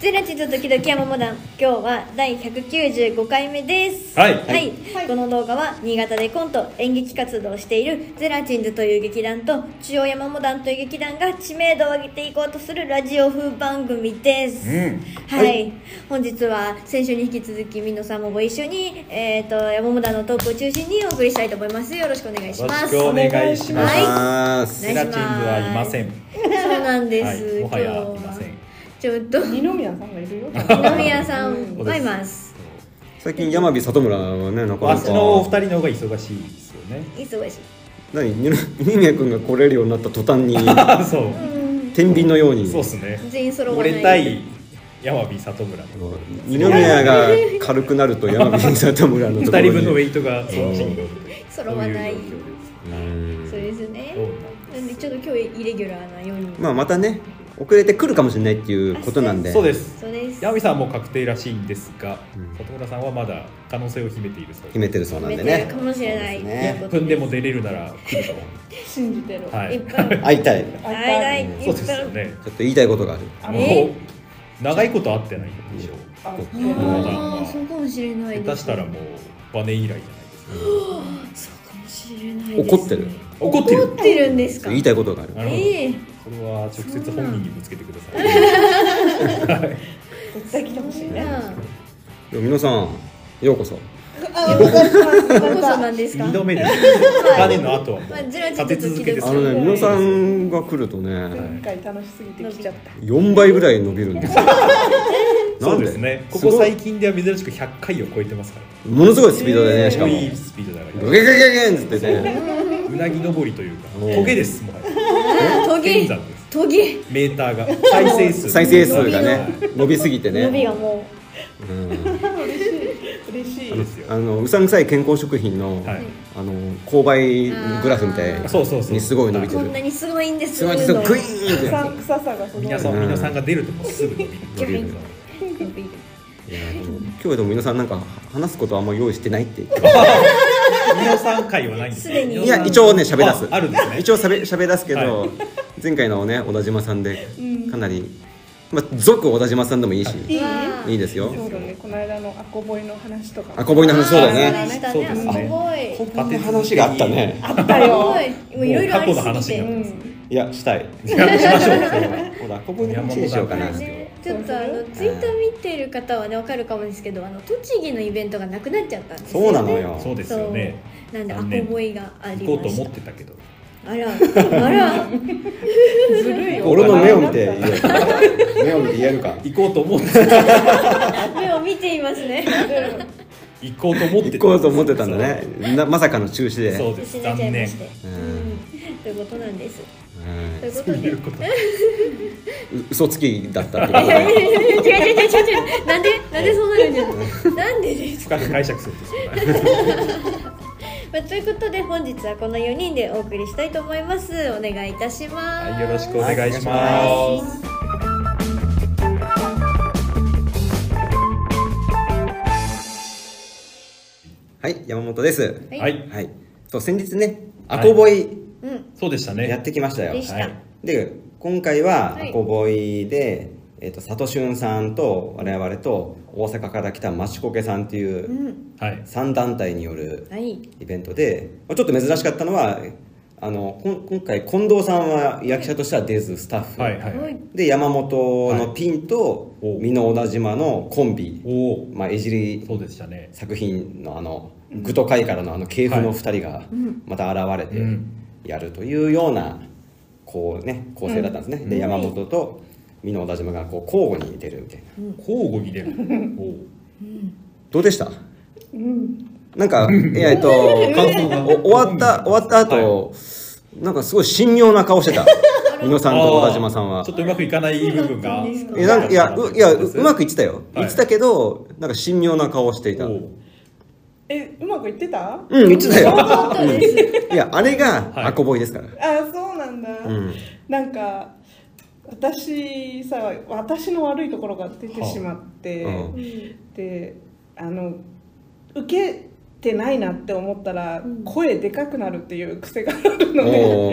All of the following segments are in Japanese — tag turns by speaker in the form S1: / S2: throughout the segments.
S1: セラチと時々山モダン今日は第195回目です
S2: はい
S1: はいこの動画は新潟でコント演劇活動をしているゼラチンズという劇団と中央山モダンという劇団が知名度を上げていこうとするラジオ風番組です、
S2: うん
S1: はい、本日は先週に引き続きみのさんもご一緒に、えー、と山モダンのトークを中心にお送りしたいと思いますよろしくお願いします
S2: よろしくお願いします
S1: はい
S3: ます
S2: セラチンズはいません。
S1: そうなんで
S2: はい
S1: す、、
S2: もはや
S1: 今
S2: い
S1: 日
S2: ません。
S1: ちょっ と
S4: 二宮さんがいるよ。
S1: 二宮さん
S2: うん
S1: まいます
S3: 最近山火里村はねなか
S2: あ
S3: な
S2: っち
S3: か
S2: のお二人の方が忙しいですよね。
S1: 忙しい
S3: 何二宮君が来れるようになった途 端に
S2: あ、そう。
S3: 天秤のように
S2: そうっすね。
S1: 全員揃わない
S2: 俺対山火里村の
S3: 二宮が軽くなると山火里村の
S2: 二
S3: と
S2: 人
S3: ころに
S2: 分のウェイトがそっちに。
S1: 揃わない
S2: そ
S1: そ
S2: うう状況です
S3: うん
S1: うですね
S2: どう
S1: なんでちょっと今日イレギュラーな4人、
S3: まあまたね遅れて来るかもしれないっていうことなん
S2: な
S3: で
S2: そうです。
S1: そうです
S2: 山火さんはもう確定らしいんですが、
S3: うん
S2: 里村さんはまだ可能性を秘めているそうです
S3: 決めてるそうなんで
S1: 決めて
S3: ね
S1: るかもしれない
S3: そうですね
S1: る
S2: 分でも出れるなら来る
S4: 信じてる。
S2: と。 はい
S1: っ
S2: い。
S1: ぱい
S3: 会いたいちょ
S1: はい
S4: 会い
S1: はい
S2: そうですよね。
S3: っと言いたいことがある
S4: たい。あの、
S2: もう長いこと会ってないでしょ。
S4: あ
S3: こ
S1: あ
S2: まだ
S1: ーそうかもしれない
S2: 下手したらもうバネ以来じゃないです
S1: そ
S2: か。
S1: うかもしれないですね
S3: 怒ってる
S2: 怒ってる
S1: 怒ってるんですか
S3: 言いたいことがある
S2: なるほど。
S1: ええ
S2: これは直接本人にぶつけてください。
S4: 絶対来てほしいね。
S1: う
S3: でも皆さんようこそ
S4: あ、わかった。
S1: んここそなんですか
S2: 二度目です。バネの後はもう
S1: まあジェラチン
S2: 立て続けです
S3: あ
S2: よ。
S3: のね
S4: 時
S3: 皆さんが来るとね
S4: 前回楽しすぎて来ちゃった。
S3: 4倍ぐらい伸びるんで すよ
S2: そうですね。こ
S3: す
S2: こ
S3: ごい
S2: 最近では珍しく100回を超えてますから。
S3: ものすごいスピードでねし
S2: す
S3: か
S2: ご
S3: も
S2: いスピードだ
S3: グ
S2: か
S3: ゲゲゲゲンってね
S2: ら。うなぎ登りというか、
S3: うん
S2: トゲですもん。
S1: ト
S2: 剣
S1: ゲ
S2: 山です。
S1: トゲ
S2: メーターが 再生数。
S3: 再生数がね伸びすぎて
S1: 伸び
S3: ね
S1: がも
S3: うん
S4: 嬉しい
S2: そう。ですよ。
S3: あのうさんくさい健康食品の
S2: はい
S3: あの購買グラフみたい
S2: そうそうそう
S3: にすごい伸び
S1: う
S3: て
S1: こ
S3: る
S1: んなにすごいんです
S3: すごいです
S1: どん
S3: よ
S1: どん
S3: グイーンってや
S4: 臭臭さがすごい。
S2: 皆さん、
S3: うん
S2: 皆さんが出るともうすぐ伸びる。
S3: つ伸びる
S1: 伸びる
S3: いやでも今日でも皆さんなんか話すことあんま用意してないって言って
S2: 皆さん会はないんですね
S1: すでに
S3: いや一応ね喋らす
S2: ああるんですね。
S3: 一応しゃべしゃべ出すけど、
S2: は
S3: 前回のね小田島さんでかなり、まあ俗小田島さんでもいいし、
S4: いい。
S1: わあ
S3: いいですよ
S4: そうだね。この間のアコボイの話とか。
S3: あこぼいの話そうだ
S1: あーそう
S3: ね
S1: でした
S2: そうですね
S1: ねすごい
S3: こんな話があったね
S4: あったよ。
S1: すごいもういろいろあり
S2: もう過去の
S1: す
S2: 話
S1: ぎて
S2: になって
S4: う
S2: ま
S4: ん。
S3: いやしたい
S2: いやしましょう。
S3: ほらこぼいの話にしようかな
S2: 山本さん
S1: ねちょっとあのツイッター見てる方はねわかるかもですけどあの栃木のイベントがなくなっちゃったんですよ、ね、
S3: そうなのよ
S2: そうですよね。
S1: そうなんでア
S2: 残念
S1: コボイがあ
S2: 行
S1: り
S2: こ
S1: ま
S2: うと
S1: し
S2: 思ったてたけど。
S1: あらあら
S4: ずるいよ。
S3: 俺の目を見て言えるか 目を見て言えるか
S2: 行こうと思ってた。
S1: 目を見ていますね
S2: 行こうと思って
S3: 行こうと思ってたんだねなまさかの中止
S2: そう。
S3: で
S2: そうで
S1: 失礼
S2: す。残
S1: ちゃいま
S2: 念。
S1: して
S3: う
S1: ということなんです
S3: ん
S1: というこ
S2: と
S1: とで
S2: いうことで。
S3: うんう嘘つきだったってことね
S1: 違う違う違う違う違うなんでなんでそうなるんじゃないなんでです
S2: 深く解釈するとそうだね。
S1: まあ、ということで本日はこの4人でお送りしたいと思いますお願いいたします、
S2: はいよろしくお願いし
S1: は
S2: ます。
S3: はい山本です
S1: い
S2: は。
S1: はい
S3: はいと先日ね
S2: はい
S3: アコボイ
S1: うん
S2: そうでしたね。
S3: やってきましたよ、
S1: でした
S2: はい。
S3: で今回は
S1: はい
S3: アコボイで、えっと里俊さんと我々と大阪から来た益コケさんっていううん
S2: はい。
S3: 3団体による
S1: はい
S3: イベントでまあちょっと珍しかったのはあのこん今回近藤さんは役者としては出ずスタッフ、
S2: はいはい
S1: はい
S3: で山本のピンと
S2: はい
S3: 美濃小田島のコンビ、
S2: おお。
S3: まあ、いじり
S2: そうでしたね。
S3: 作品のあの具と貝からのあの系譜の2人がまた現れて
S2: うん
S3: やるというようなこうね構成だったんですね、で山本と美濃小田島がこう交互に出るみたいな
S2: 交互に出る。おお。
S3: どうでした
S4: うん。
S3: なんかいやえっと 感想がお終わった終わった後、なんかすごい神妙な顔して た美濃さんと小田島さん
S2: あー
S3: は
S2: ちょっとうまくいかない部分が。
S3: えなんかいやういやううまくいってたよ、
S2: はい
S3: い、ってたけどなんか神妙な顔していた
S2: お
S3: う
S2: お
S3: ん
S4: え、うまくいってた？あ、
S3: 言ってたよ
S1: 本当です
S3: いやあれ
S2: はい
S3: がアコボイですから、
S4: そうなんだ。
S3: うん
S4: なんか私さ私の悪いところが出てしまって、
S3: はあう
S1: うん
S4: であの受けてないなって思ったら、声でかくなるっていう癖があるの
S3: おー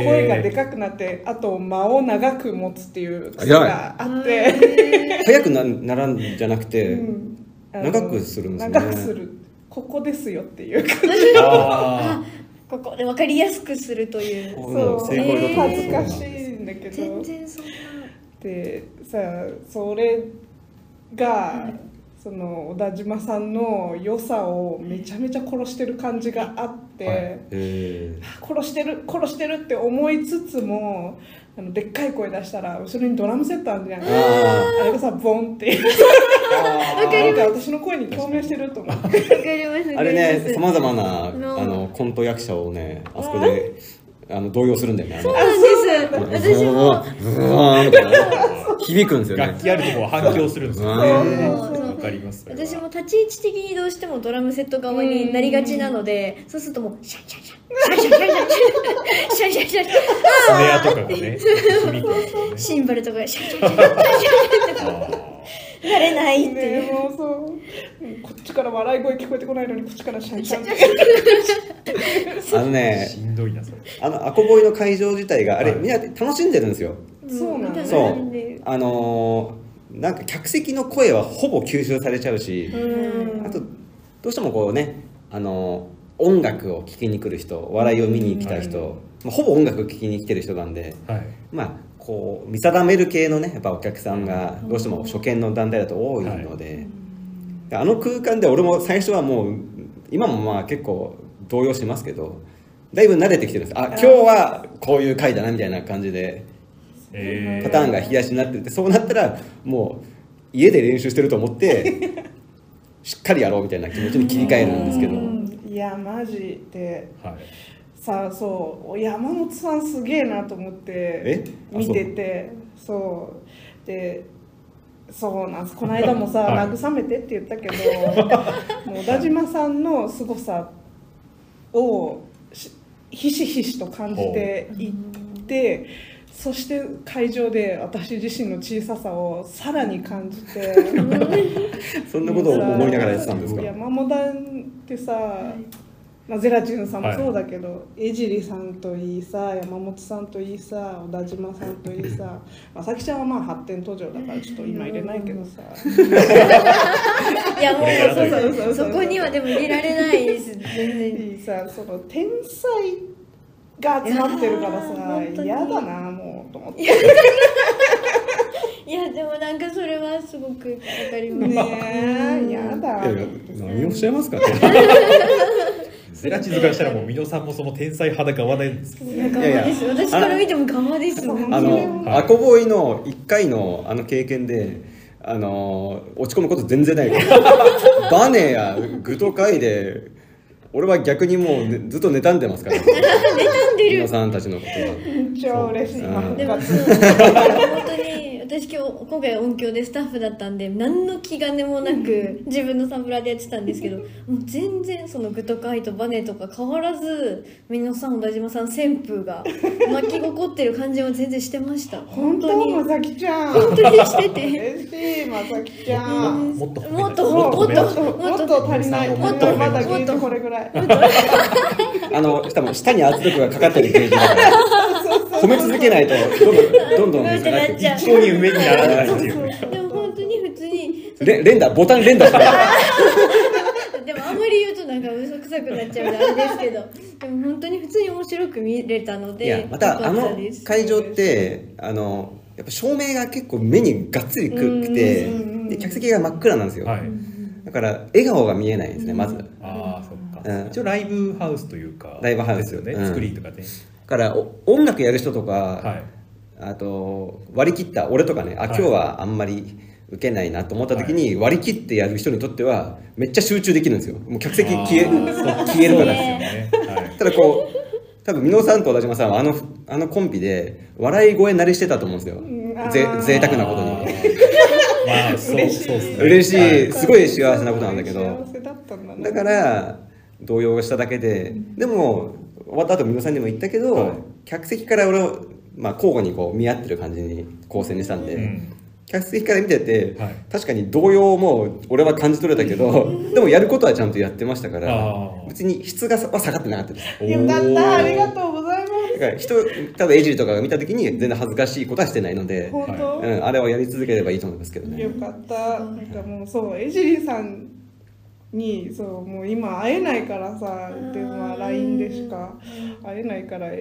S2: へー
S4: 声がでかくなってあと間を長く持つっていう癖があって、
S3: 早くなならんじゃなくて、
S4: うんあの
S3: 長くするんですね
S4: 長くするここですよっていう感じ
S2: あ
S1: ここで分かりやすくするという
S3: こういう
S4: そ
S3: の
S4: う
S3: 成
S1: へ
S3: 功
S1: ー
S3: だと思うんで
S4: 恥
S3: す
S4: ず
S3: よ
S4: かしいんだけど
S1: 全然そんな
S4: でさそれが、その小田島さんの良さをめちゃめちゃ殺してる感じがあって、
S3: はいえ
S4: 殺してる殺してるって思いつつもあのでっかい声出したら後ろにドラムセットあるじゃん
S3: ー、あ
S4: あれがさボンって
S1: わかり
S4: なん
S1: ま
S4: か私の声に共鳴してると思って
S1: すわかります
S3: ーあれねさまざまなあ
S1: うん
S3: のコント役者をねあそこであの動揺するんだよねあ
S1: そ
S3: の
S1: うなんです私も
S3: ブワーンブワーンみたいな響くんです
S2: ー
S3: よね
S2: 楽器あるとこは反響するんですよね
S1: そうそうそう
S2: わかります
S1: 私も立ち位置的にどうしてもドラムセット側になりがちなのでそうするともうシャンシャンシャンシャンシャンシャンシャンシャンシャンシャンシャン
S2: スネアとかがね響くんですよね
S1: シンバルとかがシャンシャンシャンシャンシャン
S2: あー
S1: ってなれないって
S4: ね
S1: いう
S4: もうそうこっちから笑い声聞こえてこないのにこっちからシャンシャンって
S3: あのね
S2: しんどいなそれ
S3: あのアコボイの会場自体があれ、
S2: はい
S3: みんな楽しんでるんですよ
S4: そうなんだ
S3: そ
S1: そう
S3: あのーなんか客席の声はほぼ吸収されちゃうし、
S4: うん
S3: あとどうしてもこうねあの音楽を聴きに来る人笑いを見に来た人、まあほぼ音楽を聴きに来てる人なんで
S2: はい
S3: まあこう見定める系のねやっぱお客さんがどうしても初見の団体だと多いので、であの空間で俺も最初はもう今もまあ結構動揺しますけどだいぶ慣れてきてるんですあ今日はこういう回だなみたいな感じで
S2: え
S3: パターンが引き出しになっててそうなったらもう家で練習してると思って しっかりやろうみたいな気持ちに切り替えるんですけど
S4: うんいやマジで
S2: はい
S4: さあそう山本さんすげえなと思って
S3: えあ
S4: 見ててそうでそうなんですこの間もさ、
S2: はい
S4: 慰めてって言ったけどもう小田島さんの凄さをしひしひしと感じていってそして会場で私自身の小ささをさらに感じて。
S3: そんなことを思いながらやってたんですか
S4: いやマモダンってさ、まあ、ゼラチンさんもそうだけど、江尻さんといいさ山本さんといいさ小田島さんとい いさまさきちゃんはまあ発展途上だからちょっと今入れないけどさ
S1: いやも
S2: これからだよ
S1: うそうそうそこにはでも入れられないです全然
S4: いいさその天才が集まってるから
S1: いやー
S4: さ
S1: 本当に
S4: 嫌だなもうと思って
S1: いやでもなんかそれはすごくわかります
S4: ねえ嫌だ
S3: いやいや何をおっしゃいます かね
S2: ゼラチンズからしたらもう美濃さんもその天才派だ側ですけど
S1: なんかガマです私から見てもガマですもん
S3: あ
S2: は
S3: の
S2: い
S3: アコボーイの1回のあの経験であの落ち込むこと全然ないから バネやグト会で俺は逆にもうねずっと 妬んでますから
S1: 妬んで
S3: 皆
S1: る
S3: さんたちのことは
S4: 超嬉しい今
S3: うん
S1: でもそ
S4: 復
S1: う本当に私今日今回音響でスタッフだったんで何の気兼ねもなく自分のサンプラーでやってたんですけどもう全然そのグとカイとバネとか変わらず皆さん小田島さん旋風が巻き起こってる感じは全然してました
S4: 本
S1: 本当
S4: 当
S1: に
S4: ま
S1: 本
S4: さきちゃん
S1: 当にしてて
S4: 嬉しいまさきちゃん
S2: もっと
S1: もっと
S2: も
S4: も
S2: っ
S4: っ
S2: と
S4: と
S1: も
S4: も
S1: っともっ
S4: っともっ
S1: と
S4: と足りない
S2: も
S4: も
S2: っ
S4: っ
S2: と
S4: とまだ銀とこれ ぐらい
S3: あのしかも下に圧力がかかってるページだから褒め続けないとどんどんどんどん
S1: う
S3: 上
S1: んってなっちゃう
S2: 一向に上にならないっていうね
S1: でも本当に普通に
S3: レ連打ボタン連打しない
S1: でもあんまり言うとなんか嘘くさくなっちゃうんであれですけどでも本当に普通に面白く見れたの
S3: い
S1: で
S3: やまたあ
S1: 良かった
S3: の
S1: です
S3: 会場ってあのやっぱ照明が結構目にがっつりくくてで客席が真っ暗なんですよ、
S2: はい
S3: だから笑顔が見えないんですねまずだ
S2: ああそっ
S3: う
S2: か
S3: ん
S2: 一応ライブハウスというか
S3: ライブハウ
S2: で
S3: ス
S2: すよね
S3: うん
S2: スクリーンとかね
S3: からお音楽やる人とか、
S2: はい
S3: あと割り切った俺とかねあ今日はあんまり受けないなと思った時に割り切ってやる人にとってはめっちゃ集中できるんですよもう客席消え
S2: あー
S3: 消え
S2: そ
S3: るか
S2: うで
S3: らですす
S2: よ
S3: よ
S2: ねはい
S3: ただこう多分美濃さんと小田島さんはあのあのコンビで笑い声慣れしてたと思うんですよ
S4: んあー
S3: ぜ贅沢なこと
S2: あ
S3: に
S2: ーまあそうそう
S4: 嬉しい
S2: ですね
S3: 嬉し
S2: はい
S3: いすごい幸せなことなんだけど
S4: 幸せだったんだな
S3: だから動揺しただけででも終わった後美濃さんにも言ったけど、
S2: はい
S3: 客席から俺を、まあ、交互にこう見合ってる感じに構成にしたんで、
S2: うん
S3: 客席から見てて、
S2: はい
S3: 確かに動揺も俺は感じ取れたけどでもやることはちゃんとやってましたから
S2: あー
S3: 別に質がは下がってなかったです
S4: よかったありがとうございま、
S3: だから人多分エイジリとかが見た時に全然恥ずかしいことはしてないのです
S4: 本当、
S3: うん、あれはやり続ければいいと思いますけどね
S4: よかったなんかもうそうエジリーさんにそうもう今会えないからさ電話 LINE でしか会えないからも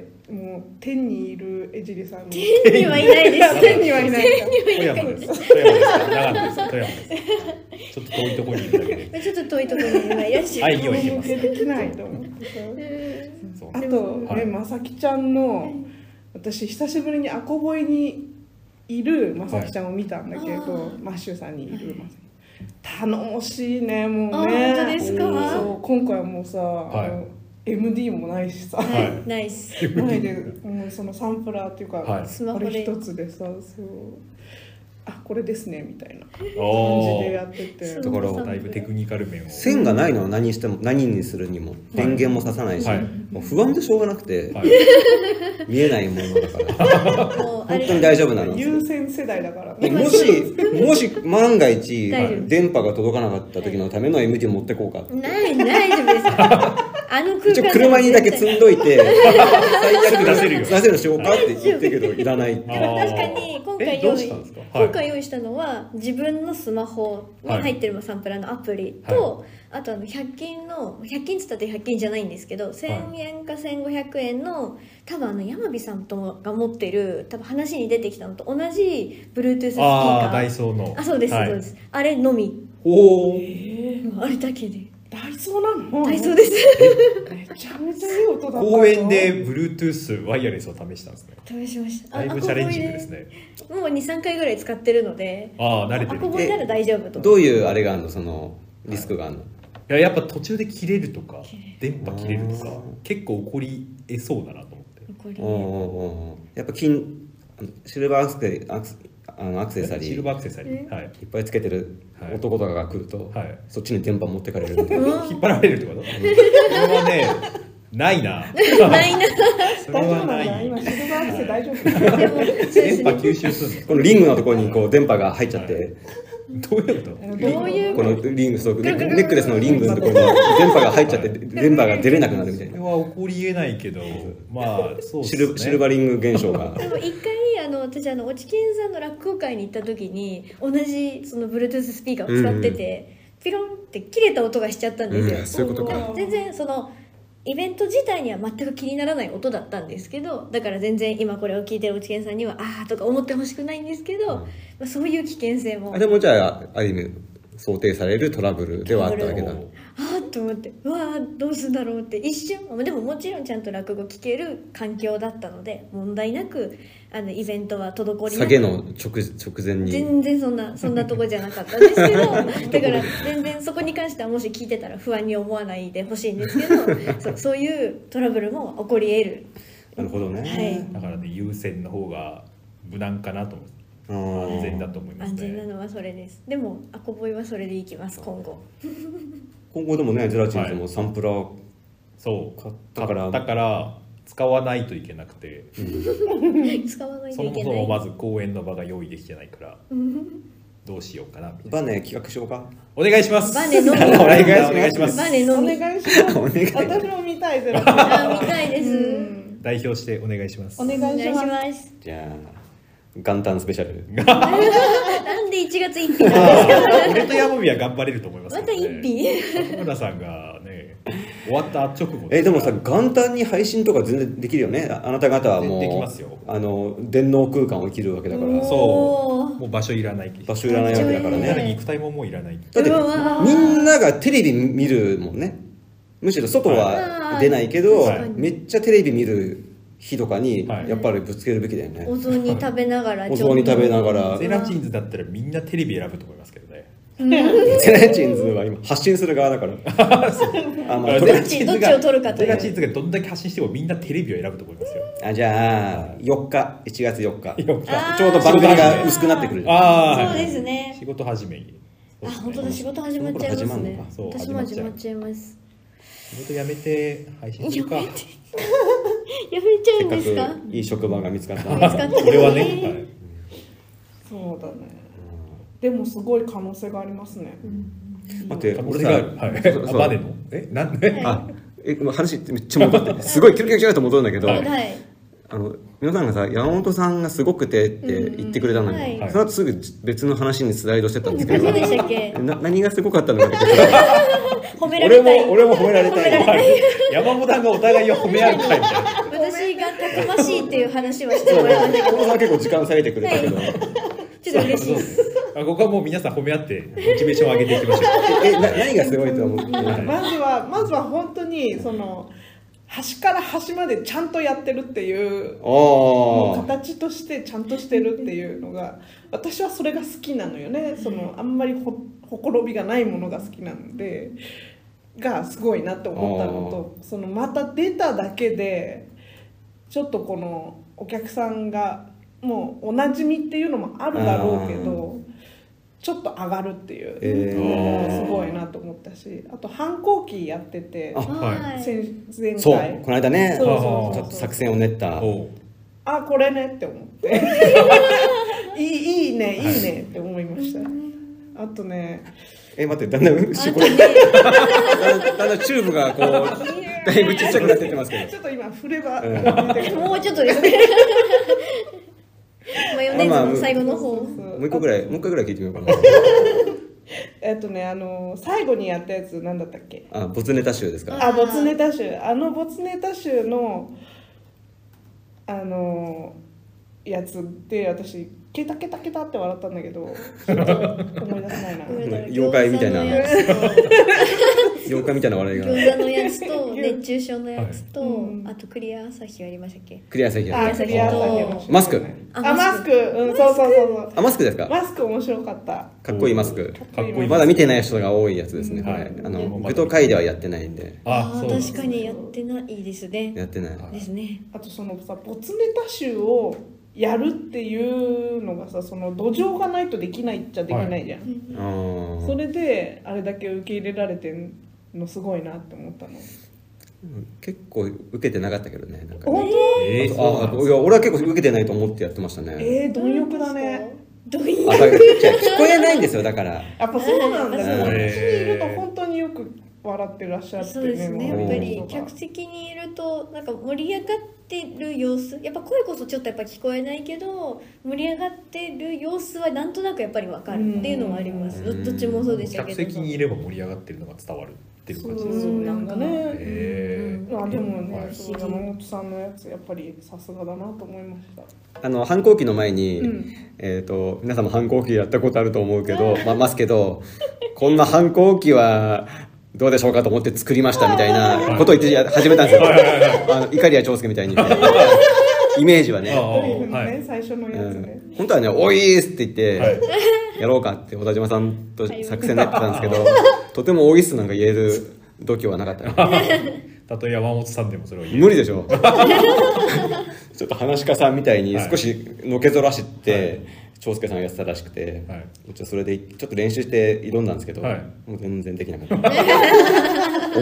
S4: う天にいるエジリーさんに
S1: 天にはいないです
S4: 天にはいないか
S2: 富山です富山です長野です富山ですちょっと遠いところにいるだけ で
S1: ちょっと遠いところに今いらっしゃ
S2: は
S1: る
S2: いよいけ
S4: ら
S2: ます
S4: 出てきないと思ってさ
S2: そう
S4: あと
S2: は
S4: ね
S2: い
S4: まさきちゃんの私久しぶりにアコボイにいるまさきちゃんを見たんだけど、
S1: はい
S4: マッシュさんにいるまさき頼もしいね
S1: あ
S4: もうね
S1: 本当ですか
S4: そう今回も
S2: い
S4: さ、あの MD もないしさ、
S2: はい
S1: はいナイス
S4: ないで、うん、そのサンプラーっていうか、
S2: はい
S1: スマホ
S4: あれ
S1: で
S4: 一つでさそうあこれですねみたいな感
S2: お
S4: じでや
S2: ー
S4: ってて
S1: そ
S3: だから
S2: だいぶテクニカル面を
S3: 線がないのは何しても何にするにも電源も刺さないし、
S2: はい
S3: もう不安でしょうがなくて、
S2: はい
S3: 見えないものだから
S1: もうあ
S3: 本
S1: れ
S3: 当に大丈夫なの
S4: 優先世代だから
S3: で
S4: ね
S3: もしもし万が一
S1: 大丈夫
S3: 電波が届かなかった時のための MD 持ってこうかって
S1: ない大丈夫ですあの空間
S3: 一応車にだけ積んどいて最悪
S2: 出せるよ
S3: 出せるしようかって言ってるけどいらない
S1: でも確かに今
S2: え
S1: 回
S2: ど
S1: 用
S2: う
S1: 意
S2: したんですか
S1: 今回用意したのは自分のスマホに入ってるサンプラーのアプリと、あとあの100均の100均っつったって100均じゃないんですけど1000円か1500円の多分あの山火さんともが持ってる多分話に出てきたのと同じ Bluetooth スピー
S2: ああ
S1: カ
S2: ダイ
S1: ー
S2: ソーの
S1: あそうです、
S2: はい
S1: そうですあれのみ
S3: おお
S1: あれだけで
S4: ダイソーなの
S1: 体 操です
S4: めちゃめちゃいい音だったよ
S2: 公園で Bluetooth ワイヤレスを試したんですね
S1: 試しました
S2: だいぶチャレンジングですね
S1: あここでもう23回ぐらい使ってるので
S2: ああ慣れて
S1: あ
S2: る
S1: ここになら大丈夫と
S3: どういうあれがあるのそのリスクがあるの
S2: いややっぱ途中で切れるとか電波切れると
S3: あ
S2: か
S3: ー
S2: 結構起こりえそうだなと思って
S1: これ
S3: おーおーおーやっぱ金あのシルバーアクセアクセあのアクセサリ
S2: シル
S3: ー
S2: バーアクセサリー、はい
S3: いっぱいつけてる
S2: はい
S3: 男とかが来ると、
S2: はい
S3: そっちに電波持ってかれるんで
S1: うん
S2: 引っ張られるって ことこれはねないな
S1: ないな
S2: それ
S4: 大丈
S2: はな
S4: 夫なんだ
S2: い
S4: 今シルバーアクセ大丈夫
S1: でもそうです
S2: 電波
S1: ね
S2: 吸収する
S3: このリングのところにこう電波が入っちゃって、
S2: のどういうこと
S1: どういう
S3: このリングそう
S1: ぐ
S3: ネ
S1: るぐるぐる
S3: ックレスのリングのところに電波が入っちゃって、
S2: はい
S3: 電波が出れなくなるみたい
S2: これ
S3: な
S2: は起こりえないけどまあそうです
S3: シ
S2: ね
S3: ルシルバリング現象が
S1: でも一回あの私あのおちきんさんの落語会に行った時に同じその Bluetooth スピーカーを使ってて、ピロンって切れた音がしちゃったんですよ、
S3: うんそういうこと
S4: か
S1: 全然そのイベント自体には全く気にならない音だったんですけどだから全然今これを聞いてるおちきんさんにはああとか思ってほしくないんですけど、まあ、そういう危険性も
S3: あでもじゃあある意味想定されるトラブルではあったわけだ
S1: あーっと思ってうわあどうするんだろうって一瞬でももちろんちゃんと落語聞ける環境だったので問題なくあのイベントは滞りなく
S3: 下げの直直前に
S1: 全然そんなそんなとこじゃなかったんですけど だから全然そこに関してはもし聞いてたら不安に思わないでほしいんですけど そうそういうトラブルも起こり得る
S3: なるほどね、
S1: はい
S2: だからね優先の方が無難かなと思って
S3: あ
S2: 安全だ
S3: ー
S2: と思います
S1: 安全な
S2: ね
S1: のはそれですでもアコボイはそれでいきます今 後
S3: 今後でもねゼラチンズもサンプラー、
S2: そう買
S3: 買っ
S2: ったた
S3: か
S2: からら使わないといけなくて
S1: 使わない
S2: そ
S1: とい
S2: も
S1: け
S2: そ
S1: な
S2: も
S1: い
S2: まず公演の場が用意できてないからどうしようかなみたいな
S3: バネ企画しようか
S2: お願いします
S1: バネのみ
S2: お願いしますお願いします
S1: バネ
S4: お
S1: のみ
S4: 願いします
S3: お願い
S4: 私も見たいゼロか
S1: あ見たいです
S2: 代表してお願いします
S4: お願い
S1: お願いします
S3: じゃあ元旦スペシャル
S1: なんで1月1日 なんですか
S2: あー俺と山火は頑張れると思います
S1: ま
S2: け
S1: た
S2: どね
S1: 1品
S2: 里村さんがね終わった直後
S3: えでも
S2: か
S3: さ
S2: ら
S3: 元旦に配信とか全然できるよねああなた方はもう
S2: できますよ
S3: あの電脳空間を生きるわけだから
S1: お
S2: そうもう場所いらない
S3: 場所いらないわけだから
S2: みんなの
S3: ね
S2: 肉体ももういらない
S3: だって
S1: うわ
S3: みんながテレビ見るもんねむしろ外は
S1: はい
S3: 出ないけど、
S2: はい
S3: めっちゃテレビ見る日とかに
S2: はい
S3: やっぱりぶつけるべきだよね、
S1: お雑煮食べながら
S3: お雑煮食べながら
S2: ゼラチンズだったらみんなテレビ選ぶと思いますけどね
S3: ゼラチンズは今発信する側だから あ、まあ、
S1: ど
S3: と
S1: っちどっちを取るかとい
S2: ゼ
S1: う
S2: ラチンズがどんだけ発信してもみんなテレビを選ぶと思いますよ
S3: あじゃあ4日1月4日
S2: 4日
S1: あー
S3: ちょうど番組が薄くなってくるじゃん
S2: ああ
S1: そうですね
S2: 仕事始めに
S1: あ本当だ仕事始まっちゃいますね
S2: そう
S1: 私も始まっちゃいます
S2: 仕事辞めて配信するか
S1: やめちゃ
S3: せ
S1: う
S3: っ
S1: んですか
S3: かくいい職場が見つかった
S1: 見つかった
S2: 俺はね
S1: ね
S4: そうだねでもすごい可能性がありますね。
S3: 待って
S2: 可能
S3: 俺
S2: 性
S3: さ
S2: がある。はい。
S3: そうそう
S2: あバネのえなんで
S3: あえもう話めっちゃ戻ってすごいキュルキュルキュルと戻るんだけど、
S1: はい
S3: あの皆さんがさ山本さんがすごくてって言ってくれたの
S1: うん
S3: に、
S1: はい
S3: その後すぐ別の話にスライドしてったんですけ
S1: そうでし
S3: ど
S1: たっけ
S3: な何がすごかったのかって
S1: 褒めら
S3: 俺
S1: れたい
S3: も俺も褒められたい
S2: はい山本さんがお互いを褒め合う会みたいな。
S1: 私がたくましいっていう話はして
S3: そう
S1: もらいましたけ
S3: 友さんは結構時間割いてくれたけど、
S1: ど ちょっと嬉しいです
S2: あここはもう皆さん褒め合ってモチベーションを上げていきましょ
S3: えな何がすごいと思って、
S2: はい
S4: まずはまずは本当にその端から端までちゃんとやってるっていうも
S3: お
S4: う
S3: ー
S4: 形としてちゃんとしてるっていうのが私はそれが好きなのよねそのあんまりほほころびがないものが好きなのでがすごいなって思ったのとそのまた出ただけでちょっとこのお客さんがもうおなじみっていうのもあるだろうけどちょっと上がるっていう。
S3: え
S4: もうす
S3: ー
S4: ごいなと思ったしあと反抗期やってて
S3: あ
S2: う。は
S4: 先前
S3: そう
S4: 回
S3: この間ね
S4: そう
S2: そうそう
S3: ちょっと作戦を練った
S2: い。おう
S4: あこれねって思って いいいいねいいねって思いました、あとね
S3: え待ってだんだん後ろこれだんだんだんだんチューブがこうだいぶちっちゃくなってってますけ
S4: ちょっと今振れば、
S3: うん
S1: もうちょっとですねマヨネーズの最後の方
S3: どもう一個ぐ
S4: い
S3: らいもう一回ぐらい聞いてみようか
S4: えっとねあの最後にやったやつ何だったっけ
S3: なあボツネタ集ですから
S4: あボツネタ集あのボツネタ集のあのやつで私ケタケタケタって笑ったんだけどちょっと思い出せないな
S3: 妖怪みたいな
S1: 餃子のやつと
S3: 妖怪みたいな笑いが
S1: 餃子のやつと熱中症のやつと、
S4: うん
S1: あとクリア朝日はやりましたっけ
S3: クリア先
S4: あ、
S1: あ
S3: や
S4: クリアさんやりましたね
S3: マスク
S4: あ、マスク、うん、そうそうそうそう。
S3: あマスクですか
S4: マスク面白かった。
S3: かっこいいマスク
S2: かっこいい。
S3: まだ見てない人が多いやつです
S2: う
S3: ね
S2: ん
S3: これ
S2: はい
S3: あの
S2: うん
S3: グト会ではやってないんで
S2: あそう。
S1: 確かにやってないですね
S3: やってない
S2: は
S1: ですね
S4: あとそのさ、ボツネタ集をやるっていうのがさ、その土壌がないとできないっちゃできないじゃん。
S3: あー
S4: それで、あれだけ受け入れられてんのすごいなって思ったの。
S3: 結構受けてなかったけどねなんか
S4: 本
S3: ね
S2: えー、
S3: あ
S2: そうなん
S3: あ
S2: だ
S3: いや俺は結構受けてないと思ってやってました
S4: 当
S3: ね
S4: えー、貪欲だね。
S1: どういう
S3: あだからじゃあ聞こえないんですよだから
S4: やっぱそうなんだ
S1: うん
S4: よ。
S2: へー
S4: 私にいると本当によく笑ってらっしゃって
S1: そうですねや
S3: うん
S1: っぱり
S4: 周りの
S1: 客
S4: 人が
S1: 席にいるとなんか盛り上がってる様子やっぱ声こそちょっとやっぱ聞こえないけど盛り上がってる様子はなんとなくやっぱりわかるっていうのはあります
S3: うん
S1: どっちもそうでした
S2: 客
S1: けど
S2: 席にいれば盛り上がってるのが伝わるっていう感じです。
S4: そうなんかね。
S2: へー
S4: まあでもね、
S2: はい
S4: そう山本さんのやつやっぱりさすがだなと思いました。
S3: あの反抗期の前に、
S4: うん
S3: えっ、と皆さんも反抗期やったことあると思うけど、まあますけど、こんな反抗期はどうでしょうかと思って作りましたみたいなことを言ってや始めたんですよ。あの怒りや長介みたいにイメージは
S2: ああ
S3: ね。
S2: は
S4: ね
S2: い。
S4: 最初の
S3: う
S4: やつね。
S3: ん、本当はね「おいーす!」って言って、
S2: はい
S3: やろうかって小田島さんと作戦になってたんですけどとても「おいーす!」なんか言える度胸はなかったね
S2: たとえ山本さんでもそれを言う。
S3: 無理でしょ ちょっと話し家さんみたいに少しのけぞらして、長介さんがやってたらしくて、
S2: はい
S3: ちょっとそれでちょっと練習して挑んだんですけど、
S2: はい
S3: もう全然できなか った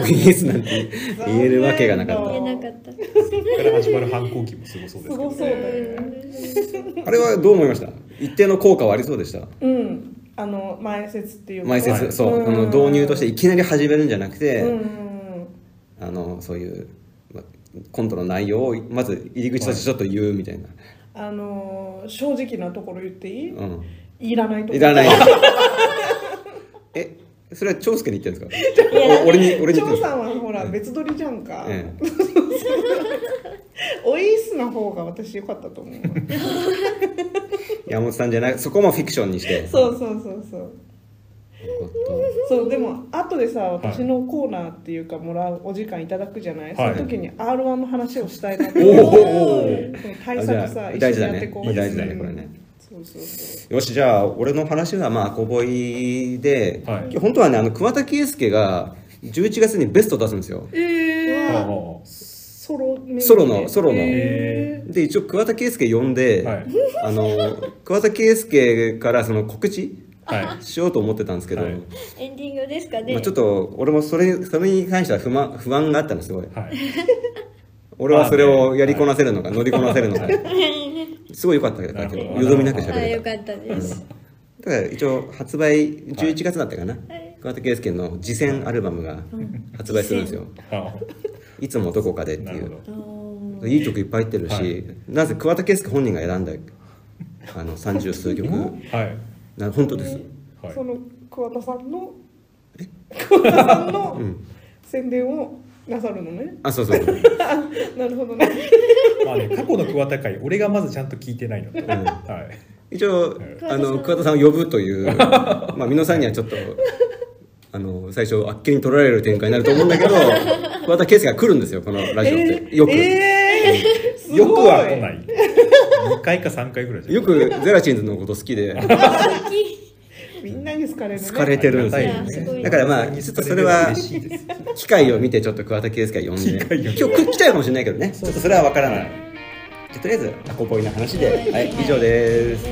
S3: 「おいエス」なんて言えるわけがなかっ
S1: 言
S4: 残
S1: え
S4: 念
S1: なかった
S2: そこから始まる反抗期もすごそうですすけ
S4: ご
S2: ど。
S4: そうだよね。
S3: たあれはどう思いました一定の効果はありそうでした
S4: うん。あの前説っていうか
S3: 前
S2: は
S3: 説
S2: い
S3: そう、あの導入としていきなり始めるんじゃなくて、
S4: うんうん
S3: あのそういうまコントの内容をまず入り口としてちょっと言うみたいな、
S4: あの正直なところ言っていい？
S3: うん
S4: いらないところ。。
S3: いらないい。 え、それは長介に言ってるんですか。お俺に、俺に言ってるん
S4: 張
S3: です
S4: さ
S3: か。
S4: んはほら別撮りじゃんか。
S3: え
S4: おいっすの方が私良かったと思う。
S3: え、山本さんじゃない、そこもフィクションにして。
S4: そうそうそうそう。
S3: よかっ
S4: そうでも後でさ私のコーナーっていうかもらうお時間いただくじゃない、
S2: はい
S4: その時に R1 の話をしたいなと
S3: た。
S4: 思って
S3: おお。
S4: 対
S3: じゃあ
S4: 策さ一緒
S3: 大事
S4: に
S3: だ
S4: やってい
S3: ね
S4: こ。う
S3: 大事だね、これね。
S4: そうそうそ
S3: よし、じゃあ、俺の話は、まあ、小ボイで、
S2: はい
S3: 本当はね、あの、桑田佳祐が。11月にベスト出すんですよ
S4: うえ
S2: ああ
S4: ー、ソロメインで
S3: ソロのソロの
S4: え
S3: で一応桑田佳祐呼んで、
S2: はい
S3: あの桑田佳祐からその告知
S2: はい。はい。
S3: しようと思ってたんですけど、
S2: はい
S1: エンディングですかね、
S3: まあ、ちょっと俺もそれそれに関しては不満不安があったのすごい
S2: はい。
S3: 俺はそれをやりこなせる のか乗りこなせるのかすごい良かったけど
S2: なるほど
S3: よどみなく
S1: あ
S3: 喋
S1: よ
S3: れ
S1: かったです
S3: ただ一応発売11月だったかな、桑田佳祐の次戦アルバムが発売するんですよ、
S2: あ
S3: いつもどこかでって
S2: ないるほ
S3: う
S2: ど
S1: あ
S3: いい曲いっぱい入ってるし、
S2: はい
S3: なぜ桑田佳祐本人が選んだあの30数曲
S2: はい
S3: な本当です、
S2: はい
S4: その桑田さんの桑田さんの
S3: うん
S4: 宣伝をなさる のね
S3: あそうそう
S4: なるほどね
S2: まあね過去の桑田会俺がまずちゃんと聞いてないのと、
S3: ん
S2: はい
S3: 一応
S1: はい
S3: あの桑田さんを呼ぶというまあ美濃さんにはちょっとあの最初あっけに取られる展開になると思うんだけど桑田佳祐が来るんですよこのラジオって、よく、
S4: えー、 すごい
S2: よくは来ない2回か3回ぐらいじゃん
S3: よくゼラチンズのこと好きで
S1: 大きい
S4: みんなに好かれるね
S3: 好かれてるんですよ
S2: ありがた
S1: いやす
S2: い
S1: ごい
S3: だからまあちょっとそれは
S2: 嬉しいです
S3: 機会を見てちょっと桑田佳祐呼ん
S2: 機会を
S3: で
S2: 見て
S3: 今日来ちゃうかもしれないけどねちょっとそれは分からない、
S2: はい
S3: じゃあとりあえずアコポイの話で
S1: はい
S3: はい以上です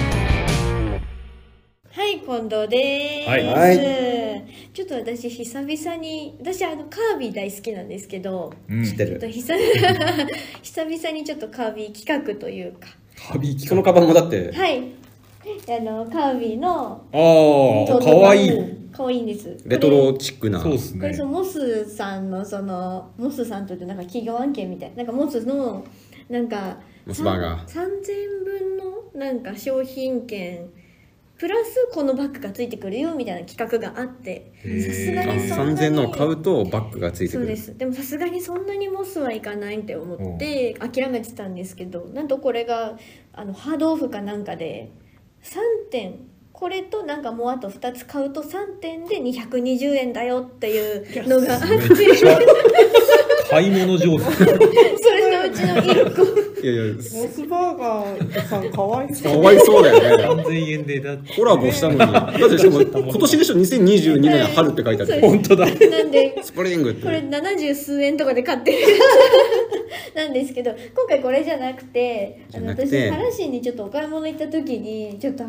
S1: はい、近藤です。
S2: はい
S3: は
S1: ちょっと私久々に、私あのカービィ大好きなんですけど、
S2: うん
S3: 知って
S1: ちょっと
S3: る
S1: 久々久々にちょっとカービィ企画というか、
S2: カビキ
S3: そのカバンもだって
S1: はい、あのカービィの
S2: ああかわいい
S1: 可愛いんです。
S3: レトロチックな
S2: そうです
S1: これ
S2: ね
S1: そのモスさんのそのモスさんとってなんか企業案件みたいなんかモスのなんか
S3: モスバーガー
S1: さん3000分のなんか商品券プラスこのバッグがついてくるよみたいな企画があって
S2: へー
S1: さすが
S3: あ
S1: にそんな
S3: 3000
S1: に
S3: のを買うとバッグがついて
S1: そ
S3: く
S1: う
S3: る
S1: ですでもさすがにそんなにモスはいかないって思って諦めてたんですけどなんとこれがあのハードオフかなんかで3点これとなんかもうあと2つ買うと3点で220円だよっていうのがあって
S2: めっちゃ買い物上手
S1: そ れのうちの1個
S3: いやいや
S4: モスバーガーさんかわい
S3: か
S4: そう
S3: わいそうだよね
S2: 3000円でだって
S3: コラボしたのにだってしかも今年でしょ2022年春って書いてある
S1: はい
S2: 本当だ
S1: なんで
S3: スプリングっ
S1: これ
S3: て
S1: 70数円とかで買ってるなんですけど今回これじゃなくてあの
S3: じゃなく
S1: 私
S3: て
S1: 原市にちょっとお買い物行った時にちょっと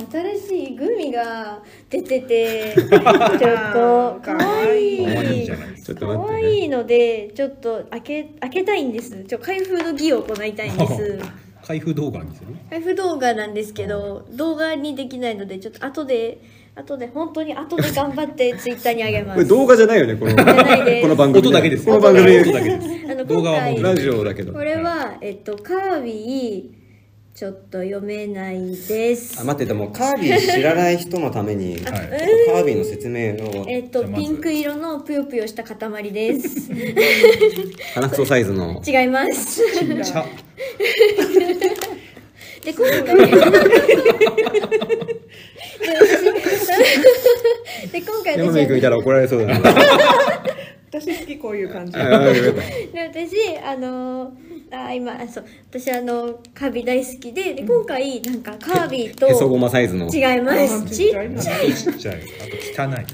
S1: 新しいグミが出て てちょっとかわいい
S2: 可愛いじゃないです
S3: ちょっと
S1: 可
S3: 待って
S1: 愛
S3: ね
S1: いのでちょっと開け開けたいんですちょ開封の儀を行いたいんです
S2: 開封動画にする
S1: 開封動画なんですけど動画にできないのでちょっと後で後で本当に後で頑張ってツイッターにあげま
S3: こ
S1: す
S3: れ動画じゃないよねこの
S1: ないです
S3: この番組
S2: 音だけです
S3: この番
S2: 音だ
S3: 組
S2: けです
S1: あの
S2: 動
S1: 今
S2: 画はもう
S1: 回
S3: ラジオだけど
S1: これは、えっと、カービィ、ちょっと読めないです。
S3: あ待ってでもカービィ知らない人のために、
S2: はい
S3: ちょっとカービィの説明を
S1: えっと、
S2: じゃあまず
S1: ピンク色のぷよぷよした塊 です。
S3: 花クソサイズの
S1: 違い ます。
S2: ちゃ
S1: で、今回。で私で、今回
S3: 山見君
S1: 私、
S3: いたら怒られそうだな
S4: 私好きこういう感じ
S3: あよ かった
S1: で私、あのー、あ今あそう私あのカービィ大好きでで今回なんかカービィと
S3: へそごまサイズの
S1: 違いますちっ
S4: いな
S2: ちっちゃいあと汚い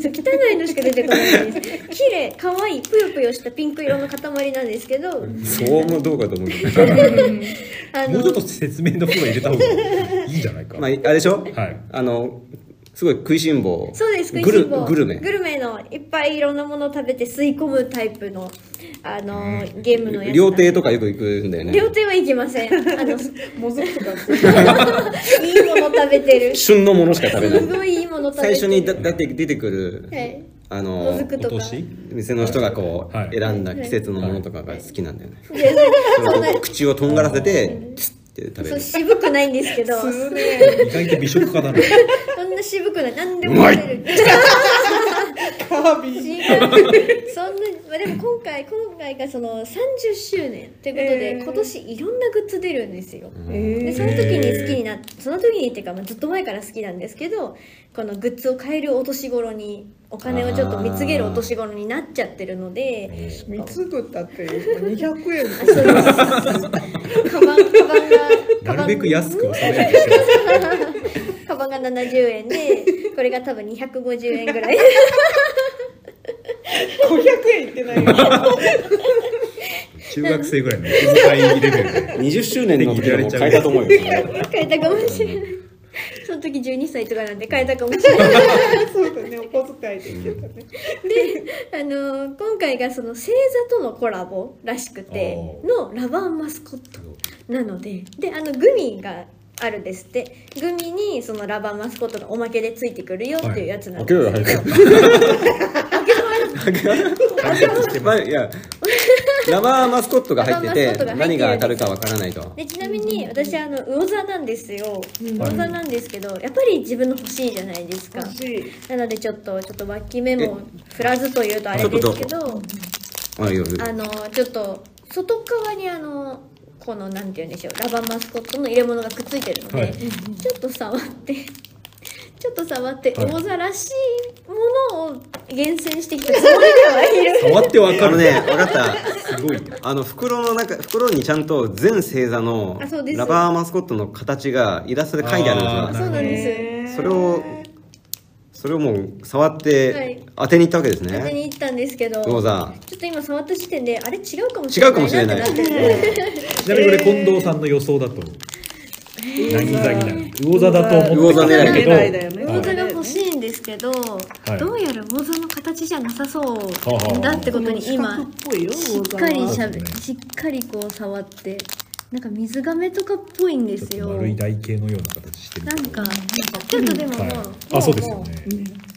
S1: そう汚いのしか出てこないです綺麗可愛いぷよぷよしたピンク色の塊なんですけど
S3: そうもどうかと思うけど
S1: あ
S2: も
S1: の
S2: うちょっと説明のプロ入れた方がいいんじゃないか、
S3: まああれでしょ、
S2: はい
S3: あのすごい食いしん坊
S1: そうです
S3: グ
S1: 食いし
S3: ル
S1: ん坊
S3: グルメ
S1: グルメのいっぱいいろんなものを食べて吸い込むタイプのあのゲームのやつ
S3: 料亭とかよく行くんだよね
S1: 料亭は行きませんあのい
S4: もずくとか
S1: いもの食べてるす
S3: 旬のものしか食べない
S1: ごいいいもの食べて
S3: 最
S1: る
S3: 初にだだって出てくる、
S1: はい
S3: あ
S1: も
S3: の
S1: ずく
S2: お
S1: とか
S2: 年
S3: 店の人がこう、
S2: はい
S3: 選んだ季節のものとかが好きなんだよね、
S1: でそんな
S3: 口をとんがらせてツッて食べ
S1: そう
S3: る
S1: 渋くないんですけど
S4: 吸うね
S2: 意外と美食家だな
S1: そんな渋くない何でも食べる
S4: カ ービィ
S1: 違うそんなまあでも今回今回がその30周年ということで、
S4: えー
S1: 今年いろんなグッズ出るんですよ
S4: え
S1: で
S4: ー
S1: その時に好きになっその時にっていうか、まあ、ずっと前から好きなんですけどこのグッズを買えるお年頃にお金をちょっと見つけるお年頃になっちゃってるので
S4: 三つぐったって200円
S1: あそうですカバンカバンがカバ
S2: なる
S1: ン
S2: べく安く収めようとしてます
S1: カバンが70円でこれが多分250円ぐらい
S4: 500円いってないよ
S2: 中学生ぐ らいのお小遣いレベルで
S3: 20周年の時はもう変えたと思うよ
S1: 買えたかもしれないその時12歳とかなんで変えたかもしれない
S4: そうだねお小遣いでいけたね
S1: あの今回がその星座とのコラボらしくて
S2: お
S1: のラバーマスコットなのでであのグミがあるんですってグミにそのラバーマスコットのおまけでついてくるよっていうやつなんですけど、
S3: まあいやラバーマスコットが入って
S1: ラバーマスコットが入っ
S3: て
S1: てる
S3: 何が当たるかわからないと
S1: でちなみに私あの魚座なんですよ魚座なんですけどやっぱり自分の欲しいじゃないですか
S4: 欲しい
S1: なのでちょっとちょっと脇目も振らずというとあれですけど
S3: あいいよいいよ
S1: あのちょっと外側にあのこのなんて言うんでしょうラバーマスコットの入れ物がくっついてるので、
S2: はい
S1: ちょっと触って ちょっと触って
S2: はい
S1: 魚座らしいものを厳選してきたつもりではいる
S2: 触ってわか
S3: あの
S2: る
S3: ねわかった
S2: すごいね
S3: あの袋の中袋にちゃんと全星座の
S1: あそうです
S3: ラバーマスコットの形がイラストで書いてある
S2: あー
S3: んです
S1: そう
S3: よ
S1: なんです
S4: へー
S3: それをそれをもう触っ
S1: はい
S3: て当てに行ったわけです
S1: 当て
S3: ね
S1: に行ったんですけど
S3: どうだ
S1: ちょっと今触った時点であれ違うかもしれな
S3: 違
S1: いう
S3: かもしれない
S1: んてって
S2: ちなみにこれ近藤さんの予想だと何座になる魚座だと思ってたんだけど
S4: 魚座狙いだよね
S1: 魚座
S2: はい
S1: が欲しいんですけど、
S2: い
S1: どうやら魚座の形じゃなさそう
S2: は
S1: だってことに今
S4: 四角っぽいよ
S1: しっかりしゃ
S2: そう
S1: べ
S2: だね
S1: しっかりこう触ってなんか水がめとかっぽいんで
S2: ちょっ
S1: す
S2: と
S1: よ
S2: 丸い台形のような形してる
S1: な
S2: けど
S1: んかちょっとでももう、
S2: はい
S1: も
S2: あそうですよね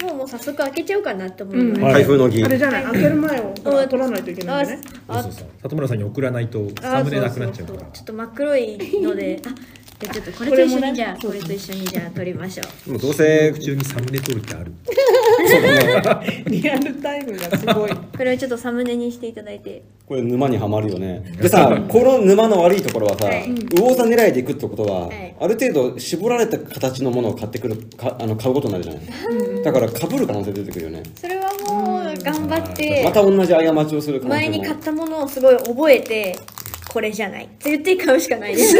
S1: もうもう早速開けちゃおうかなって思います、
S2: うんはい
S3: 開封の儀
S4: あれじゃない開ける前をほら取らないといけない
S1: あ
S4: んだね
S2: そう
S1: あ
S2: そうそう里村さんに送らないとサムネなくなっちゃうから
S1: ちょっと真っ黒いの であじゃあちょっとこれ
S4: ことれ
S1: 一
S4: も
S1: 緒
S4: ね
S1: にじゃあこれと一緒にじゃあ撮りましょう
S3: もうどうせ
S2: 中にサムネ撮るってある
S4: リアルタイムがすごい
S1: これをちょっとサムネにしていただいて
S3: これ沼にはまるよねでさこの沼の悪いところはさ
S1: はい
S3: 魚座狙いでいくってことは
S1: はい
S3: ある程度絞られた形のものを買ってくるかあの買うことになるじゃないだから被る可能性出てくるよね
S1: それはもう頑張って
S3: また同じ過ちをする可能
S1: 前
S3: 性
S1: に
S3: も
S1: 買ったものをすごい覚えてこれじゃないって言って買うしかないです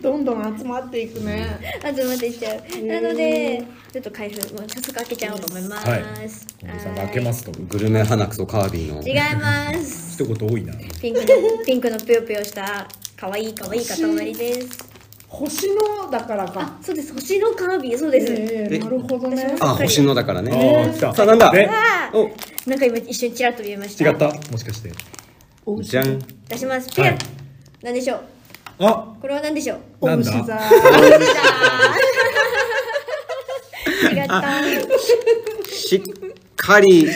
S4: どんどん集まっていくね
S1: あと待っていっちゃうなのでちょっと開封もう早速開けちゃおうと思います、
S2: は
S1: はい
S2: 近藤さんが開けますと
S3: グルメ花クソカービィの
S1: い違います
S2: 一言多いな
S1: ピンクのピンクのぷよぷよした可愛い可愛い塊です
S4: 星のだからか
S1: あそうです星のカービィそうです、
S4: ええなるほどね
S3: あ星野だから
S2: あ
S3: ね
S2: ー来た
S3: さあなんだ
S2: ね
S1: あ
S3: お
S1: ーなんか今一瞬ちらっと見えました
S2: 違ったもしかして
S3: じゃん
S1: 出しますピュッ、
S2: はい
S1: なんでしょう
S2: あ
S1: これは何でしょう
S4: お
S2: なん
S4: 牛座
S2: だ
S1: 違った
S3: しっかりに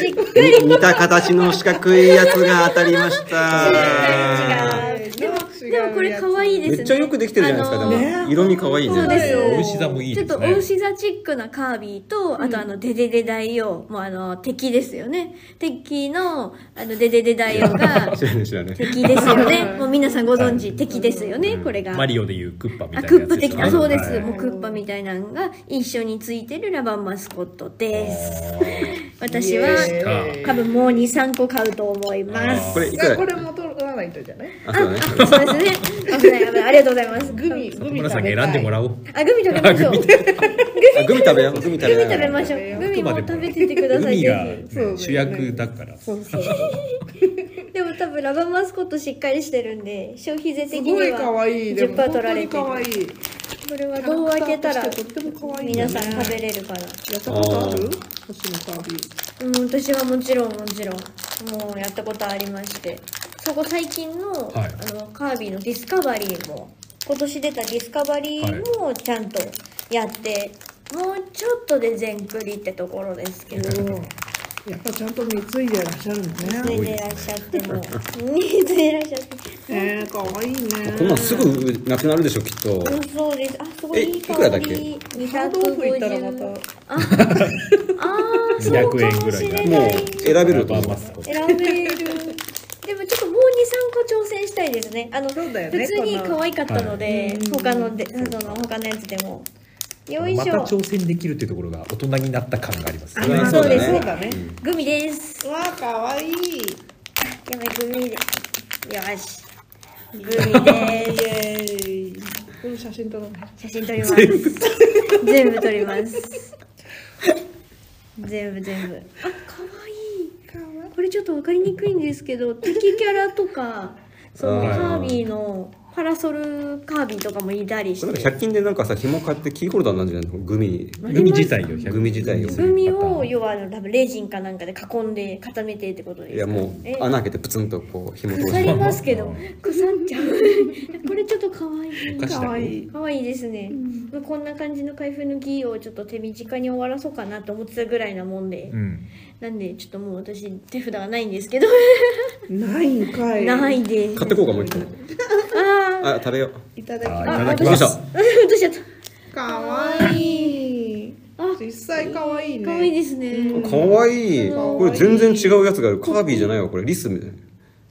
S3: 似た形の四角いやつが当たりました
S1: 違うでもでもこれ可愛いですね
S3: めっちゃよくできてるじゃないですか、
S1: あのー
S3: でも色味可愛いね
S1: そうです
S2: お牛座もいい
S1: ちょっ
S2: で
S1: と
S2: す
S1: お
S2: ね
S1: 牛座チックなカービィと、あとあの、デデデ大王、もうあの、敵ですよね。敵の、あの、デデデ大王 が、
S3: 知らない知らない
S1: 敵ですよね。もう皆さんご存知、敵ですよね、これが。
S2: マリオでいうクッパみた
S1: あ
S2: いな
S1: クッ
S2: や
S1: パ
S2: つで
S1: 的
S2: す
S1: な、そうです、
S2: はい
S1: もうクッパみたいなのが一緒についてるラバーマスコットです
S4: イ
S1: 私
S4: エ
S1: は
S4: ーイ
S1: 多分もう23個買うと思います
S3: これい
S4: い
S3: く
S4: や
S3: ら
S4: これも取らないとじゃない
S3: あそうだね
S1: あそうですね危ない危ないありがとうございます
S4: グミグ
S2: 里
S4: ミ
S2: 村
S4: 食
S2: さんに
S4: べたい
S2: 選んでもらおう
S1: あグミ食べましょうグミ
S3: あグミ食べようグミ食べ
S1: 食べましょうグミも食べててください
S2: 海が
S1: ぜ
S2: ね
S4: そうだよね
S2: 主役だから
S4: そうそう
S1: ひでも多分ラバーマスコットしっかりしてるんで消費税
S4: す
S1: 的に
S4: ごい
S1: は
S4: 可愛いでも
S1: 10%取られてる
S4: 本当に可愛い
S1: これはどう開けたら
S4: キャラクターとしてとっても可愛いよ
S1: 皆
S4: ね
S1: さん食べれるから
S4: やったことあ
S3: あ
S4: る
S3: ー
S4: 星のカービィ
S1: うん、私はもちろんもちろんもうやったことありましてそこ最近の,、
S2: はい
S1: あのカービィのディスカバリーも今年出たディスカバリーもちゃんとやって、もうちょっとで全クリってところですけど
S4: やっぱちゃんと貢いでらっしゃるの
S1: つ
S4: ね
S1: いてらっしゃってもついてらっしゃって
S4: えー、可愛いね
S3: こんなんすぐなくなるでしょきっと
S1: うんそうですあすごいいい
S3: えいく
S1: 香
S3: らだっけ
S1: り
S4: ハードオ フ行ったらま
S1: 250
S4: た
S1: ああーそうかもしれ
S3: も
S1: な
S3: う
S1: い
S3: 選べると思
S2: ラバーマ
S3: う
S2: スコット
S1: 選べるでもちょっともう23個挑戦したいですねあの
S4: そうだよね
S1: 普通に可愛かったので、
S4: この
S1: 他のでその他のやつでもよい
S2: ま
S1: したょ
S2: 挑戦できるっていうところが大人になった感があります
S4: あ
S2: ね
S4: ー
S1: そうです
S4: そうだね
S1: グミです
S4: うわー可愛い
S1: やばいグミですよしグミで
S4: イ
S1: す
S4: エーイこれ写真撮らない
S1: 写真撮ります全部撮ります全部全部あ可愛い
S4: 可愛い
S1: これちょっとわかりにくいんですけど敵キャラとかその
S3: あー
S1: カービィのパラソルカービィとかもいたりし
S3: なん
S1: て
S3: か100均でなんかさ紐買ってキーホルダーなんじゃないのグミ
S2: グミ自体よ
S3: グミ自体よ
S1: グミを要はあの多分レジンかなんかで囲んで固めてってことですか
S3: いやも
S1: え
S3: う穴開けてプツンとこう紐通
S1: 腐
S3: して
S1: りますけど腐っちゃうこれちょっと可愛い
S2: お菓子だよ
S4: 可愛い
S1: 可愛いですね、まあこんな感じの開封の儀をちょっと手短に終わらそうかなと思ってたぐらいなもんで、
S2: うん
S1: なんでちょっともう私手札がないんですけど、
S4: ないんかい
S1: ないです
S3: 買ってこうかもう一個
S1: あ
S3: あ食べよう
S4: いた
S2: あ
S4: だ
S2: いた
S1: あ
S2: だき
S3: どう
S2: ま
S3: し
S2: す
S3: た
S1: ーどうしちゃった
S4: きかわいい
S1: あ
S4: 実際かわいいね
S1: 可愛いですね、
S4: うん
S3: かわいいこれ全然違うやつがあるカービィじゃないわこれリスみたい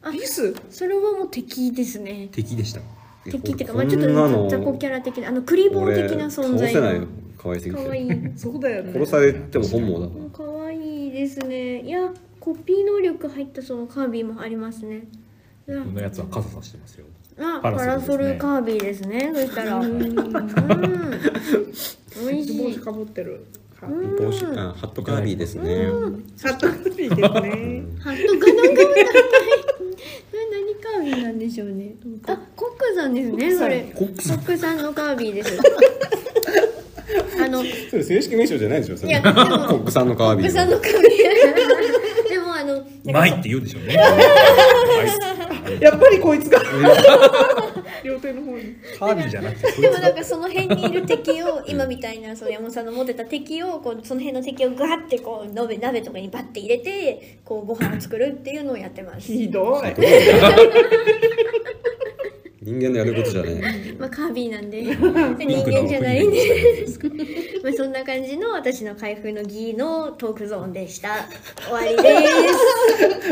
S3: な
S4: リス
S1: それはもう敵ですね
S2: 敵でした
S1: 敵っていうか
S3: こ
S1: まあ
S3: ん
S1: ち
S3: な
S1: ょっ
S3: の
S1: と雑魚キャラ的なあのクリボー的な存在
S3: 俺倒せないよ可愛すぎ
S1: 可愛
S3: て
S1: い い
S4: そうだよね
S3: 殺されても本望だわ
S1: 可愛いですねいやコピー能力入ったそのカービィもありますねうわ
S2: このやつは傘さしてますよ
S1: あパ
S2: パ
S1: ラ
S2: ラ
S1: ソ
S2: ソルです
S1: ル
S2: ね
S1: カービィですねそしたらうん美味し
S4: 帽子
S1: い
S4: かぶってるハ
S3: 帽子あハットカービィですね
S4: ットクリーですね
S1: ハットガノガムだったいそれ何カービィなんでしょうねあコックさんですねそれコックさんのカービィです あの
S3: それ正式名称じゃないでしょそ
S1: いやでも
S3: コックさんのカ
S1: コ
S3: ービ
S1: ックさん
S3: ィ
S1: のカービィでもあの
S2: うまいって言うでしょうね
S4: やっぱりこいつが 両手の方に
S2: カービィじゃなくてそい
S1: で
S2: つ
S1: も
S2: が
S1: なんかその辺にいる敵を今みたいなその山本さんの持ってた敵をこうその辺の敵をガってこう鍋鍋とかにバッて入れてこうご飯を作るっていうのをやってます。
S4: ひどい
S3: 人間のやることじゃね
S1: まあカービィなんで人間じゃないんでまあそんな感じの私の開封の儀のトークゾーンでした。 終わりで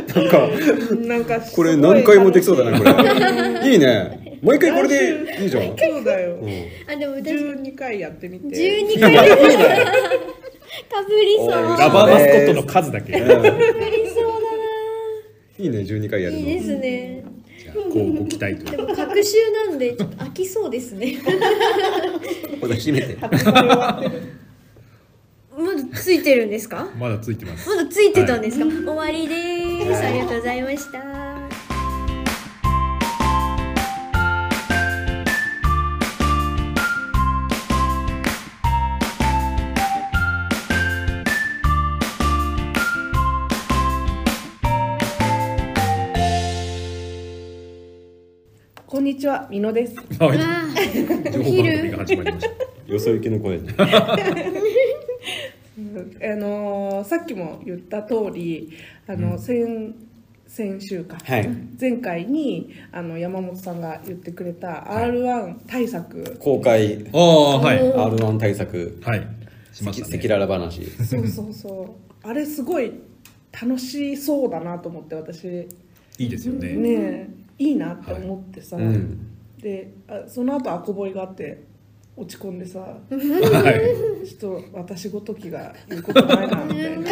S1: す。
S3: えなんか
S4: なんか
S3: これ何回もできそうだなこれいいね毎回これでいいじゃん、うん、
S4: そうだ よ
S1: あでも私
S4: 12回やってみて
S1: 12回目かぶりそう。
S3: おい
S2: ラ
S1: か
S2: バーマスコットの数だけじゃあ
S1: ぶりそうだ
S3: いいね12回や
S1: な。い
S3: る
S1: い
S3: の
S1: ですね。
S2: こうご期待と
S1: でも隔週なんでちょっと飽きそうですね。
S3: ここで締 めて
S4: 始まり終わってる
S1: まだついてるんですか？
S2: まだついてます
S1: まだついてたんですか？終わりです。ありがとうございました。
S4: こんにちはみのです
S2: はい
S1: あ
S2: 情報番組が始まりました
S3: よそ行きの声ね
S4: あのーさっきも言った通りあの、先先週か、
S3: はい
S4: 前回にあの山本さんが言ってくれた R1 対策、
S3: 公開
S2: ああはい
S3: R1 対策
S2: はいし
S3: 赤
S2: ましたね
S3: 裸々話
S4: そうそう そうあれすごい楽しそうだなと思って私ね
S2: いいですよね
S4: えいいなって思ってさ、
S3: うん
S4: であその後アコボイがあって落ち込んで さ
S2: は
S4: ちょっと私ごときが言うことないなみたいな
S2: い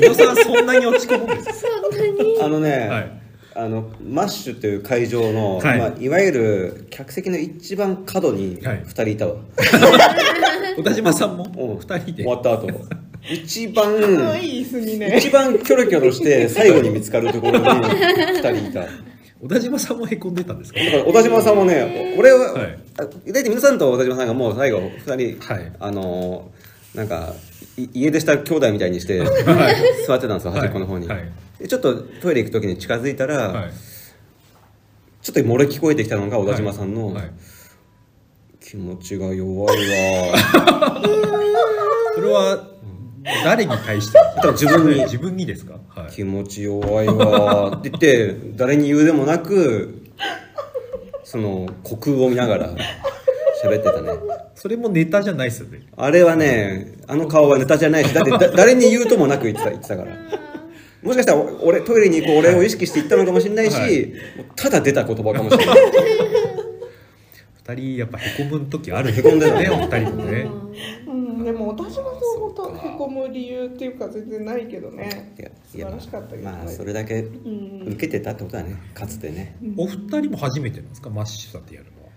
S2: 皆さんそんなに落ち込むんです
S1: そんなに。
S3: あのね、
S2: はい
S3: あのマッシュという会場の、
S2: はい
S3: いまあ、いわゆる客席の一番角に
S2: はい
S3: 2人 いたわ、
S2: 小田島さんも
S3: うん
S2: 2人で
S3: 終わった 後一番
S4: 可愛い椅子にね
S3: 一番キョロキョ ロして最後に見つかるところに2人いただか
S2: 小田島さんもへこんでたんですから
S3: 小田島さんもね俺は、
S2: はい
S3: あ大体皆さんと小田島さんがもう最後2人、
S2: はい
S3: あのなんかい家出した兄弟みたい にして座ってたんですよ
S2: はい
S3: 端っこの方に、
S2: はい
S3: でちょっとトイレ行く時に近づいたら、
S2: はい
S3: ちょっと漏れ聞こえてきたのが小田島さんの、
S2: はい
S3: 気持ちが弱いわ
S2: それは誰に対してですか
S3: 多分自分に
S2: 自分にですかはい
S3: 気持ち弱いわって言って誰に言うでもなくその虚空を見ながら喋ってたね
S2: それもネタじゃないですよね
S3: あれはねあの顔はネタじゃないしだってだ誰に言うともなく言ってた言ってたからもしかしたらお俺トイレに行く俺を意識して行ったのかもしれないし、
S2: はい
S3: ただ出た言葉かもしれ ない
S2: 二人やっぱへこむ時あるん
S3: へこんでる
S2: ねお二人もね
S4: うん、でも小田島さんほどへこむ理由っていうか全然ないけどね
S3: いや
S4: 素
S3: い
S4: 晴
S3: や
S4: らしかったけど、
S3: まあそれだけ
S4: ん
S3: 受けてたってことだねかつてね
S2: お二人も初めてなんですかマッシュさんってやるのは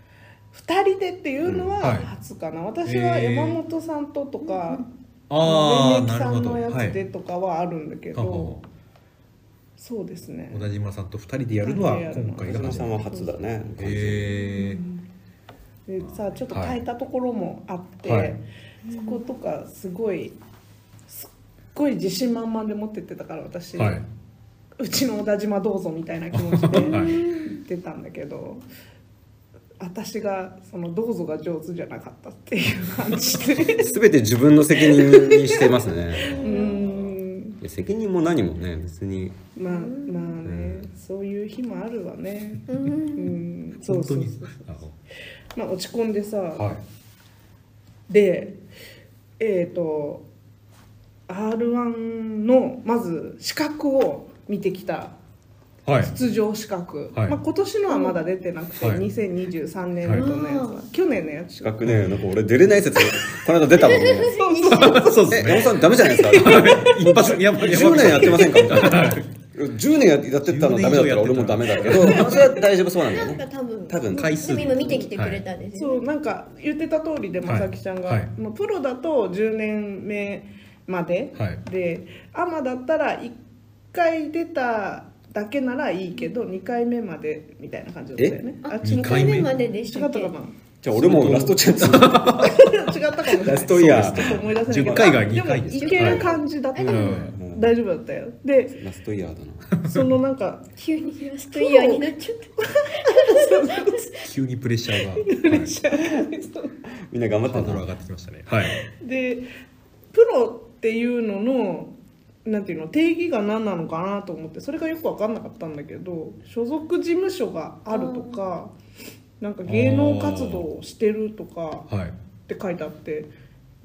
S4: 2人でっていうの
S2: うんは
S4: はい初かな、私は
S2: へー
S4: 山本さんととか
S2: ああ
S4: 植木
S2: なる
S4: さ
S2: ほ
S4: ん
S2: ど
S4: のや
S2: は
S4: つで
S2: い
S4: とかはあるんだけど、
S2: ははは
S4: そうですね
S2: 小田島さんと二人でやるのは今回が
S3: 中島
S2: 初
S3: さん
S2: め
S3: は
S2: て
S3: 初だね。
S2: へえ
S4: でさあちょっと変えたところもあって、
S2: はい
S4: そことかすごいすっごい自信満々で持ってってたから私、
S2: はいう
S4: ちの小田島どうぞみたいな気持ちで
S2: は
S4: 言
S2: い
S4: ってたんだけど。私がそのどうぞが上手じゃなかったっていう感じで
S3: すべて自分の責任にしてますね。
S4: うん
S3: いや責任も何もね、別に。
S4: まあまあね、そういう日もあるわね
S1: う
S4: うんんそう
S2: 本当
S4: そう
S2: に
S4: そう
S2: あの
S4: まあ落ち込んでさ、
S2: はい
S4: でえっ、と r 1のまず資格を見てきた
S2: はい
S4: 出場資格、
S2: はい
S4: まあ、今年のはまだ出てなくて、
S2: はい
S4: 2023年度のやつは
S1: は
S4: 去年のやつしか
S3: 学ね、なんか俺出れない説、この間出たもんね。
S4: そうそう
S2: そうで
S3: え、
S2: す
S3: 山本
S2: ね
S3: さんダメじゃないです か。
S2: 一発やばいや
S3: 10
S2: ば
S3: 年やっ
S2: い
S3: てませんかみたいな。10年やってたのダメだったら俺もダメだけど、それは大丈夫そうなんだ
S1: な
S3: よ
S1: んか
S3: ね。
S1: 多分
S3: 多分
S2: 回数
S1: でも今見てきてくれたんです
S4: そ
S1: よ、ね
S4: うなんか言ってた通りでまさきちゃんが、
S2: はいはい
S4: まあ、プロだと10年目まで、
S2: はい
S4: でアマだったら1回出ただけならいいけど2回目までみたいな感じだったよね
S1: あ
S4: 違
S1: 2
S4: った
S1: 回
S4: 違っ
S1: 目まででした
S4: た
S1: っ
S4: か
S1: け
S4: な
S3: じゃあ俺もラストチャンス。
S4: 違ったかもしれない
S3: ラストイヤ
S4: ちょっと
S3: ー。
S4: 思い出せないけど
S2: 10回が2回
S4: でもいける感じだった、
S2: はい
S3: うん
S4: 大丈夫だったよで
S3: ラストイヤーだな。
S4: そのなんか
S1: 急 にラストイヤーになっちゃった
S2: 急にプレッシャーが、はい、
S3: みんな頑張っ
S2: ハー
S3: た
S2: ドル上
S3: な。
S2: がってきましたねはい
S4: でプロっていうののなんていうの定義が何なのかなと思ってそれがよく分かんなかったんだけど所属事務所があるとかなんか芸能活動をしてるとか
S2: はい
S4: って書いてあって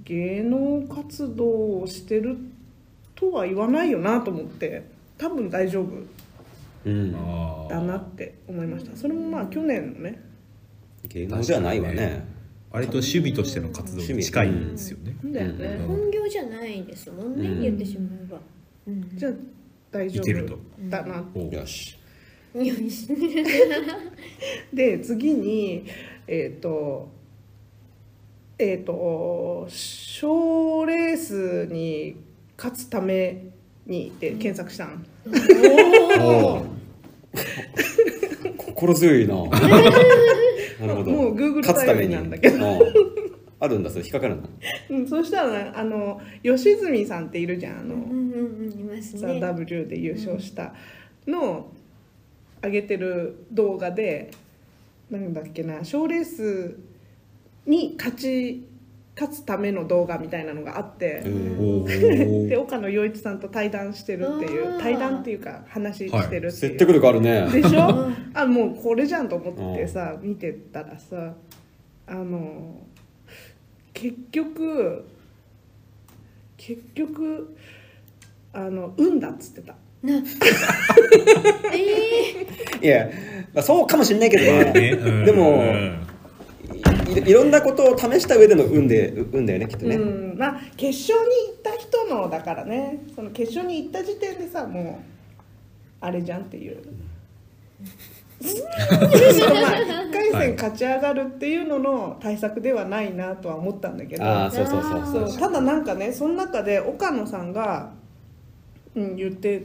S4: 芸能活動をしてるとは言わないよなと思って多分大丈夫
S3: うん。
S2: あ
S4: だ
S2: ー
S4: なって思いましたそれもまあ去年のね
S3: 芸能じゃないわね。
S2: あれと趣味としての活動に近いんですよね、
S4: なんだよね、
S3: うん
S1: 本業じゃないですもんね、
S3: うん
S1: 言ってしまえば、うん、
S4: じゃあ大丈
S2: いけると
S4: 夫だな
S2: お
S3: よし。
S1: 匂 いし
S4: で次にえっ、とえっ、と賞レースに勝つためにって検索したん、
S1: おー
S3: 心強いな。なるほど。
S4: もう Google
S3: 勝つために
S4: 頼りなんだけ
S3: うんあるんだそれ引っかかるの。
S4: うん、そしたらねあの吉住さんっているじゃんあの、
S1: うんうんうんいます
S4: ザ
S1: ね
S4: W で優勝したの上げてる動画でなんだっけな賞ーレースに勝ち勝つための動画みたいなのがあって、
S3: うん
S2: お
S4: で岡野陽一さんと対談してるってい
S1: あ
S4: う
S1: ー
S4: 対談っていうか話してるってい
S3: 説
S4: う、
S3: 得力あるね。
S4: でし
S1: う
S4: ょ
S1: ん
S4: あもうこれじゃんと思ってさ見てたらさあの結局結局あの運だっつってた
S1: なえ
S3: いや、まあそうかもしれないけど
S2: ね
S3: ね。
S2: うん
S3: で
S2: う
S3: も
S2: ん
S3: いいいろんなことを試した上での運で運だよねきっとね。
S4: うんまあ決勝に行った人のだからねその決勝に行った時点でさもうあれじゃんっていう。まあ1回
S2: はい
S4: 戦勝ち上がるっていうのの対策ではないなとは思ったんだけど、
S3: ああそうそう
S1: あ
S3: そ
S4: そうう
S3: そう。
S4: ただなんかねその中で岡野さんが、うん、言って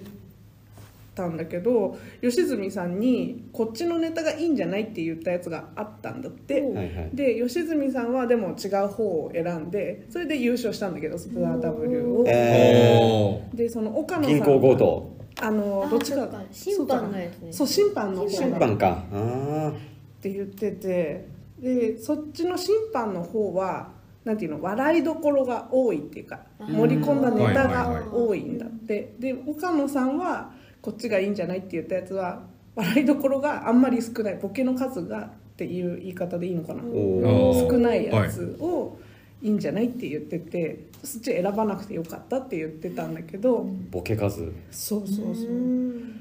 S4: たんだけど吉住さんにこっちのネタがいいんじゃないって言ったやつがあったんだって、
S1: おう
S3: はいはい。
S4: で吉住さんはでも違う方を選んでそれで優勝したんだけどスプラ W を
S1: え
S3: え
S2: お
S4: でその岡
S3: ー
S4: 野さん
S3: 銀行強盗。
S4: あの
S1: あ
S4: どっち
S1: そ
S4: か
S1: っか審判のやつね
S4: そう審判の方
S1: 審
S3: 審判か。あ
S4: って言っててでそっちの審判の方はなんていうの笑いどころが多いっていうか
S1: あー
S4: 盛り込んだ
S2: はいは
S4: ネタ
S2: い
S4: が
S1: はい
S4: 多いんだってで岡野さんはこっちがいいんじゃないって言ったやつは笑いどころがあんまり少ないボケの数がっていう言い方でいいのかな
S1: う
S3: あ。
S1: ん
S3: お
S2: あ
S3: お。
S2: ー
S4: 少ないやつをいいんじゃないって言っててそっち選ばなくてよかったって言ってたんだけど
S3: ボケ数。
S4: そう
S1: ー
S4: そうそう。
S1: ん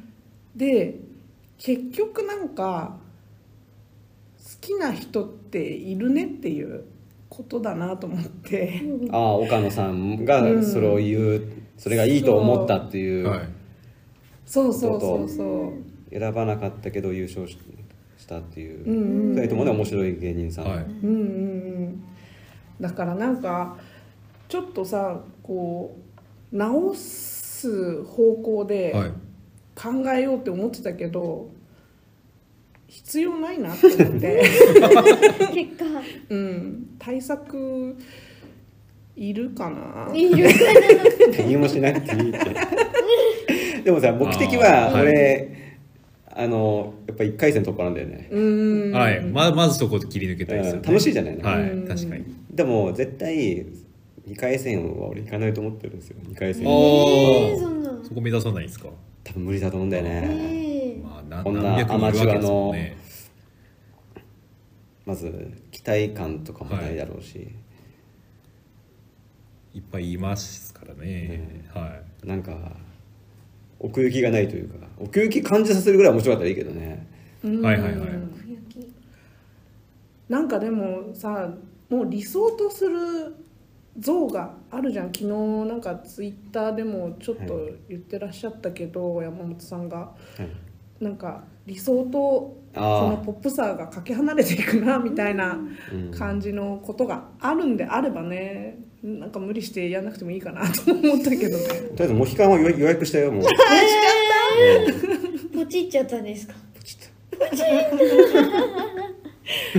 S4: で結局なんか好きな人っているねっていうことだなと思って
S3: ああ岡野さんがそれを言う、それがいいと思ったってい
S2: ー
S3: う。
S2: はい
S4: そうそうそうそう
S3: 選ばなかったけど優勝ししたっていう
S4: うんうん
S3: 二人ともね面白い芸人さん、
S2: はい
S4: うんうんうんだからなんかちょっとさこう直す方向で
S2: はい
S4: 考えようって思ってたけど必要ないなって思って
S1: 結果
S4: うん対策いるかな
S1: 理由がな
S3: 何もしなくていいって でもさ目的は
S2: あー
S3: 俺あ,、のやっぱ一回戦突破なんだよね、
S4: うん
S2: はい、ままずそこ切り抜けたいですよ、ね
S3: うん楽しいじゃないの
S2: は
S4: う
S2: い
S4: ん
S2: 確かに
S3: でも絶対2回戦は俺行かないと思ってるんですよ2回戦
S2: あー
S3: 多
S1: えー、そんな
S2: そこ目指さないんですか、
S3: 分無理だと思うんだよ
S1: え
S3: ね
S2: まあ、な
S3: こんな
S2: 何百もいるわけですもん
S3: アマチュアの
S2: ね
S3: まず期待感とかもないだろうし、
S2: いっぱいいますからね、はい
S3: なんか奥行きがないというか奥行き感じさせるぐらい面白かったらいいけどね
S4: うん
S2: はいはいはい
S1: ー奥行き
S4: なんかでもさもう理想とする像があるじゃん昨日なんかツイッターでもちょっと言ってらっしゃったけど、山本さんが
S3: はい
S4: なんか理想とそ
S3: あー
S4: のポップさがかけ離れていくなみたいな
S3: うん
S4: 感じのことがあるんであればねなんか無理してやんなくてもいいかなと思ったけどね
S3: とりあえずモヒカンは予予約したよもう
S1: ポチっちゃったんですか
S3: ポチッと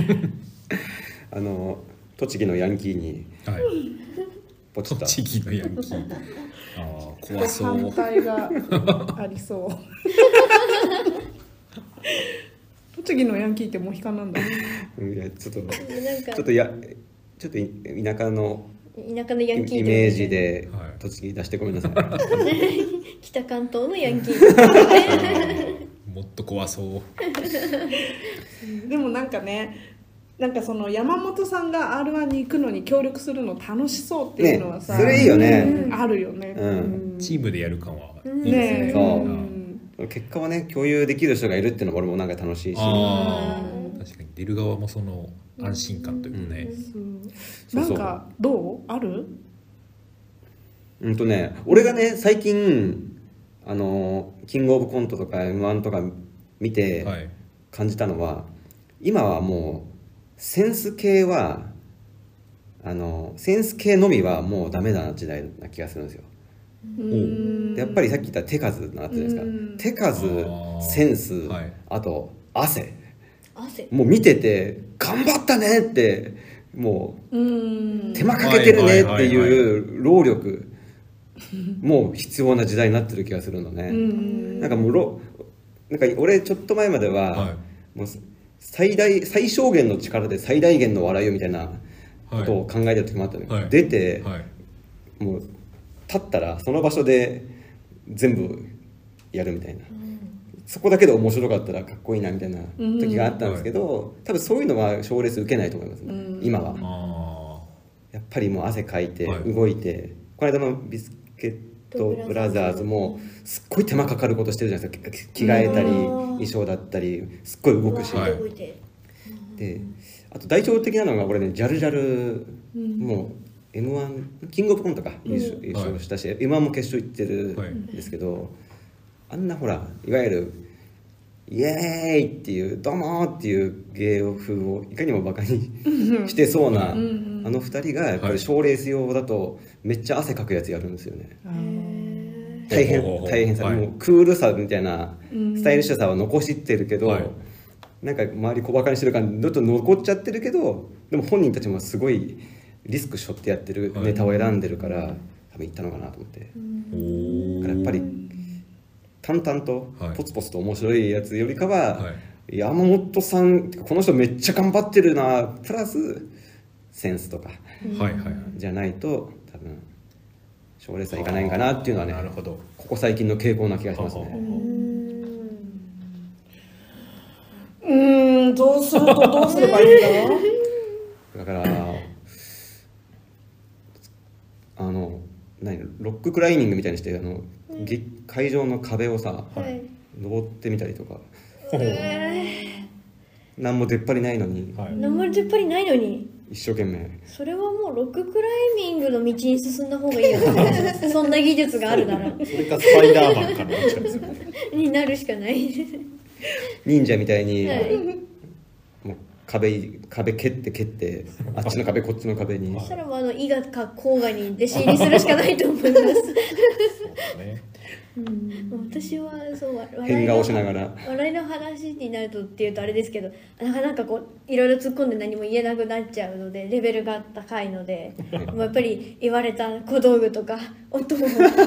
S3: あの栃木のヤンキーに
S2: はい
S3: ポチッと
S2: 栃木のヤンキーああ怖そ
S4: 反
S2: う
S4: 対がありそう栃木のヤンキーってモヒカンなんだ
S3: うんいやちょっと
S1: な
S3: ち
S1: んか
S3: ょっとやちょっとい田舎の
S1: 田舎の
S3: イ
S1: ヤンキーというか
S3: イメージで
S2: はい
S3: 栃木出してごめんなさい
S1: 北関東のヤンキー
S2: もっと怖そう
S4: でもなんかねなんかその山本さんが r 1に行くのに協力するの楽し そうっていうのはさ、
S3: ねそれいいよね
S4: うんあるよね、
S3: うん
S2: チームでやる感はいいで
S4: ね
S2: すね
S4: え
S3: そう
S4: うん
S3: 結果はね共有できる人がいるっていうのも俺もなんか楽しいし
S2: あ
S1: う
S2: あ確かに出る側もその安心感というかね、
S3: そうそう
S4: なんかどうある
S3: うんとね俺がね最近あのキングオブコントとか m 1とか見て
S2: はい
S3: 感じたのは、今はもうセンス系はあのセンス系のみはもうダメな時代な気がするんですよ
S4: うん
S3: でやっぱりさっき言った手数なってるじゃない
S4: うん
S3: ですか手
S2: あー
S3: 数センス、
S2: はい
S3: あと汗
S1: 汗
S3: もう見てて頑張ったねってもう
S4: うん
S3: 手間かけてるねっ
S2: は
S3: て
S2: いはいはい
S3: いう労力もう必要な時代になってる気がするの
S4: う
S3: ね、
S4: ん
S3: なんかもうろなんか俺ちょっと前までは、
S2: は
S3: もう最大最小限の力で最大限の笑いをみたいなことを考えてる時もあったのよ、
S2: はい
S3: 出て、
S2: はい
S3: もう立ったらその場所で全部やるみたいな、そこだけで面白かったらかっこいいなみたいな時があったんですけど、多分そういうのは賞レース受けないと思いますね、今は
S2: あ
S3: やっぱりもう汗かいて、
S2: はい
S3: 動いてこの間のビスケットブラザーズもすっごい手間かかることしてるじゃないですか着替えたり
S1: うん
S3: 衣装だったりすっごい動くし、
S1: うわ
S2: はい
S1: 動いて
S3: であと代表的なのが俺ねジャルジャル、もう m 1キングオブコントか優勝,、優勝したし、m 1も決勝行って
S2: はい
S3: るんですけど、あんなほらいわゆるイエーイっていうどうもーっていう芸風をいかにも バカにしてそうなあの二人がやっぱ
S2: は
S3: り
S2: い
S3: 賞レース用だとめっちゃ汗かくやつやるんですよね
S4: あー
S3: 大
S2: ほうほうほ
S3: 変
S2: う
S3: 大変さ、
S2: はい
S3: もうクールさみたいな
S4: うん
S3: スタイリッシュさは残してるけど、
S2: はい
S3: なんか周り小バカにしてる感じちょっと残っちゃってるけどでも本人たちもすごいリスク背負ってやってる
S2: はい
S3: ネタを選んでるから、多分いったのかなと思って、
S2: ーお
S3: だからやっぱり淡々と
S2: はい
S3: ポツポツと面白いやつよりかは、
S2: は
S3: 山本さんこの人めっちゃ頑張ってるなプラスセンスとか
S2: ーはいはいはい
S3: じゃないと多分賞レースはいかないんかなっていうのはね
S2: なるほど
S3: ここ最近の傾向な気がします
S2: はは
S3: ね。
S4: うーんどうするとどうすればいいんだろ
S3: だからあの何ロッククライニングみたいにしてあの、げ会場の壁をさ、
S1: はい
S3: 登ってみたりとか
S2: ほう
S3: 何も出っ張りないのに
S2: はい
S1: 何も出っ張りないのに
S3: 一生懸命
S1: それはもうロッククライミングの道に進んだ方がいいよねそんな技術があるなら
S2: それかスパイダーマンかのどっちかですよね
S1: になるしかない です
S3: 忍者みたいに、
S1: はい
S3: もう壁壁蹴って蹴ってあっちの壁こっちの壁に
S1: そ したらもうあの伊賀か甲賀に弟子入りするしかないと思います
S2: そうですね
S1: 私はそうわ笑
S3: 変
S1: いの
S3: 顔しながら
S1: 笑いの話になるとっていうとあれですけどなかなかこういろいろ突っ込んで何も言えなくなっちゃうのでレベルが高いの でもうやっぱり言われた小道具とか音を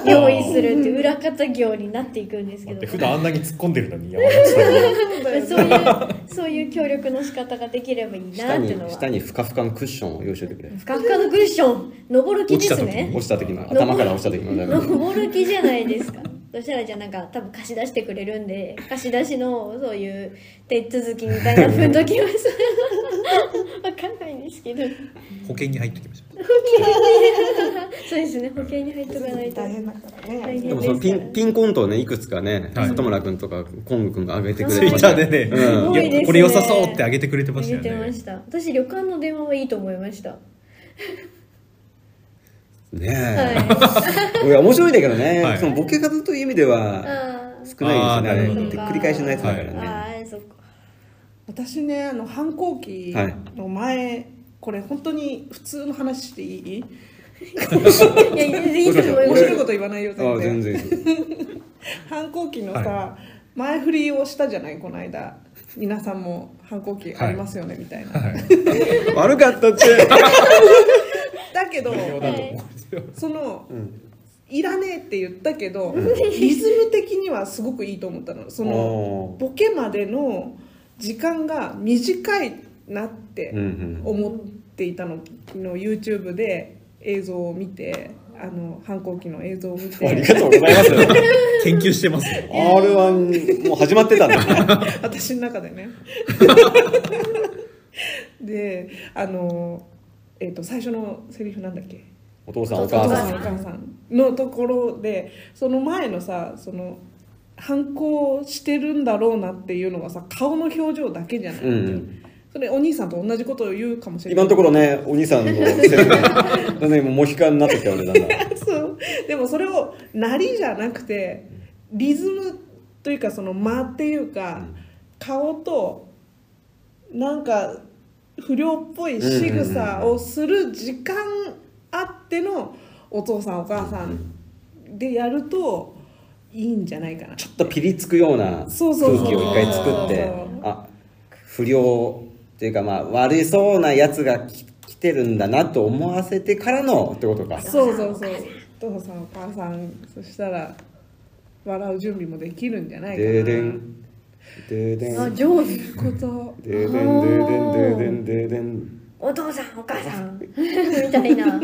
S1: 用意するっていう裏方業になっていくんですけ
S2: 待っ
S1: ど
S2: て普段あんなに突っ込んでるのに山口さんが
S1: そういうそういう協力の仕方ができればいいな
S3: 下
S1: って
S3: に
S1: いうのは
S3: 下にふかふかのクッションを用意しててくれ
S1: ふかふかのクッション登る気
S2: 落
S1: で
S2: ちた
S1: す
S2: 時
S1: ね
S2: に
S3: 落ちた時の頭から落ち た時のダメ
S1: 登る気じゃないですかそしたらじゃあなんか多分貸し出してくれるんで貸し出しのそういう手続きみたいなふんどきますわかんないんです けど
S2: 保険に入ってきました
S1: そうですね保険に入っとかないと
S4: 大変だからね
S1: 大変
S3: でもそのピンピンコントをねいくつかね
S2: はい
S3: 里村君とかコング君が上げてくれ
S2: ツイ
S3: て
S2: ッ
S3: まし
S2: タ
S3: た
S2: ーでね、
S3: うん
S1: すごいですね
S2: これ良さそうってあげてくれてまし
S1: 入
S2: たよ
S1: れてま
S2: ね
S1: した私旅館の電話はいいと思いましたはい
S3: ねえいや面白いんだけど
S2: は
S3: ね
S2: い
S3: そのボケ数という意味では
S1: あー
S3: 少ない
S2: あーなる
S3: です
S2: ほ
S3: ね
S2: ど
S3: あれ繰り返しのやつだからね
S1: あーそっか
S4: 私ねあの反抗期
S3: はい
S4: の前、これ本当に普通の話していい
S1: いや全然いいと思い
S3: 俺
S1: ま
S4: 面
S1: す
S4: 白いこと言わないよ
S3: ああ
S4: 全然
S3: 全然
S4: 反抗期のさ、
S2: は
S4: 前振りをしたじゃないこの間皆さんも反抗期ありますよね、みたいな、
S2: はい
S3: 悪かったって
S4: だけど
S2: 冗談だと思うんですよ
S4: その、
S3: ん
S4: いらねえって言ったけど、リズム的にはすごくいいと思ったのその
S3: お
S4: ボケまでの時間が短いなって
S3: ーうん
S4: 思っていたのの YouTube で映像を見てあの反抗期の映像を見
S3: うんあり
S4: て
S3: がとうございます
S2: 研究してますよ
S3: R1 もう始まってたんだ ね
S4: 私の中で ねであの、えっと最初のセリフなんだっけ
S3: お父さんお母
S4: お
S3: さ
S4: 母
S3: ん
S4: さんお母さんのところでその前のさその反抗してるんだろうなっていうのがさ顔の表情だけじゃない、
S3: うん
S4: それお兄さんと同じことを言うかもしれ
S3: 今
S4: ない
S3: のところねお兄さんのせい でだんだん今モヒカンになってきた俺だんだん
S4: そうでもそれを「なり」じゃなくてリズムというかその間っていうか、
S3: うん
S4: 顔となんか不良っぽい仕
S3: うん
S4: 草
S3: うんうん
S4: をする時間あってのお父さんお母さんでやるといいんじゃないかな。
S3: ちょっとピリつくような空気
S4: そうそうそう
S3: を一回作って
S4: そう
S3: あ不良っていうかまあ悪そうなやつがき来てるんだなと思わせてからのってことか
S4: そうそうそうお父さんお母さんそしたら笑う準備もできるんじゃないかな。
S3: でーでんでーでん
S1: あ上手
S4: こと
S3: でーでんでーでんでーでんでーでん
S1: お父さんお母さん みたいな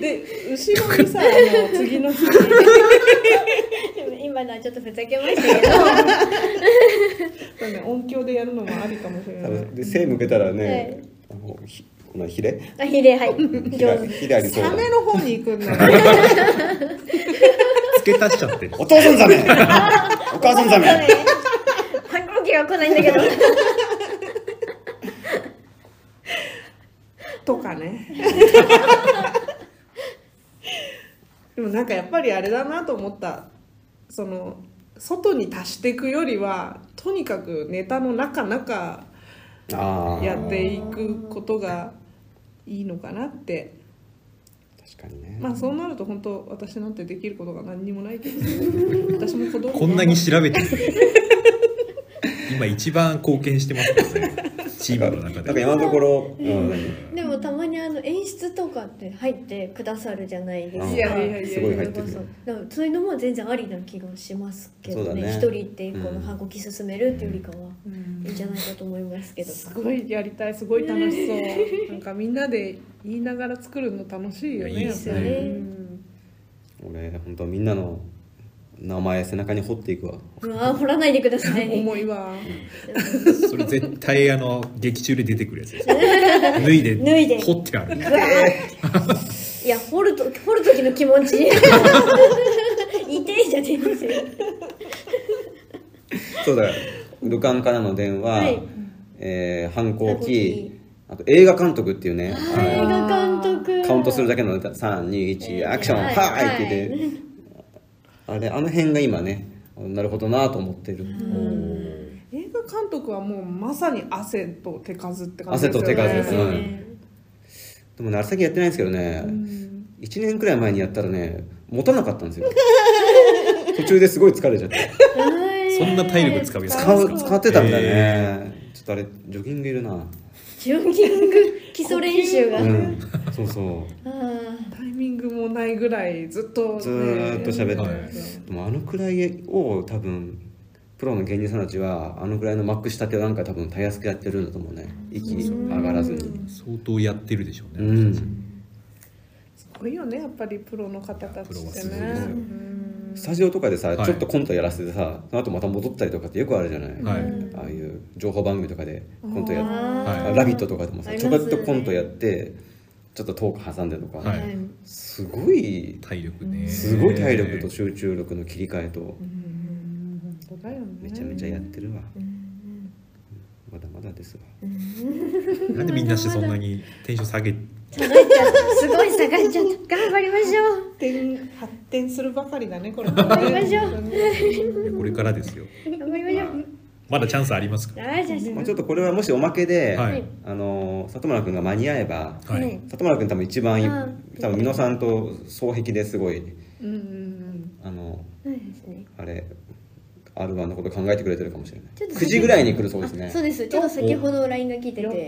S4: で後ろにさあの次の日
S1: 今のはちょっとふざけましたけど
S4: そうね、音響でやるのもありかもしれな
S3: 多
S4: い。
S3: 分で背向けたらね、あのひこのヒレ
S1: あヒレはい
S3: ひ
S1: 上
S3: ら
S1: 手
S3: ひらりそう
S4: サ
S3: だ
S4: メの方に行くんだよ。
S2: 付け足しちゃってる
S3: お父さんザメお母さんザメ
S1: 反抗期が来ない んだけど
S4: とかね。 でもなんかやっぱりあれだなと思った。その、外に足していくよりは、とにかくネタの中々
S3: ああ
S4: やっていくことがいいのかなって。
S3: 確かにね、
S4: まあそうなると本当私なんてできることが何にもないけど、私も子供
S2: こんなに調べてる今一番貢献してますからねチームの中
S3: なんか
S2: で
S3: 今のところ、うん、
S1: でもたまにあの演出とかって入ってくださるじゃないです
S3: い
S1: か
S3: や
S4: いやいやいや
S1: そ
S4: す
S1: れ
S4: ご
S3: い入って
S1: こ
S3: くる
S1: そだからそういうのも全然ありな気がしますけ
S3: そ
S1: ど
S3: うだ
S1: ね
S3: ね
S1: 一、人ってこの反抗期進めるっていうよりかは、いいんじゃないかと思いますけど
S4: すごいやりたいすごい楽しそうなんかみんなで言いながら作るの楽しいよね
S2: いやいいです
S1: よね
S4: やっぱりうん
S3: 俺本当みんなの名前背中に掘っていくわ
S1: うわー掘らないでくださ い
S4: 重いわ
S2: それ絶対あの劇中で出てくるやつですよ脱いで
S1: 脱いで
S2: 掘ってある
S1: いや掘ると掘る時の気持 ち痛いじゃねえですよ
S3: そうだよ旅館からの電話、
S1: はい
S3: えー反
S1: 反
S3: 抗
S1: 抗
S3: 期
S1: 期
S3: あと映画監督っていうね
S1: 映画監督
S3: カウントするだけの321アクション、
S1: はい
S3: はいって言って、あれあの辺が今ねなるほどなと思ってる、
S4: 映画監督はもうまさに汗と手数って感じ
S3: 汗と手数
S1: そう
S3: で
S1: ですす
S3: ね
S1: ね、
S3: でもねあれ先やってないんですけどね、 1年くらい前にやったらね持たなかったんですよ途中ですごい疲れち ゃって
S2: そんな体力使うやつ
S3: 使う使ってたんだね、
S2: へ
S3: ちょっとあれジョギングいるな
S1: ジョギング基礎練習が、
S3: う
S1: あ
S3: んそうそう
S1: あ
S4: タイミングもないぐらいずっと、ね、
S3: ずーっと喋って、
S2: はい
S3: でもあのくらいを多分プロの芸人さんたちはあのくらいのマックスしたてなんか多分たやすくやってるんだと思うね息上がらずに
S2: 相当やってるでしょう
S3: う
S2: ね、
S3: ん
S4: すごいよねやっぱりプロの方たち
S2: プロは
S4: っ
S2: す
S4: て
S2: ごいですよ
S4: ね
S3: スタジオとかでさ、
S2: はい
S3: ちょっとコントやらせてさその後また戻ったりとかってよくあるじゃない、
S2: はい
S3: ああいう情報番組とかでコントや
S1: あ
S3: 「
S1: ー
S3: ラビット!」とかでも
S1: あ
S3: さ
S1: り
S3: ち
S1: ま
S3: ょ
S1: す
S3: こっとコントやってちょっとトーク挟んでとか、
S2: はい
S3: すごい
S2: 体力ね
S3: すごい体力と集中力の切り替えと
S4: そうだよね
S3: めちゃめちゃやってるわ、まだまだですわ
S2: なんでみんなしてそんなにテンション下げ
S1: 下がっちゃったすごい下がっちゃった頑張りましょう
S4: 発展発展するばかりだねこれ
S1: 張りましょう
S4: 本当に
S2: これからですよ
S1: 頑張りましょう
S2: まだチャンスありますから
S1: あーじゃあじゃ
S3: まあ、ちょっとこれはもしおまけで、
S2: はい
S3: あの里村君が間に合えば、
S2: はい、
S1: うん
S3: 里村君多分一番いい、
S1: うん
S3: 多分美濃さんと双璧ですごい
S4: うんうん
S3: あの
S1: あないですね
S3: あれ R1 のこと考えてくれてるかもしれない
S1: ちょっと
S3: 9時ぐらいに来るそうですね
S1: あそうですちょっと先ほど LINE が来て
S4: うんやって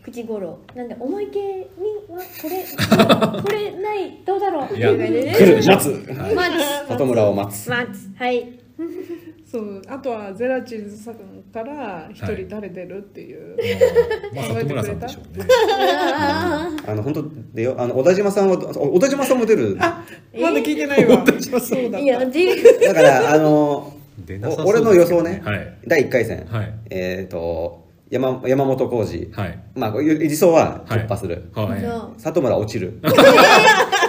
S4: た
S1: 口頃なんで思い系にはこれこれないどうだろうっていう感じでね
S3: 来る待つ
S2: は
S1: 待
S3: 里村を待
S1: つ
S3: つ
S1: 待つはい
S4: そうあとはゼラチンズさんから一
S2: はい
S4: 人誰出るっていう、
S2: まあ里村さんでしょうね
S1: あ
S3: あの本当でよあの小田島さんはお小田島さんも出るだ
S1: え
S4: まだ聞いてない わそうだ
S1: ー
S4: っ
S1: いや
S4: た
S1: っていう
S3: からあの
S2: 出なさそう
S3: お
S2: です
S3: 俺
S2: けど
S3: の予想ね、
S2: はい
S3: 第1回戦、
S2: はい
S3: えっ、と山山本浩二、
S2: はい
S3: まあこういう理想は
S2: はい
S3: 突破する、
S2: はい
S1: そ
S3: 里村落ちる
S1: う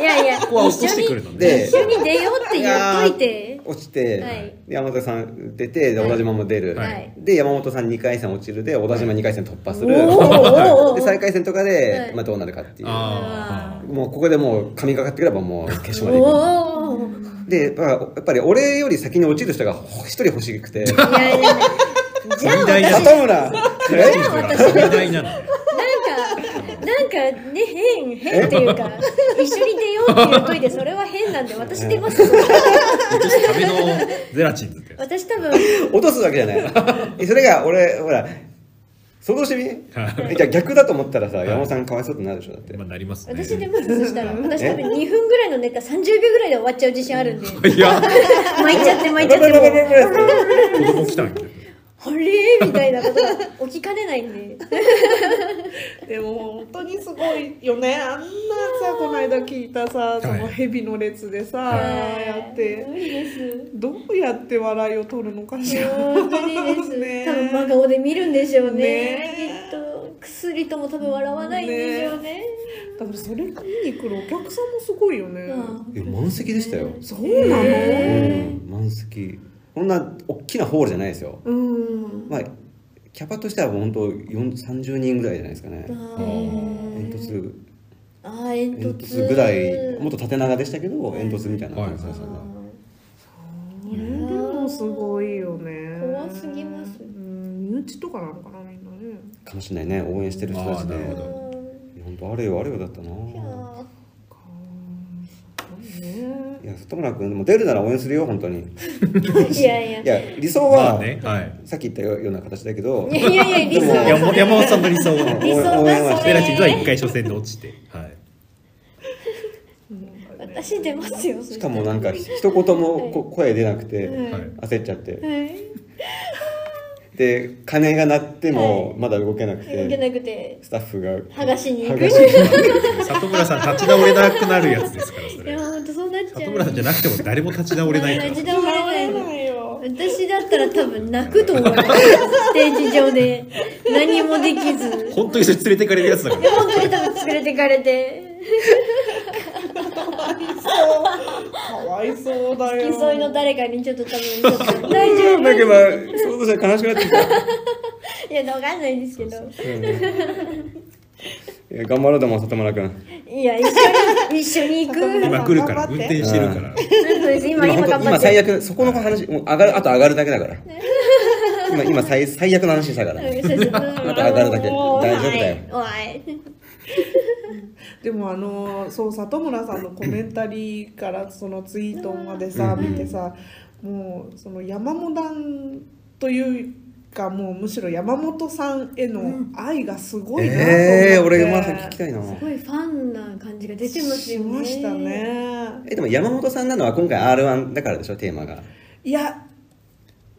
S1: いやいや
S2: ここは落
S1: 一
S2: として
S1: 緒
S2: く
S1: に
S2: るの
S3: で
S1: 一緒に出ようって言っといて
S3: 落ちて、
S1: はい
S3: で山本さん出てで小田島も出る、
S1: はい
S3: で山本さん2回戦落ちるで小田島2回戦突破する、
S1: おー
S3: で最下位戦とかで、
S1: はい
S3: まあ、どうなるかっていう
S2: あ
S3: もうここでもう神がかってくればもう決勝まで行
S1: おお
S3: くでやっぱやっぱり俺より先に落ちる人がほ一人欲しくて
S1: いやいやじゃあ
S2: 本
S1: 私
S2: 題だ
S1: なん
S3: 里村
S2: あ
S3: え
S2: 私が大なのね
S1: かなんかね変変っていうか一緒に出ようって言っといてそれは変なんで私出ます
S2: 落とすためのゼラチンズ ってやつ
S1: 私多分
S3: 落とすわけじゃないそれが俺ほら想像して
S2: は
S3: みじゃあ逆だと思ったらさ山本さんかわいそうってなるでしょだって
S2: まあなりますね
S1: 私出ますそしたら私多分2分ぐらいのネタ30秒ぐらいで終わっちゃう自信あるんで
S2: いや
S1: 巻いちゃって巻いちゃってもう
S2: 子供来た んで
S1: あれみたいなことが起きかねないんで
S4: でも本当にすごいよねあんなさこの間聞いたさその蛇の列でさ、
S2: は
S4: やって
S1: 無理です
S4: どうやって笑いを取るのかしら
S1: 本当にです、
S4: ね
S1: 多分真顔で見るんでしょうね
S4: ね
S1: きっと薬とも多分笑わないんでしょうね
S4: だからそれ見に来るお客さんもすごいよね、
S1: うん
S3: え満席でしたよ、
S4: そうなの、
S3: うん満席こんな大きなホールじゃないですよ
S4: うん
S3: まあキャパとしては本当4 30人ぐらいじゃないですかね
S1: あー
S3: 煙突
S1: あー煙
S3: 煙
S1: 突
S3: 突ぐらいもっと縦長でしたけど煙突みたいな感じ
S1: あ
S3: でしたね
S1: ー
S4: これでもすごいよね
S1: 怖すぎます
S4: うん身内とかなのかなみんなね
S3: かもしれないね応援してる人たちで
S2: あーなるほど
S3: 本当あれよあれよだったない
S1: やー
S4: かすごいね
S3: いや里村君でも出るなら応援するよ本当に
S1: いやいや
S3: いや理想
S2: まあ
S3: は
S2: ねはい
S3: さっき言ったような形だけど
S1: いやいやいや理想
S3: で
S1: は
S2: 山山本さんの理想は
S1: 理想
S3: 応援は
S1: はそ
S3: して
S2: ゼラチンズは
S1: れ
S2: 一回初戦で落ちてはい
S1: 私出ますよ
S3: しかもなんか一言もこ声出なく
S1: は
S3: て
S2: はい
S3: 焦っちゃって
S1: はい
S3: で鐘が鳴ってもまだ動けなく
S1: 動け
S3: て
S1: なくて
S3: スタッフが
S1: 剥がしに行く
S3: 剥がしに
S2: 里村さん立ち直れなくなるやつですからそ
S1: いや
S2: れ
S1: 本当そうなっちゃう
S2: 里村さんじゃなくても誰も立ち直れないから
S1: 立ち直れないの
S4: ないよ
S1: 私だったら多分泣くと思うステージ上で何もできず
S2: 本当にそれ連れてかれるやつだから
S1: 本当に多分連れてかれて
S4: かわいそうだ
S1: 付
S4: よ
S1: き添いの誰かにちょっと多分ちょっと大丈夫
S3: だけど想像したら悲しくなってきた
S1: いやわかんないんですけど
S3: いや頑張ろうと思う里村君
S1: いや一緒に一緒に行く
S4: 里村
S2: 今来るから
S4: 頑張
S2: 運
S4: って
S2: 転してるから
S1: そうです今今
S3: 本当
S1: 頑張
S3: 今
S1: っ
S3: 最
S1: て
S3: 悪そこの話もう上がるあと上がるだけだから今今最最悪の話したから
S1: うんそうそう
S3: また上がるだけ大丈夫だよ
S1: おいおい
S4: でもあのそう里村さんのコメンタリーからそのツイートまでさ
S3: うん
S4: 見てさもうその山本さんというかもうむしろ山本さんへの愛がすごいなと思って、
S3: ええー、俺まだ聞きたいな。
S1: すごいファンな感じが出てますよね。
S4: しました。ね
S3: えでも山本さんなのは今回 R1 だからでしょテーマが。
S4: いや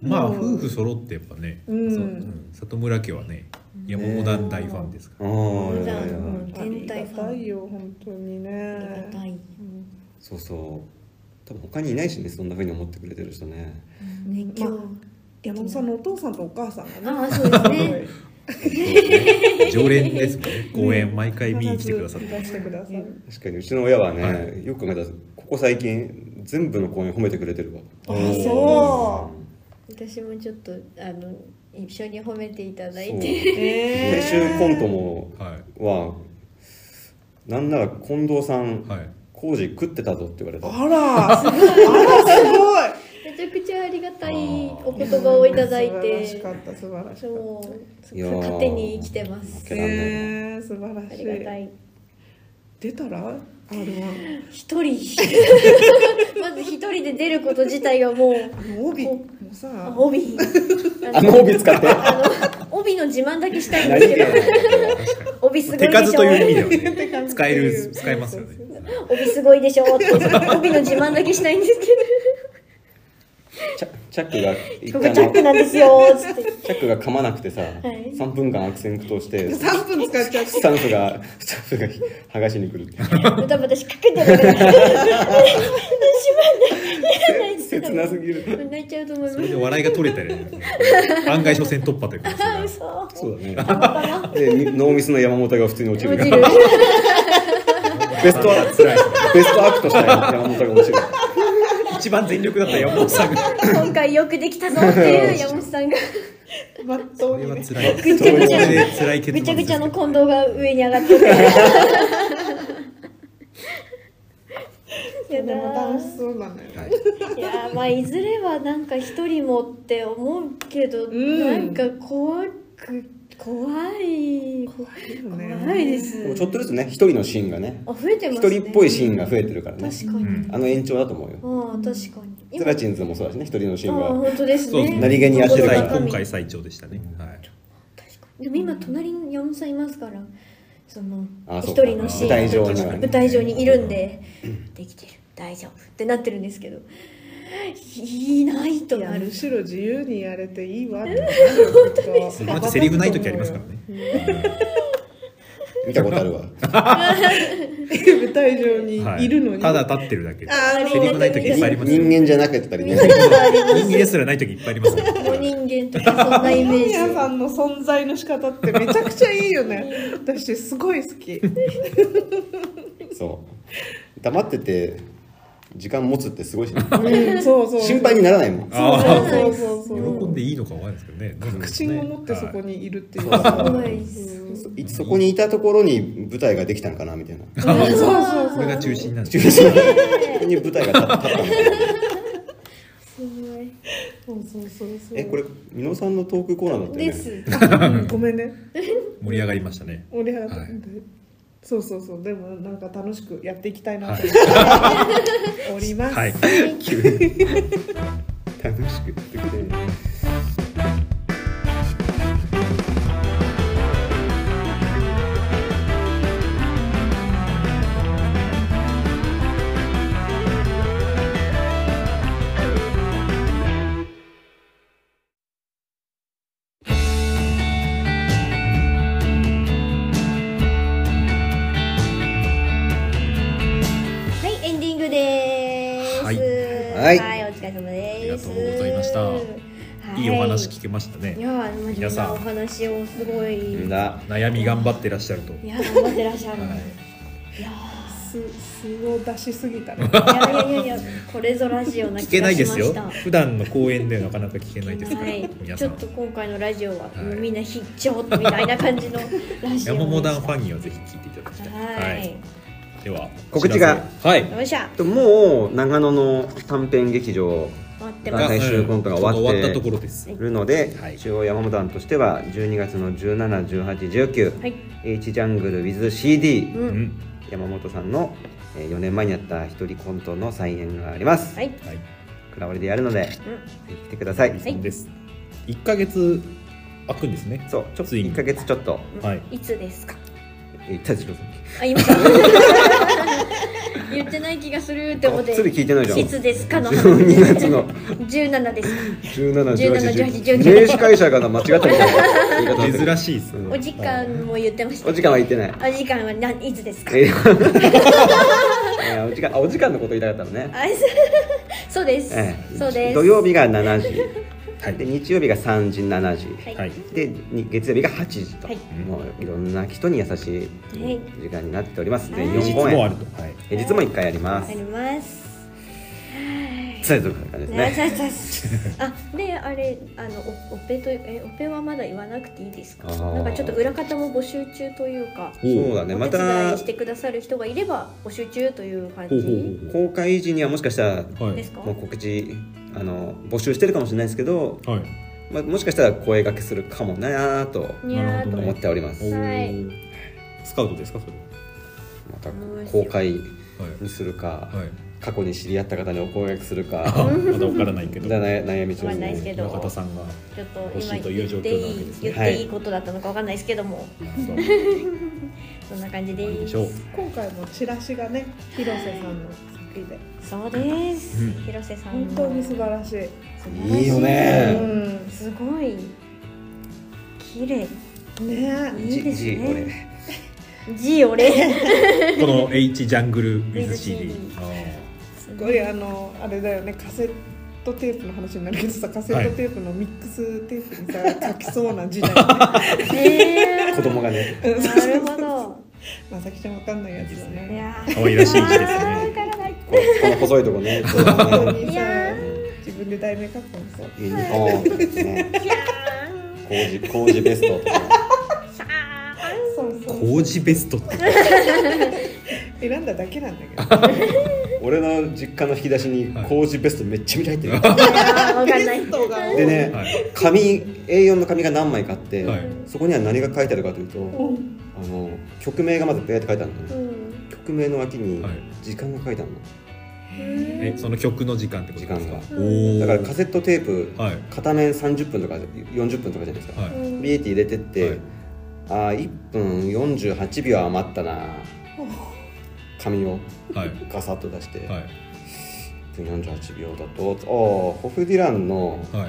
S2: まあ
S4: もう
S2: 夫婦揃ってやっぱね、
S4: うん
S2: そううん里村家はね山本団大ファンですから、
S3: おーい
S1: じゃあ
S3: やいや
S1: もう
S4: あり
S1: 全
S4: が
S1: 体ファン
S4: たいよ本当に
S1: あり
S4: ね
S1: がたい。
S4: うん
S3: そうそう。多分他にいないしねそんな風に思ってくれてる人ね。
S1: 熱
S4: ま
S1: 狂。
S4: 山本さんのお父さんとお母さんがね
S1: ああ、そうですね。
S2: 常連ですもんね公演毎回見に来てくださって、
S4: 必ずいらしてくださる
S3: 確かにうちの親はね、
S2: は
S3: よく考えたらここ最近全部の公演褒めてくれてるわ。
S4: あそ
S1: 私もちょっと、あの、一緒に褒めていただい
S3: そう
S1: て。
S4: う
S3: 練
S4: 練
S3: 習コントも
S2: はい
S3: はなんなら近藤さん、
S2: はい
S3: 工事食ってたぞって言われた。
S4: あら、あら、
S1: めちゃくちゃありがたい
S2: あー
S1: お
S4: すごい。
S1: 言葉をいただい
S4: 素晴らし
S1: て
S4: か。った、素晴らしかっ
S1: そう、
S3: いやー
S1: 糧に生きてます。
S4: た。
S3: けらんない
S4: えー、素晴ら
S1: あ
S4: し
S1: りがた
S4: い。
S1: い。
S4: 出たら、あれ
S1: 一人。 まず一人で出ること自体がもう。
S4: は、帯もさ、
S1: あ帯。
S3: あの 帯使って。
S1: あの帯の自慢だけしたいん
S3: 何
S1: ですけ
S3: 言
S1: ど。
S2: 確かに
S1: 帯すごいで
S2: 手
S1: しょ。
S2: 数という意味ではね
S4: 数
S2: 使え
S4: という
S2: る使えますよね
S1: 帯すごいでしょって帯の自慢だけしたいんですけ
S3: チャチャックが一
S1: どこ
S3: 回
S1: こチャック
S3: も
S1: なんですよっつって
S3: チャックが噛まなくてさ、
S1: い
S3: 3分間悪戦苦闘してス
S4: 三分使っちゃっ
S3: タッフがスタッフが剥がしに来るっ ていう
S1: バタバタしかけてるから閉まんない閉
S3: 切
S1: まんな
S3: ないすぎる
S1: 泣いちゃうと思い
S2: そ
S1: ま
S2: れ
S1: す
S2: で笑いが取れたりね案外所詮突破というか
S1: あ嘘
S3: そうだねでみノーミスの山本が普通に落ちる
S1: 落ちる
S3: ベスト
S2: 辛い
S3: ア
S2: ですね
S3: ベストアクトしたい山本が落ちる
S2: 一番全力だった山本さんが
S1: 今回よくできたぞっていう山本さんが
S4: た。まっと
S2: そうれ
S4: に
S2: は
S4: ね。
S2: 辛い
S1: ぐちゃぐちゃ
S2: それで辛い結末
S1: ぐちゃぐちゃの
S2: です
S1: 近藤が上に上がってて
S4: で
S1: やだ
S4: も
S1: ー
S4: 楽しそうなのよ。
S2: はい
S1: いやーまあいずれはなんか一人もって思うけど、
S4: ん
S1: なんか怖く怖い怖いです
S3: でもちょっとずつね一人のシーンがね
S1: あ増えてま
S3: 一
S1: すね
S3: 人っぽいシーンが増えてるからね
S1: 確かに、
S2: うん
S3: あの延長だと思うよ
S1: ああ確かに
S3: ゼラチンズもそうだしね一人のシ
S1: あ
S3: ー
S1: あ
S3: ンが
S1: 本当です
S2: そう
S1: ね
S2: ですね
S3: 何気にやってるから
S2: 今回最長でしたねはい
S1: でも今隣に山本さんいますからその
S3: あ
S1: 一
S3: そうか
S1: 人のシーン
S3: 舞台上にはね
S1: 舞台上にいるんでできてる大丈夫ってなってるんですけどいないと
S4: いや
S1: な
S4: む
S1: る
S4: しろ自由にやれていいわって
S2: またセリフない時ありますからね。
S3: 見たことあるわ
S4: 舞台上に
S2: はい
S4: るのに。
S2: ただ立ってるだけで。
S4: あー
S2: セリフない時いっぱいありますよ。
S3: 人間じゃなかったりね
S2: 人間ですらない時いっぱいありますよ。
S1: お人間とかそんなイメ
S4: 神谷
S1: ー
S4: さんの存在の仕方ってめちゃくちゃいいよね。私すごい好 き。
S3: そう黙ってて時間持つってすごいしね
S4: うん、そうそう。
S3: 心配にならないもん
S2: ああ、
S4: そうそうそう
S2: 喜んでいいのかわかんないですけどね。
S4: 確信を持ってそこ
S2: はい。
S4: にいるっていう。
S3: はい
S1: ジすごいです
S3: そそこにいたところに舞台ができたのかなみたいな
S4: そうそう
S2: これが中心なんです
S3: 中
S2: よ。
S3: 心にここに舞台が立ったのかな
S1: すごい
S4: そうそうそうそう。
S3: えこれ美濃さんのトークコーナーだったよね
S1: です
S4: うんごめんね。
S2: 盛り上がりましたね。
S4: 俺は、
S2: はい
S4: そうそうそう。でもなんか楽しくやっていきたいな
S2: は
S4: と
S2: い
S4: 思っております。
S2: はい。
S3: 急に楽しくってくれる
S1: はい、エンディングです。
S2: はい
S3: はい
S1: お疲れ様です。
S2: ありがとうございました
S1: はい
S2: いいお話聞けましたね
S1: い。やー、真面
S2: 皆
S1: 目
S2: さ
S1: なんお話をすごい。
S3: ん
S1: い
S3: だ
S2: 悩み頑張ってらっしゃると。
S1: やー、頑張ってらっしゃる。
S2: はい
S1: いや
S4: す素を出しすぎたね。
S1: ー、いやいやいやいや、これぞラジオな
S2: 聞
S1: 気
S2: け
S1: が
S2: ない
S1: し
S2: で
S1: ますし
S2: よ
S1: た。。
S2: 普段の公演ではなかなか聞けないですから
S1: は。
S2: 皆
S1: い、ち
S2: さ
S1: ょ
S2: ん
S1: っ。と今回のラジオは、
S2: はい
S1: みんな必聴みたいな感じのラジオ。
S2: 山モダンファンにはぜひ聞いていただきた。
S1: はい
S2: はい
S1: い。。
S2: では
S3: 告知が
S2: お知らせはい。
S1: よっしゃ。
S3: もう長野の短編劇場
S1: 待って
S3: ま
S1: ますす。
S3: 最終コントが終わって
S2: うん終わったところです
S3: いるので、
S2: はい
S3: 中央山本団としては12月の171819、
S1: はい。
S3: H ジャングル WithCD、
S1: う。
S2: うんん
S3: 山本さんのえー4年前にやった一人コントの再演があります、
S1: はい。
S2: はい
S3: クラウリでやるので、ぜ
S1: う
S3: ひ来てください、
S1: はい
S2: です一ヶ月空くんですね
S3: そうちょっと
S2: ついに
S3: 1か月ちょっと
S1: ん。
S2: はい。
S1: いつですか。
S3: 言ったでしょさっ
S1: あ、今。 言ってない気がするって思っ
S3: き
S1: て。
S3: っつり聞いてないじゃん
S1: いつですかの話。
S3: 12月の
S1: 十七です。
S3: 171819
S1: 17
S3: 名司会者がな間違ってるから言い方だったけ ど
S2: 珍しいです
S1: お時間も言ってました。
S3: お時間は 言ってない
S1: お時間は何いつですか。
S3: えーお時間あお時間のこと言いたかったのね、
S1: あ いつそうです
S3: え。え
S1: そうです。
S3: 土曜日が7時
S2: はい
S3: で日曜日が3時7時、
S1: はい。
S2: はい
S3: でに月曜日が8時と、
S1: はい
S3: もういろんな人に優しい
S1: はい
S3: 時間になっております、
S1: はい
S3: 全
S2: 平日
S3: 4公
S2: もあ
S3: 演
S2: るとはい
S3: 平日も1回やりま
S1: わ
S3: す
S1: かります。
S3: そういう感じです
S1: ね、
S3: ね
S1: さささあであれあのおオペというえオペはまだ言わなくていいですか
S3: あー
S1: なんかちょっと裏方も募集中というか
S3: そうだ
S1: お
S3: ね
S1: 手
S3: ま
S1: 伝
S3: た
S1: いしてくださる人がいれば募集中という感
S2: ほう
S1: じ
S2: ほう
S3: 公開時にはもしかしたら
S2: ほうは
S1: で
S2: い
S1: すか、
S3: もう告知あの募集してるかもしれないですけど、
S2: はい
S3: まあ、もしかしたら声掛けするかもなーと
S1: にゃーっ
S2: なるほ
S1: と
S2: ど
S3: 思
S2: ね
S3: っております、
S1: んはい
S2: おースカウトですかそれ
S3: また公開にするか、
S2: はいはい
S3: 過去に知り合った方にお声掛けする
S2: あ
S3: か
S2: まだわからないけど
S3: だ悩悩み中
S1: わかんないですけど
S2: 中田さんが
S1: ちょっと
S2: 欲し
S1: 今
S2: いという状
S1: 言ってい
S2: 況なわけ
S1: い
S2: です
S1: 言
S2: ね
S1: っていいことだったのかわかんないですけども、そんな感じ
S2: いい
S1: で
S2: ですしょう
S4: 今回もチラシがね広瀬さんの作りで
S1: そうです、
S2: うん
S1: 広瀬さん
S4: 本
S1: の
S4: 当に素晴らしい、
S1: 素晴らし
S3: いいよ
S4: う
S3: ね
S4: ん
S1: すごい綺麗
S4: ね
S1: いいです
S3: じじ俺
S1: ねジオレ
S2: この H ジャングル
S1: with
S2: with CD
S1: CD
S2: あー
S1: す
S4: すごいあのあれだよねカセットテープの話になるけどさカセットテープのミックステープにさ、書きそうな時代、ね、
S1: ね
S3: 子供が ね
S1: えなるほど
S4: まさきちゃんわかんないやつだ
S1: い
S4: ね
S1: や
S2: 可愛らしい字ですね
S1: わからない
S3: こうこの細いとこねこう
S4: 本
S3: ね
S4: 当に
S1: い
S4: さ
S1: や
S4: 自分で題名書くのさ
S3: ユニフォームとかね
S1: いやー
S3: 工事工事ベストとか
S1: さ
S4: そうそう
S2: 工事ベストって
S4: 選んだだけなんだけど
S3: 俺の実家の引き出しに
S2: はい
S3: 工事ベストめっちゃ見られてる
S1: あわかんない
S4: テストが多い
S3: でね、
S2: はい
S3: 紙 A4 の紙が何枚かあって、
S2: はい
S3: そこには何が書いてあるかというと、
S4: うん
S3: あの曲名がまずベーって書いてあるの
S1: う
S3: ね、
S1: ん
S3: 曲名の脇に
S2: はい
S3: 時間が書いてあるの、
S2: えその曲の時間ってことですか
S3: 時
S1: 間が
S2: おお
S3: だからカセットテープ、
S2: はい
S3: 片面30分とか40分とかじゃないですか、
S2: はい
S3: ビエティ入れてって、
S2: はい
S3: ああ1分48秒余ったな紙を
S2: はい
S3: ガサッと出して、
S2: はい
S3: 1分48秒だとああホフディランの
S2: はい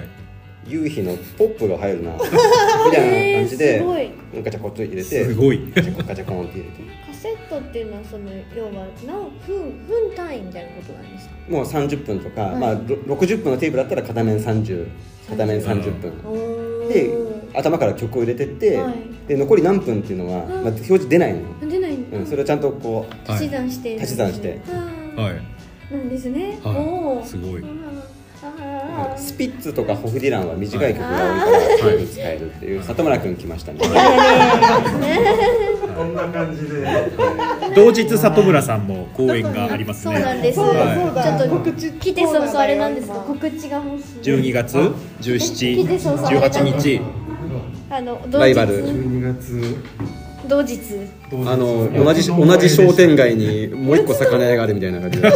S3: 夕日のポップが入るなみたいな感じ
S1: えー
S3: です
S1: ごい
S3: ガチャコッと入れて
S2: すごい
S3: ガチャコガチャコンって入れて
S1: カセットっていうのはその要は何分分単位みたいなことなんですか
S3: もう30分とか、
S1: はい
S3: まあ、ろ60分のテープだったら片面30片面30
S1: お
S3: 分で
S1: ー
S3: 頭から曲を入れてって、
S1: はい
S3: で残り何分っていうのは、
S1: ん
S3: まあ、表示出ないの、
S1: 出ないんだ
S3: うん、それをちゃんとこ
S1: 足し算して
S3: 足し算して
S1: は
S2: はい
S1: いなんですね
S2: はい
S1: おお
S2: すごい
S1: あ
S3: う
S1: ー
S3: スピッツとかホフディランは短い曲が多いから
S1: は
S3: そういうのに使えるっていう里村君来ましたね
S5: こんな感じで。
S2: 同日里村さんも公演があります ね
S1: そうなんです
S4: そうだ
S2: はい
S4: そうだ、
S1: ちょっと
S4: 告知
S1: 来てそうそうあれなんです
S4: か
S1: が告知が欲しい
S2: 12月
S1: 来てそうそう
S2: 1718日
S1: あの同日
S3: ライバル
S5: 12月
S1: 同日
S3: あの同じ同じ商店街にもう一個魚屋があるみたいな 感じで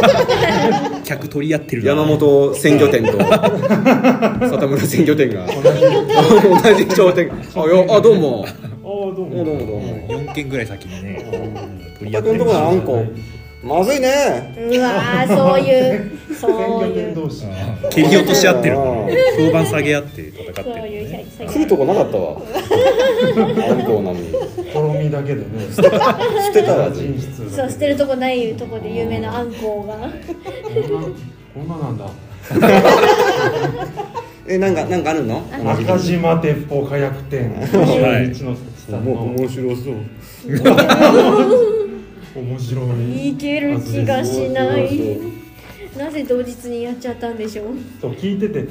S2: 客取り合ってるな
S3: 山本鮮魚店 と里村鮮魚店が同じ商店街あよあどうもあ
S5: おおどう
S3: どうもどうも
S2: 4軒ぐらい先にね取り合
S3: お
S2: ってる
S3: 宅のところのあんこまずいね
S1: うわーそういうそうい
S5: 店
S1: う
S5: 同士。
S2: あー蹴り落とし合ってるんだね評判下げ合って戦って
S1: そ
S2: るん
S1: う
S2: だ
S1: いう
S2: ね
S1: 詐欺
S3: 来るとこなかったわあんこなのに
S5: とろみだけでね。捨
S3: 捨てたらず
S5: 人質。
S1: そう捨てるとこないとこで有名なアンコウが
S5: こんなこんななんだ。
S3: えなんかなんかあるの
S5: 中島鉄砲火薬店。
S2: はい
S5: 一の下の
S3: 白そう
S5: 面白い。
S1: いける気がしない
S3: そう
S1: なぜ同日にやっちゃったんでしょう
S5: そう聞いてて。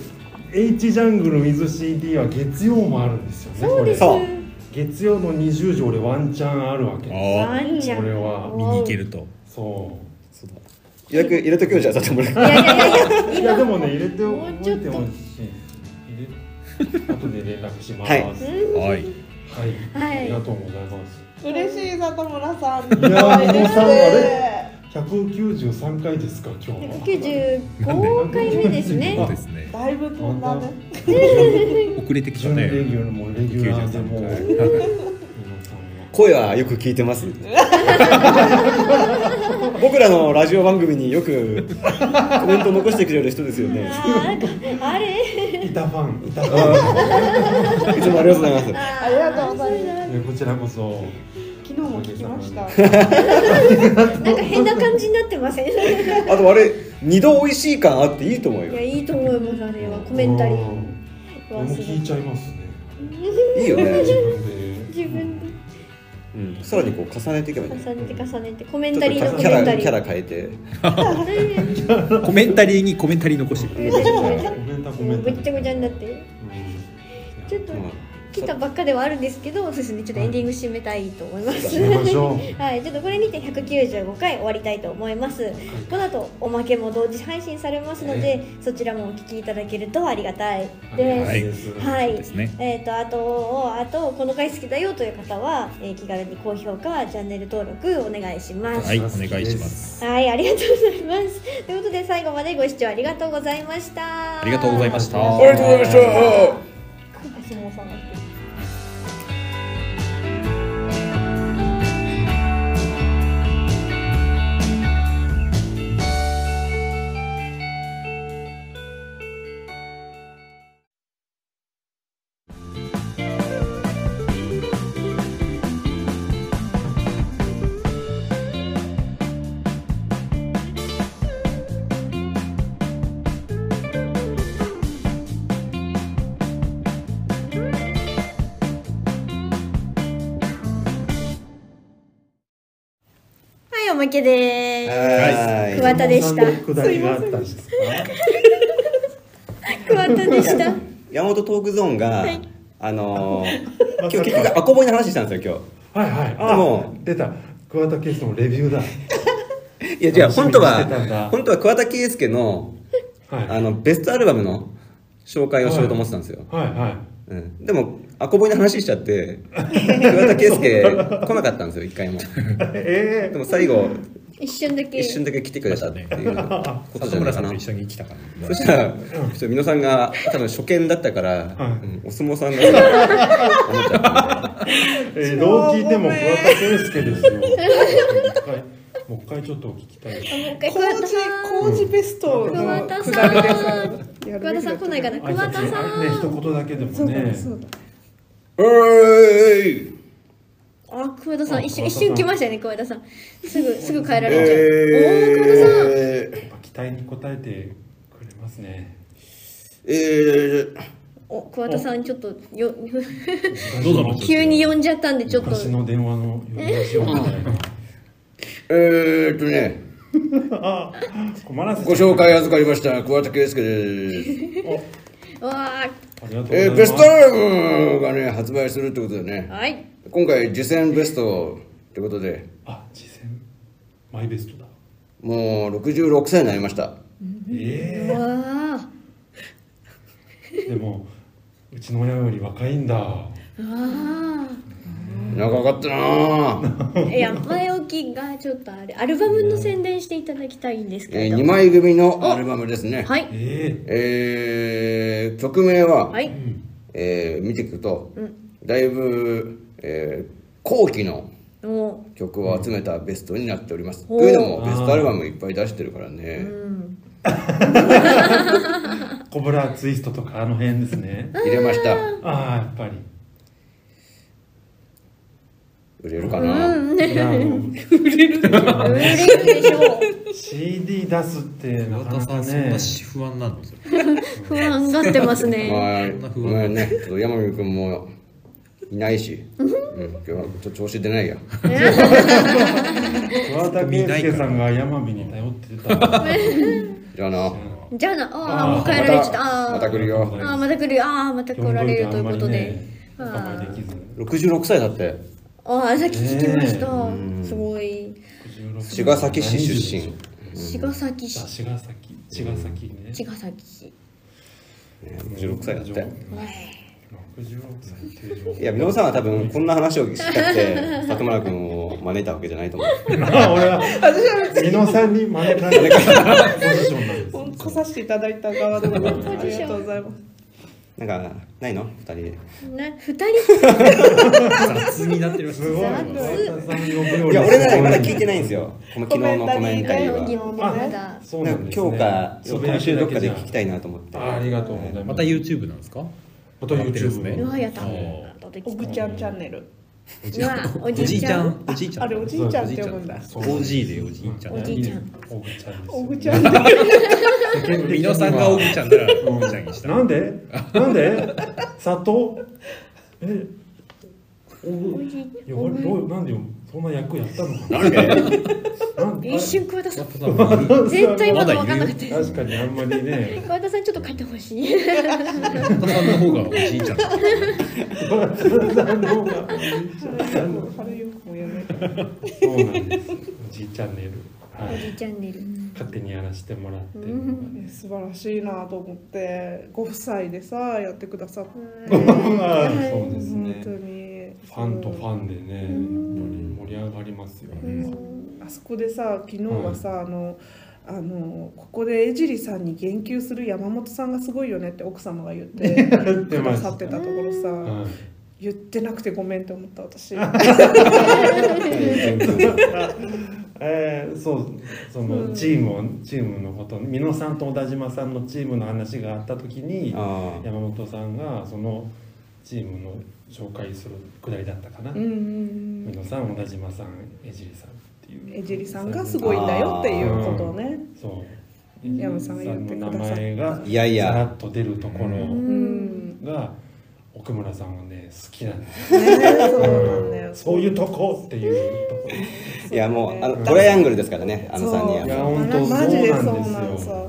S5: H ジャングル with CD は月曜もあるんですよね。
S1: そうです
S3: そう
S1: ワ
S5: これ月曜の20時俺ワンチャンあるわけ。
S2: あ
S1: ンちゃん
S5: これは
S2: あ見に行けると
S5: そう。
S3: そうだ予約入れとくよじゃあさせてもらう
S1: いやいやいやいや
S5: いやでもね入れて
S1: も
S5: お
S1: う
S5: い
S1: ちょってと
S5: ほしい入れ後で連絡します
S3: は
S5: はいい、
S2: はい。
S1: はい
S5: ありがとうございます
S4: 嬉しい里村さん。
S5: いやー
S4: 可愛いですね
S5: もうさあれ193回ですか今日は
S1: 195回目です
S2: そう
S1: ね
S2: ですね。
S4: だいぶ飛んだね。
S2: 遅れてきた
S5: 準レギ
S2: ね。
S5: ュラーもレギュラーでもう
S2: 93
S5: 皆
S2: 回。
S5: さんは
S3: 声はよく聞いてます 僕らのラジオ番組によくコメント残してくれる人ですよね
S1: あーあれ
S5: 板ファン板ファ
S3: いつもありがとうございます
S4: ありがとうございま
S5: ンねこちらこそ
S4: す。昨日も聞きました。
S1: なんか変な感じになってませんいや
S3: あとあれ二度美味しい感あっていいと思うよ
S1: いいと思いますあれはコメンタリ
S5: う
S1: ー
S5: んで
S1: は
S5: も
S1: すごい
S5: 聞いちゃいますね
S3: いいよね、
S5: 自分で
S1: 自分で
S3: うん、さらにこう重ねていけばいいんじゃ
S1: 重
S3: ない
S1: ねて重ねてコメ
S3: ちょ
S1: ン
S3: っと
S1: タ
S3: キ
S1: リーのコメン
S3: ャ
S1: タリ
S3: ラキャ
S1: ー
S3: ラ変えて
S2: コメンタリーにコメンタリー残してくれる。
S5: コメントコメン
S1: ぐ
S5: ト
S1: っちゃぐちゃになって
S5: うん
S1: ちょっと
S3: うん
S1: 来たばっかではあるんですけどそうですねちょっとエンディング締めたいと思いま
S5: 締
S1: す
S5: めましょう
S1: はい、ちょっとこれにて195回終わりたいと思います。この後おまけも同時配信されますので、そちらもお聞きいただけるとありがたいです。
S2: は
S1: は
S2: い
S1: い
S2: ですね
S1: えっ、とあとあとこの回好きだよという方は、えー気軽に高評価チャンネル登録お願いします。
S2: は
S1: はい
S2: い、お願いします。
S1: ありがとうございます。ということで最後までご視聴ありがとうございました。
S2: ありがとうございました。
S3: ありがとうございました
S4: 相撲さんが来て。
S1: はい、おまけでー
S3: はい
S1: 桑田でした
S5: くだりがあったんですか
S1: す。桑田でした。
S3: 山本トークゾーンが、
S1: はい
S3: あのー、今日結局アコボイの話したんですよ
S5: はいはい
S3: で
S5: あ
S3: も
S5: 出た桑田佳祐のレビューだ
S3: 今日いやじゃあ本当
S5: 楽しみにしてたんだ
S3: は本当は桑田佳祐の
S5: はい
S3: あのベストアルバムの紹介をしようと思ってたんですよ、
S5: はいはい
S3: うん、でもアコボイの話しちゃって桑田佳祐来なかったんですよ一回も
S5: え
S3: でも最後
S1: 一瞬だけ。
S3: 一瞬だけ来てくれたっていうことじ
S2: 里
S3: ゃない
S2: 村
S3: か
S2: さん
S3: な
S2: と一緒に来たから。
S3: そしたら、ちょっと皆さんが多分初見だったから、
S5: はい
S3: うんお相撲さんが思っちゃったんで
S5: ーえーどう聞いても桑田佳祐ですよもう一回もう一回ちょっと聞きたいです
S1: もう一回桑田
S4: 工事
S1: さん
S4: 工事ベスト
S1: 桑
S4: の
S1: 田
S4: く
S1: さ
S4: だ
S1: ん
S4: りでさ。やるべきだと思う
S1: 桑田さん来ないかな桑田さん
S5: ね一言だけでもね
S4: そうだそうだ。
S3: おい
S1: あ、桑田さ
S5: あ
S1: ん、一瞬、
S5: 桑
S1: 一
S5: 田さん
S1: 瞬来ましたよね、桑田さん。すぐ、すぐ帰られちゃう。おー、桑田さん。
S3: えー
S5: やっぱ期待に応えてくれますね
S3: えー
S1: お、桑田さん、ちょっと、よ、
S2: どうぞ どうぞ
S1: 急に呼んじゃったんで、ちょっと。
S5: 昔の電話の呼び出 しをみたいな
S3: えーっとね、
S5: あ困らせちゃ
S3: ご
S5: う
S3: 紹介預かりました、桑田佳祐です。
S1: わ
S5: ありがとうござい
S3: えー
S5: ます
S3: ベストアルバムがね、発売するってことで
S1: ー、
S3: ね、
S1: はい。
S3: 今回、次戦ベストってことで、
S5: あ次戦マイベストだ
S3: もう66歳になりました。
S5: え
S1: わあ、
S5: えでもうちの親より若いんだ
S1: わ
S3: 長かったな ぁ。
S1: あ。いや、前置きが、ちょっとあれ、アルバムの宣伝していただきたいんですけ
S3: え
S1: れ
S3: ー、
S1: ど。
S3: 2枚組のアルバムですね。
S1: はい。
S5: え
S3: えー、曲名は、
S1: はい。
S5: えうん
S3: えー見ていくと、
S1: うん
S3: だいぶ、えー後期の
S1: も
S3: 曲を集めたベストになっております、
S1: うん
S3: というのもベストアルバムいっぱい出してるから
S1: う、
S3: ね、
S1: うん。
S5: コブラツイストとかあの辺ですね
S3: 入れました
S5: ああやっぱり
S3: 売れるか
S1: う
S3: な、
S1: ん。
S5: いやも
S1: 売れるでしょう。
S5: う CD 出すってなかなかね
S2: 不安なの。
S1: 不安がってますね。
S3: まあ
S2: んな
S3: ご
S2: 不安
S3: めんねちょっと山見君もいないし、うん、今日はちょっと調子出ないや
S5: 桑田佳祐さんが山火に頼ってた ら
S3: じゃあな
S1: じゃあな、ああ、
S5: あー
S1: もう帰られちゃった。
S3: また来るよ
S1: ああ、また来るよ。ああ、また来られるということで。
S5: 呼んどいてあんまりねお構いできず
S3: 66歳だって
S1: ああ、さっき聞きました
S3: ねえ。
S1: すごい。
S5: 16
S3: 茅ヶ崎市出身
S1: 茅ヶ崎
S5: あ
S1: 市
S5: 茅ヶ崎茅ヶ崎ね
S1: 茅ヶ崎市
S3: ね16歳だって
S5: 66歳定常
S3: いや、皆さんは多分こんな話をしたくて、里村君を招いたわけじゃないと思う。
S5: あ俺は美濃さんに招かれるポジションなんです
S4: 来させていただいた側でございます。ありがとうございます。
S3: なんか、ないの二人で。
S1: な二人
S2: 雑になってる
S5: すごい
S1: 雑
S3: いや、俺ね、まだ聞いてないんですよ。この昨日のコ
S4: コ
S3: メ
S4: メ
S3: ン
S4: ン
S3: タ
S4: タ
S3: リ
S4: リ
S3: ー
S4: ー
S1: の
S3: は
S1: 疑。問まだ
S5: そう
S3: な
S5: なん
S3: か
S5: んですね
S3: 今日か、そう今週どっかで聞きた
S5: い
S3: いなと思って。
S5: あありがとうございます
S2: また YouTube なんですか
S5: また YouTube ね
S1: うわやった
S2: そう
S4: おぐちゃんチャンネル。
S1: うわお
S2: お
S1: じいちゃん
S2: おじいちゃん
S4: あれおじいちゃんって呼ぶんだ。
S5: そう
S2: OG でおじいちゃん
S1: おじいちゃん
S5: おぐちゃんです
S4: おぐちゃんって。
S2: 美濃さんがおじいちゃんならおじいちゃんにした
S5: なんでなんで砂糖え
S1: おじい
S5: 呼ばれどうなんでそんな役やったのかな
S3: なんで
S5: なんで
S1: 一瞬桑田さん
S2: ま
S1: 絶対まだ分かんなかったです
S5: 確かにあんまりね
S1: 桑田さんちょっと書いてほしい
S2: 田さんの方がおじいちゃん
S4: あれよくもやめて
S5: そうなんですおじいチャンネルは
S1: おじ
S5: い
S1: いチャンネル
S5: 勝手にやらせてもらって
S1: うん
S4: え素晴らしいなと思ってご夫妻でさやってくださって
S5: あーそうです
S4: 本
S5: ね
S4: 当に
S5: ファンとフ
S4: ン
S5: ァンでねやっぱり盛り上がりますよね
S4: あそこでさ昨日はさ、あのあのここで江尻さんに言及する山本さんがすごいよねって奥様が言っ て
S5: て
S4: く
S5: ま
S4: だ
S5: した
S4: さってたところさ、
S5: はい
S4: 言ってなくてごめんって思った 私
S5: えー、そうそのチームをチームのこと美濃さんと小田島さんのチームの話があった時に
S3: ああ
S5: 山本さんがそのチームの紹介するくだりだったかな、
S4: うんうんうん
S5: 美濃さん小田島さん江尻さんっていう
S4: 江尻さんがすごいんだよっていうことをね
S5: そう
S4: 山本さんが言ってくださった
S5: 江尻さんの名前が
S3: いやいや
S5: さらっと出るとこ
S1: う
S5: ろ
S1: ん
S5: が奥村さんはね好きなんです
S4: ねそうなんだよ
S5: そういうとこっていうところ
S3: いや、もう、あの、トライアングルですからね、あの三人
S5: いや
S3: は。
S5: 本当そうな
S4: マ
S5: ん
S4: ジ
S5: です
S4: で
S5: よ
S4: そうなんさ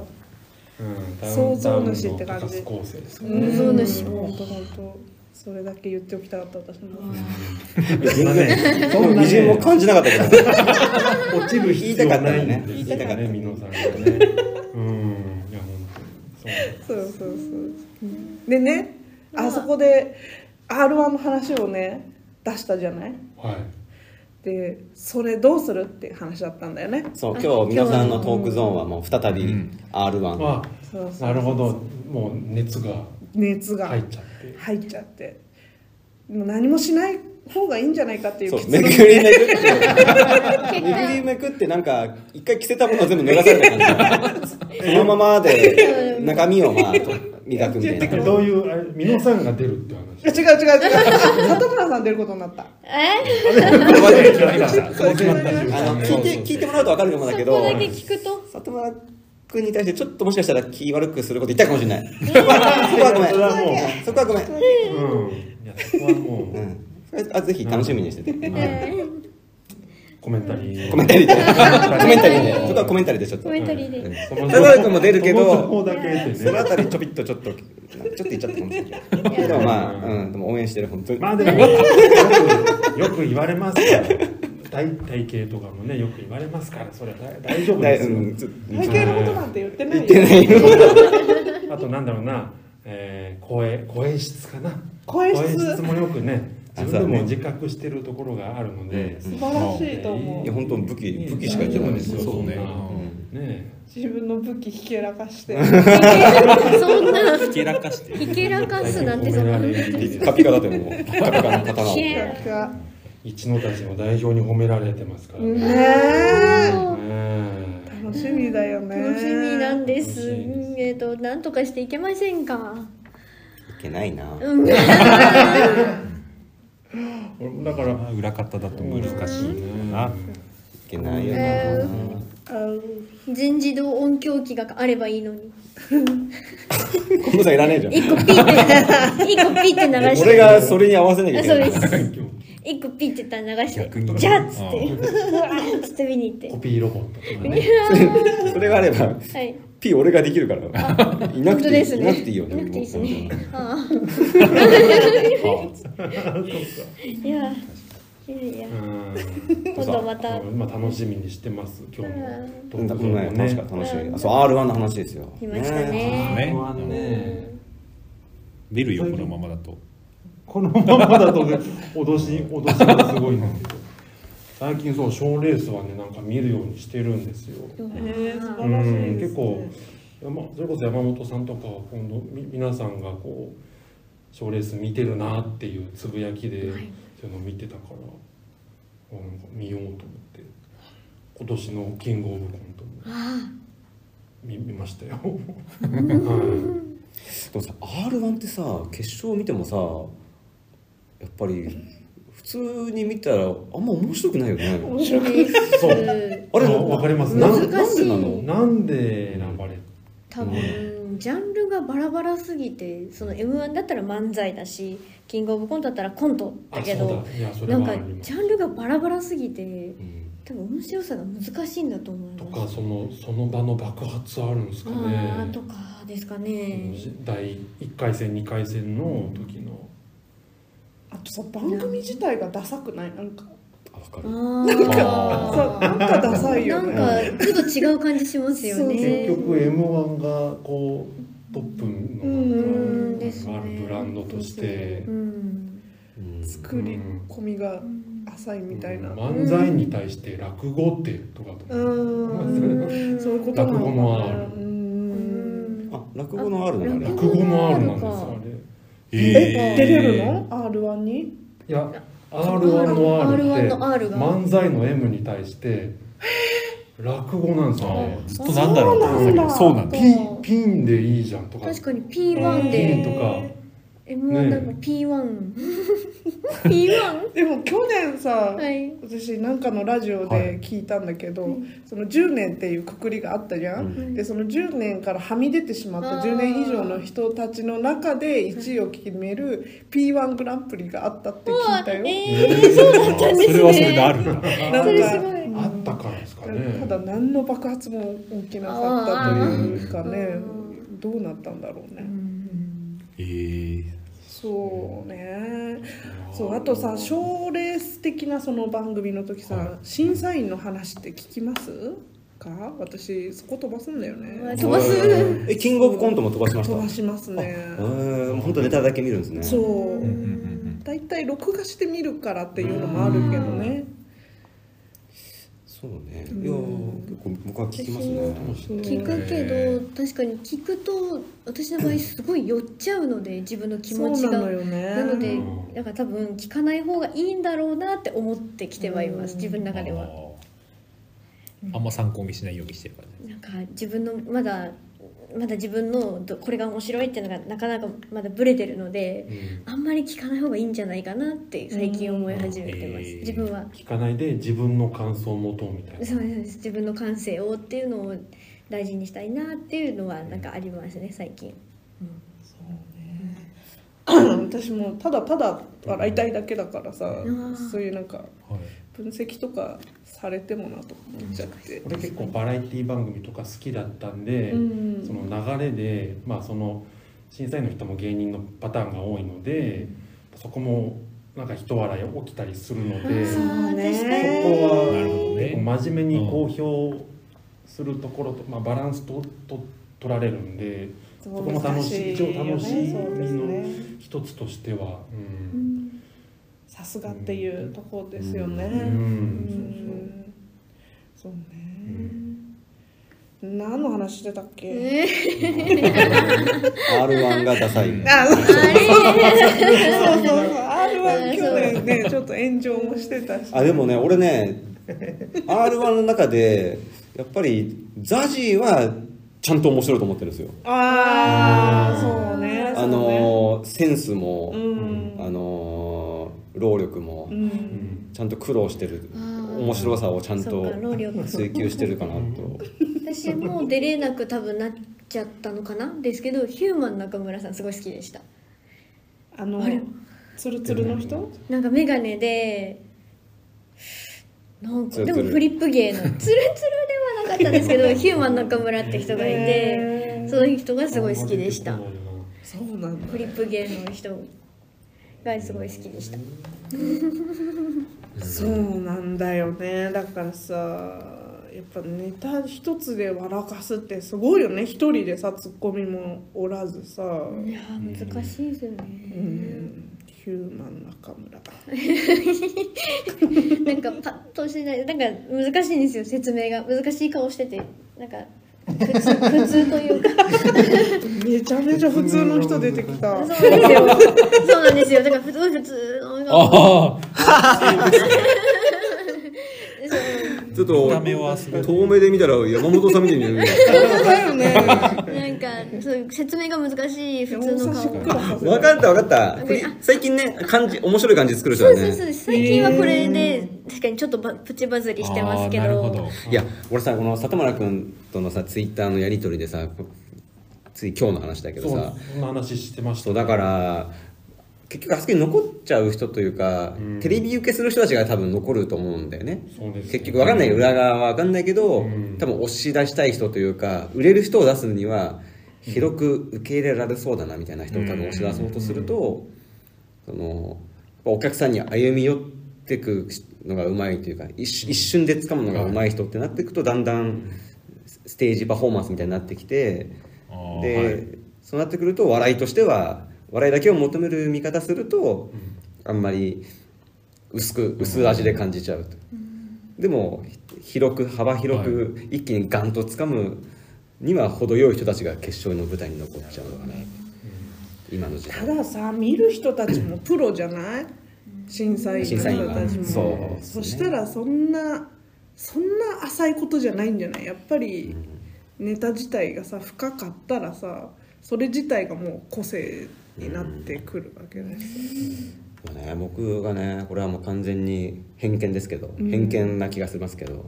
S5: うん
S4: 想像主って感じ
S5: ダウンタウンの高須高生です
S1: うんそうだし
S4: 本当本当それだけ言っておきたかった私も
S5: そんな ねそんな
S3: 微塵も感じなかった けど。
S5: 落ちる必要ないんですよ
S3: 言いたかったね
S5: ね美濃さんがねうんいや本当に
S4: そうそうそうでねあそこで r 1の話をね出したじゃない
S5: そうはい
S4: でそれどうするっていう話だったんだよね
S3: そう、今日、皆さんのトークゾーンはもう再び R1。
S5: あ
S4: そうそう
S5: なるほどもう熱が
S4: 熱が
S5: 入っちゃって
S4: 入っちゃってもう何もしない方がいいんじゃないかっていう
S3: そう、
S4: 結
S3: め
S4: 論
S3: ぐ
S4: に
S3: りめぐって、めぐりめくって、なんか、一回着せたものを全部脱がされた感じ。そのままで、中身をまあ、磨くみたいな。
S5: どういうあれ美濃さんが出るっ
S4: 違
S5: て
S4: う
S5: 話
S4: 違う違う里村さん出ることになった
S1: え
S2: ここで決まりましたこう決まった
S3: あの聞いて聞いてもらうと分かると思うんだけ
S1: そこ
S3: ど
S1: だけ聞くと
S3: 里村君に対してちょっともしかしたら気悪くすること言ったかもしれない そこはごめん
S5: それはも
S3: そこはごめん、
S5: うんいやそこはも
S3: う、
S5: うん
S3: それあぜひ楽しみにしてて、
S1: えー
S5: コメンタリー
S3: コメンタリーでコメンタリーでそこはコメンタリーでちょっと
S1: コメンタリーで
S5: そ
S3: 里
S5: の
S3: 村君も出るけ
S5: その情
S3: ど
S5: 報だけ出
S3: そ
S5: て
S3: の
S5: ね
S3: あたりちょびっとちょっとちょっと言っちゃったかもしれないけどでもまあ、うん、でも応援してる本当に
S5: まあでもよくよく言われますから体体型とかもねよく言われますからそれは大大丈夫
S3: だい
S5: ですよ、
S3: うん、ちょっと
S4: 体型のことなんて言ってな
S3: 言
S4: いよ
S3: ってないよ
S5: あとなんだろうな、えー、声声質かな
S4: 声質
S5: もよくね
S3: あそう
S5: 自分で
S3: だね
S5: も自覚してるところがあるので
S4: 素晴らしいと思う
S3: いや本当武器武器しか言ってないですよ
S5: そうね
S2: そうね
S5: ね
S4: 自分の武器ひけらかして
S1: そんな
S2: ひけらかして
S1: ひけらかすなんて
S5: 褒
S1: そん
S5: め
S1: な
S5: られる
S3: カピカだってもうカピカの刀を
S1: ひけら
S4: なんか
S5: 一のたちの代表に褒められてますからね、
S4: ね
S1: か
S5: ね
S4: え楽しみだよね
S1: 楽しみなんです。
S5: 楽しみ
S1: うんえっ、と、なんとかしていけませんか。
S3: いけないな、
S1: うん、
S5: 俺だから
S2: 裏方だと難しいな
S5: ね
S3: いけないよな、
S1: え
S4: あー
S1: 全自動音響機があればいいのに。
S3: 近藤さんいらねえじゃん
S1: 一個ピーって、一個ピーって鳴らして。
S3: 俺がそれに合わせなきゃいけない
S1: あそうです
S5: 今
S1: 一個ピーって鳴らして
S2: 逆に。
S1: じゃあっつって。ちょっと見に行って
S5: 日コ。ピーロボットとかね
S3: それがあれば
S1: はい。
S3: P 俺ができるからいな
S1: 本
S3: く
S1: 当
S3: てい
S1: で
S3: い,、
S1: すね。
S3: いなくていいよ
S1: いなくていいです ね。ああ
S3: あ
S1: いや、いや
S5: うん
S1: 今度また
S5: まあ楽しみにしてます今日のトークも
S3: ね、楽しかった楽しい、あそう R1 の話ですよ
S1: 来ましたね
S2: ね
S5: 不安ね
S2: 出るよこのままだと
S5: このままだとね脅し脅しがすごいなんですよ最近そう賞ーレースはねなんか見るようにしてるんですよ
S4: えー、素
S5: う
S4: 晴らしいです、ね、
S5: ん結構山それこそ山本さんとかは今度み皆さんがこう賞ーレース見てるなっていうつぶやきで、そういうの見てたからあなんか見ようと思って今年のキングオブコントも
S1: あ
S5: 見見ましたよ、は
S3: でもさ R1 ってさ決勝見てもさやっぱり普通に見たらあんま面白くないよね
S1: 面白いです
S5: そう
S3: あれ
S5: あわかります
S3: な
S1: 難しい
S3: なんでなの
S5: い、なんで選ばれ
S1: 多分ジャンルがバラバラすぎてその m 1だったら漫才だしキングオブコントだったらコントだけ
S5: あそ
S1: ど
S5: うだいやそれ
S1: な
S5: は
S1: ん
S5: あ
S1: か
S5: ります
S1: ジャンルがバラバラすぎて
S3: うん
S1: 多分面白さが難しいんだと思い
S5: と
S1: ま
S5: か
S1: す
S5: そのその場の爆発あるんですか
S1: あ
S5: ね
S1: ーとかですかね
S5: 第1回戦2回戦の時の
S4: あとさ番組自体がダサくないなんか
S3: あわかる
S1: あ
S4: さな
S1: ー
S4: んかダサい
S1: な
S4: よ
S1: ん
S4: ね
S1: かちょっと違う感じしますよね
S5: 結局 m 1がこうトップ
S1: うん
S5: の
S1: ですね
S5: あるブランドとして
S1: うん
S3: うん
S4: 作り込みが浅いみたいな、うん
S5: 漫才に対して落語ってとかと
S4: うんそういうことなの
S5: 落語もある
S4: かなうん
S3: あ落語の R なのあれ
S1: あ
S5: 落語もあるなんです
S1: あ
S5: よ
S1: る
S5: あれ
S4: え出れるの R1 に
S5: いや R1 の R って
S1: R1 の R が
S5: 漫才の M に対して落語なんですよね
S2: ずっとなんだろうと思ってたけどそ
S4: そうう
S2: な
S4: なん
S1: ん
S2: だ
S1: だ
S5: ピンピンでいいじゃんとか
S1: 確かに P1
S5: ピン
S1: で
S5: とか
S1: M1 だから P1 P1?
S4: でも去年さ、
S1: はい
S4: 私なんかのラジオで聞いたんだけど、その10年っていうくくりがあったじゃ
S3: う
S4: ん、
S3: ん
S4: でその10年からはみ出てしまった
S1: あー
S4: 10年以上の人たちの中で1位を決める P1 グランプリがあったって聞いたよ、
S1: えー、そうだったんですね
S2: それはそれであるんだ
S4: な
S1: そ
S4: ん
S1: れ
S4: か
S1: すごい
S5: あったからですか
S4: た
S5: ね
S4: だ何の爆発も起きなかったというかね
S1: あ
S4: どうなったんだろうね、
S2: えー
S4: そうねそうあとさ賞レース的なその番組の時さ、審査員の話って聞きますか私そこ飛ばすんだよ
S1: まあ
S4: ね
S1: 飛ばす
S3: えキングオブコントも飛ばしました
S4: 飛ばしますね
S3: えー、本当ネタだけ見るんですね
S4: そう
S2: うんうんうん
S4: 大体録画して見るからっていうのもあるけどね
S3: そうねいやー結構僕は聞きますね
S1: 聞くけど確かに聞くと私の場合すごい寄っちゃうので自分の気
S4: そう
S1: 持ち
S4: な
S1: が
S4: のよね
S1: なので
S5: うん
S1: なんか多分聞かない方がいいんだろうなって思ってきてはいます
S4: うん
S1: 自分の中では
S2: あーあんま参考にしないようにしてるからね
S1: なんか自分のまだまだ自分のどこれが面白いっていうのがなかなかまだブレてるので
S5: うん
S1: あんまり聞かない方がいいんじゃないかなって最近思い始めてます
S2: うん
S1: 自分は
S5: 聞かないで自分の感想を持とうみたいな
S1: そうです自分の感性をっていうのを大事にしたいなっていうのはなんかありますね最近
S4: 私もただただ笑いたいだけだからさ
S1: うん
S4: そういうなんか
S2: はい
S4: 分析とかされてもなとか思っちゃって
S5: 俺結構バラエティ番組とか好きだったんで、
S4: うん
S5: その流れで、まあ、その審査員の人も芸人のパターンが多いので、そこもなんか人笑い起きたりするので、
S1: あーそ
S5: そこ
S1: うね
S4: そう
S5: は
S2: なるほどね
S5: 結構真面目に公表するところと、まあ、バランスとと取られるんで
S4: そ
S5: こも楽しい一応楽しい
S4: そうですね
S5: 一つとしては、うん
S4: さすがっていうところですよね、
S5: う
S4: う
S5: ん
S4: んそうね、何の話してたっけ、
S1: え
S3: R1 がダサい
S4: あそうそうそうそう R
S1: う
S4: は
S1: ん
S4: 去年ねちょっと炎上もしてたし
S3: あでもね俺ね R1 の中でやっぱりザジーはちゃんと面白いと思ってるんですよ
S4: ああそうね
S3: あのーセンスも、
S4: そうねうん
S3: あのー労力も、
S4: うん
S5: うん
S3: ちゃんと苦労してる
S1: あー
S3: 面白さをちゃん
S1: そ
S3: と
S1: うか労力
S3: 追求してるかなと
S1: 私もう出れなく多分なっちゃったのかなですけどヒューマン中村さんすごい好きでした
S4: あの
S1: あれ
S4: ツルツルの人
S1: なんか眼鏡でなん
S3: ツ
S1: か
S3: ルツ
S1: で
S3: ル
S1: もフリップ芸のツルツルではなかったんですけ どヒューマン中村って人がいて
S4: へー
S1: その人がすごい好きでした
S5: あんまり出てこないな
S4: そうなんだ
S1: フリップ芸の人がすごい好きでした。
S4: そうなんだよねだからさやっぱネタ一つで笑かすってすごいよね一人でさツッコミもおらずさ、
S1: いやー難しいですね。
S4: うん、ヒューマン中村
S1: なんかパッとしないなんか難しいんですよ説明が難しい顔しててなんか普通普通というか
S4: めちゃめちゃ普通の人出てき
S1: そ
S4: た
S1: うなんですよそうなんですよだから普通普通の顔
S2: あ
S1: そ
S2: あ
S3: ちょっと
S2: ダメを遊ぶ
S3: 遠目で見たら山本さんみたいに 見える
S4: だよね
S1: うなんかそう説明が難しい普通の顔
S4: しっくらさせ
S3: 分かった分かった最近ね漢字面白い漢字作る人は
S1: そうそうそう
S3: ね
S1: 最近はこれで確かにちょっとばプチバズりしてますけ
S2: あーなる
S1: ど
S2: ほど
S3: いや俺さこの里村君とのさツイッターのやり取りでさつい今日の話だけど
S5: そう
S3: さ
S5: そんな話してました
S3: そうだから結局あそこに残っちゃう人というか、
S5: うん
S3: テレビ受けする人たちが多分残ると思うんだよね
S5: そうですね
S3: 結局分かんない裏側は分かんないけど、
S5: うん
S3: 多分押し出したい人というか売れる人を出すには広く受け入れられそうだなみたいな人を多分押し出そうとすると、そのお客さんに歩み寄ってくのがうまいというか一瞬一瞬で掴むのがうまい人ってなっていくとだんだんステージパフォーマンスみたいになってきて
S2: あー
S3: で、
S2: はい
S3: そうなってくると笑いとしては笑いだけを求める見方すると、あんまり薄く薄味で感じちゃうと、でもひ広く幅広く一気にガンと掴むには程よい人たちが決勝の舞台に残っちゃうのかな、今の時
S4: た
S3: 代
S4: ださ見る人たちもプロじゃない審査員の
S3: 審査員
S4: 人
S3: は
S4: たちも
S3: そう
S4: そしたらそんなそんな浅いことじゃないんじゃないやっぱりネタ自体がさ深かったらさそれ自体がもう個性になってくるわけだしさ
S3: ね僕がねこれはもう完全に偏見ですけど、偏見な気がしますけど、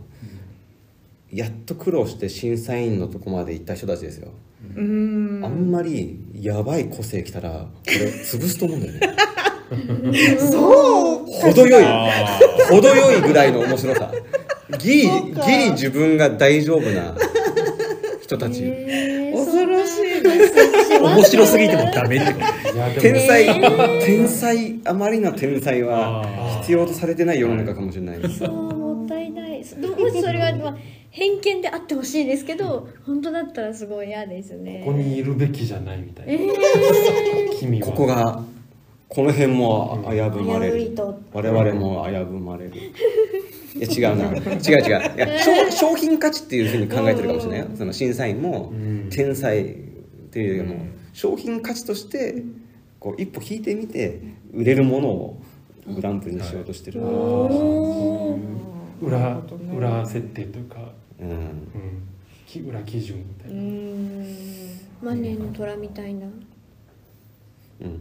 S3: やっと苦労して審査員のとこまで行った人たちですよ、
S4: うーん
S3: あんまりやばい個性きたらこれ潰すと思うんだよね
S4: そう
S3: 程よい
S2: あ
S3: 程よいぐらいの面白さギリ
S4: そうか
S3: ギリ自分が大丈夫な人たち、
S1: えー
S4: 恐ろしい
S1: そう
S2: ー面白すぎてもダメってこと
S5: いやでも
S3: 天才、
S1: え
S3: 天才あまりの天才
S2: あ
S3: は
S2: ー
S3: 必要とされてない世の中かもしれないです
S1: そうもったいないでももしそれが、まあ、偏見であってほしいですけど本当だったらすごい嫌ですね
S5: ここにいるべきじゃないみたいな、 君は
S3: ここがこの辺も危ぶまれ
S1: 危う
S3: る
S1: いと
S3: 我々も危ぶまれるいや違うな違う違ういや商商品価値っていうふうに考えてるかもしれないよその審査員も
S5: うん
S3: 天才っていうより
S5: う
S3: も
S5: ん
S3: 商品価値としてこう一歩引いてみて売れるものをグランプリにしようとしてる、
S1: おー
S5: 裏裏設定というか、
S3: うん
S5: うん、き裏基準みたいうな、
S4: ーん
S1: 万年の虎みたいな
S3: うん、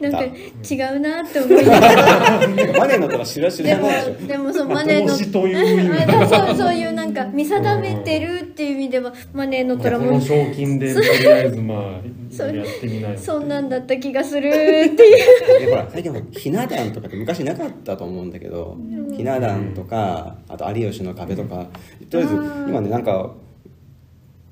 S1: なんか違うなって思いながら
S3: マネーのとか知ら知
S1: で
S3: らないでし
S1: もでもそのマネーの
S5: 投資という意味
S1: あでもそうそういうなんか見定めてるっていう意味ではマネーの
S5: こ
S1: 虎
S5: の
S1: も
S5: 賞金でとりあえずまあ
S1: そう
S5: やってみない
S1: そんなんだった気がするっていう
S3: ょでほら最近ほらひな壇とかって昔なかったと思うんだけど、ひな壇とかあと「有吉の壁」とか、とりあえず今ねなんか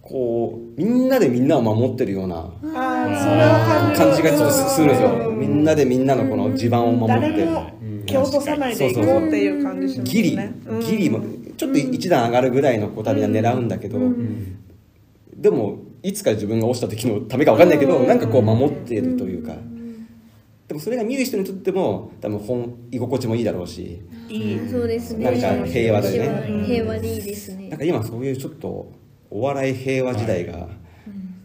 S3: こうみんなでみんなを守ってるような
S4: あーそれは
S3: 感じがちょっとするんですよ
S4: うん
S3: みんなでみんなのこの地盤を守って
S4: 誰も蹴落とさないでいこうっていう感じします
S3: ギリ
S4: ね。うん
S3: ギリもちょっと一段上がるぐらいの子たびは狙うんだけど、
S5: うん
S3: でもいつか自分が落ちた時のためか分かんないけど、なんかこう守ってるというか、でもそれが見る人にとっても多分本居心地もいいだろうし、
S4: いい
S1: そうですね
S3: なんか平和でね
S1: 一番平和でいいです
S3: なん
S1: ね
S3: か今そういうちょっとお笑い平和時代が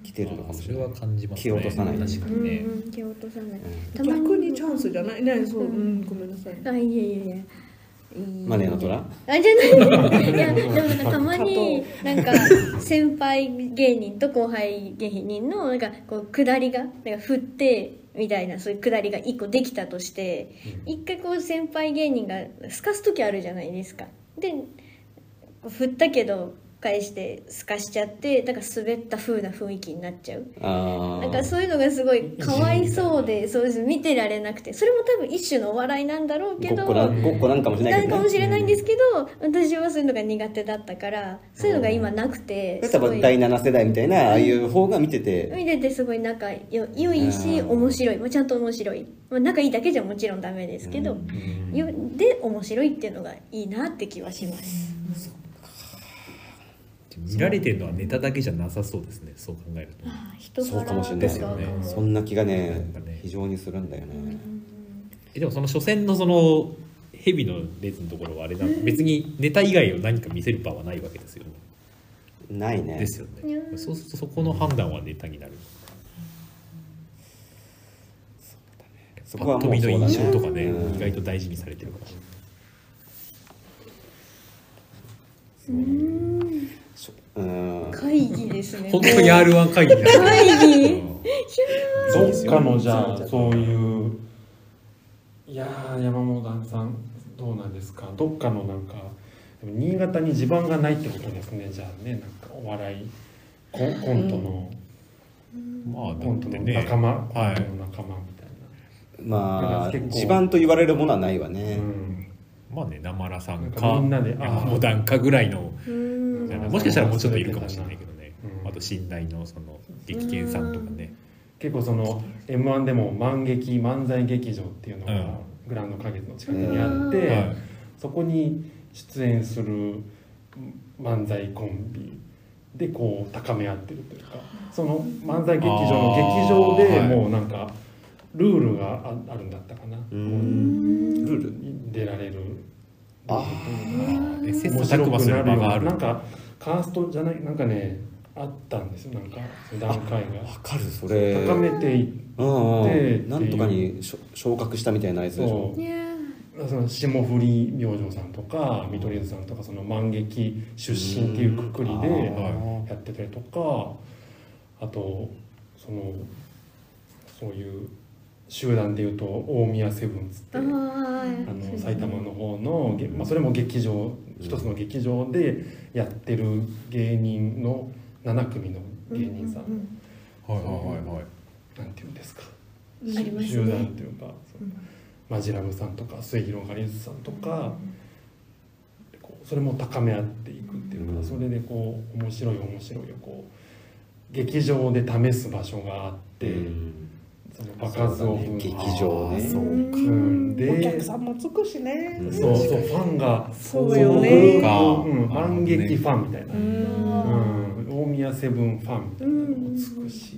S3: 来てるのかもし
S2: そ
S3: れ
S2: れ
S3: ない、
S2: は感じますね
S3: 気を落とさない
S2: 確か
S1: うん
S2: にね、
S1: うん蹴落とさないたま
S4: 逆にチャンスじゃないね。そう、うん、ごめんなさい。
S1: あいやいやいやいい
S3: マネーの虎
S1: あじゃない いやでもなんかたまになんか先輩芸人と後輩芸人のなんかこう下りがなんか振ってみたいなそういう下りが一個できたとして一回こう先輩芸人がすかす時あるじゃないですかで振ったけど返してすかしちゃってだから滑った風な雰囲気になっちゃう
S3: あ
S1: なん
S3: ー
S1: かそういうのがすごいかわいそうでそうです見てられなくてそれも多分一種のお笑いなんだろうけ
S3: ごっ
S1: ど
S3: こなごっこなんかもしれな
S1: ない
S3: け
S1: ん
S3: ど
S1: か
S3: ね
S1: もしれないんですけど、私はそういうのが苦手だったからそういうのが今なくて、
S3: 例
S1: す
S3: えば
S1: ごい
S3: 第7世代みたいなああいう方が見てて、
S1: 見ててすごい仲よ良いし
S3: うん
S1: 面白い、まあ、ちゃんと面白い、まあ、仲いいだけじゃもちろんダメですけど、よで面白いっていうのがいいなって気はします、
S2: 見られてるのはネタだけじゃなさそうですねそう考えると
S1: ああ人柄
S3: そうかもしれない
S1: とか
S3: よね
S1: も
S3: そんな気がね
S2: なんかね
S3: 非常にするんだよね、
S2: えでもその初戦のその蛇の列のところはあれな別にネタ以外を何か見せる場はないわけですよね
S3: ないね
S2: ですよ
S1: うん
S2: ねそうするとそこの判断はネタになる
S3: そ
S2: パ
S3: こは
S2: ッと
S3: もう
S2: 見
S3: そ
S2: の
S3: うだ
S2: 印象とか
S3: ね
S2: ね
S3: うん
S2: 意外と大事にされてるかもしれない
S3: うん
S1: 会議ですね
S2: 本当ヤールワン会議だ
S1: 会議
S5: どっかのじゃ
S3: そう
S5: あそういういやー山本さんどうなんですかどっかのなんかでも新潟に地盤がないってことですねじゃあねなんかお笑いコンコントの、
S2: まあだ
S5: コント
S2: って
S5: の
S2: ね
S5: 仲間、
S2: はい
S5: コントの仲間みたい
S3: まあ
S5: だから結構
S3: 地盤と言われるものはないわね
S5: な、う、ん、
S2: まあね生らさん
S5: なん
S2: か
S5: かみんなであ
S2: 山モダンかぐらいの
S1: うん
S5: うん
S2: もしかしたらもうちょっといるかもしれないけどね
S5: うん
S2: あと信頼のその激剣さんとかね
S5: 結構その m 1でも満劇漫才劇場っていうのが、
S2: うん
S5: グランド花月の近くにあって、
S1: うん
S2: はい
S5: そこに出演する漫才コンビでこう高め合ってるというかその漫才劇場の劇場で
S2: あーはい
S5: もうなんかルールがああるんだったかな、
S3: うんルール
S5: 出られる
S3: あ
S2: で切
S5: 面
S2: 磋
S5: 白
S2: 琢磨
S5: く
S2: す
S5: な
S2: る
S5: る
S2: 場
S5: よう
S2: が
S5: な
S2: ある
S5: なんかカーストじゃないなんかねあったんですよなんかその段階
S3: わ
S5: が
S3: かるそれ
S5: 高めていっ
S3: うん
S5: で
S3: うん、なんとかにしょ昇格したみたいなやつでしょ
S5: そうその霜降り明星さんとか見取り図さんとかその万劇出身っていうくくりで
S3: うん
S5: はいやってたりとかあとそのそういう集団でいうと大宮セブンズって
S1: あ
S5: あ
S1: ー
S5: の埼玉の方の、げまあ、それも劇場一つの劇場でやってる芸人の7組の芸人さん、
S1: ううん
S2: はいはいはいはい
S5: なんていうんですか
S1: あります
S5: 集団っ
S1: ね
S5: ていうか、そのマジラブさんとか末広がりずさんとか、こうそれも高め合っていくっていうか、
S3: うん
S5: それでこう面白い面白いをこう劇場で試す場所があって、
S3: うん
S5: その場数を踏んで
S3: 劇場ね
S2: あーそううん
S5: で
S4: お客さんもつくしね、
S3: うん
S5: そうそうファンが
S4: そうよね
S5: そううん、反撃ファンみたいな、
S1: ん
S5: うん大宮セブンファンみたいなのもつくし、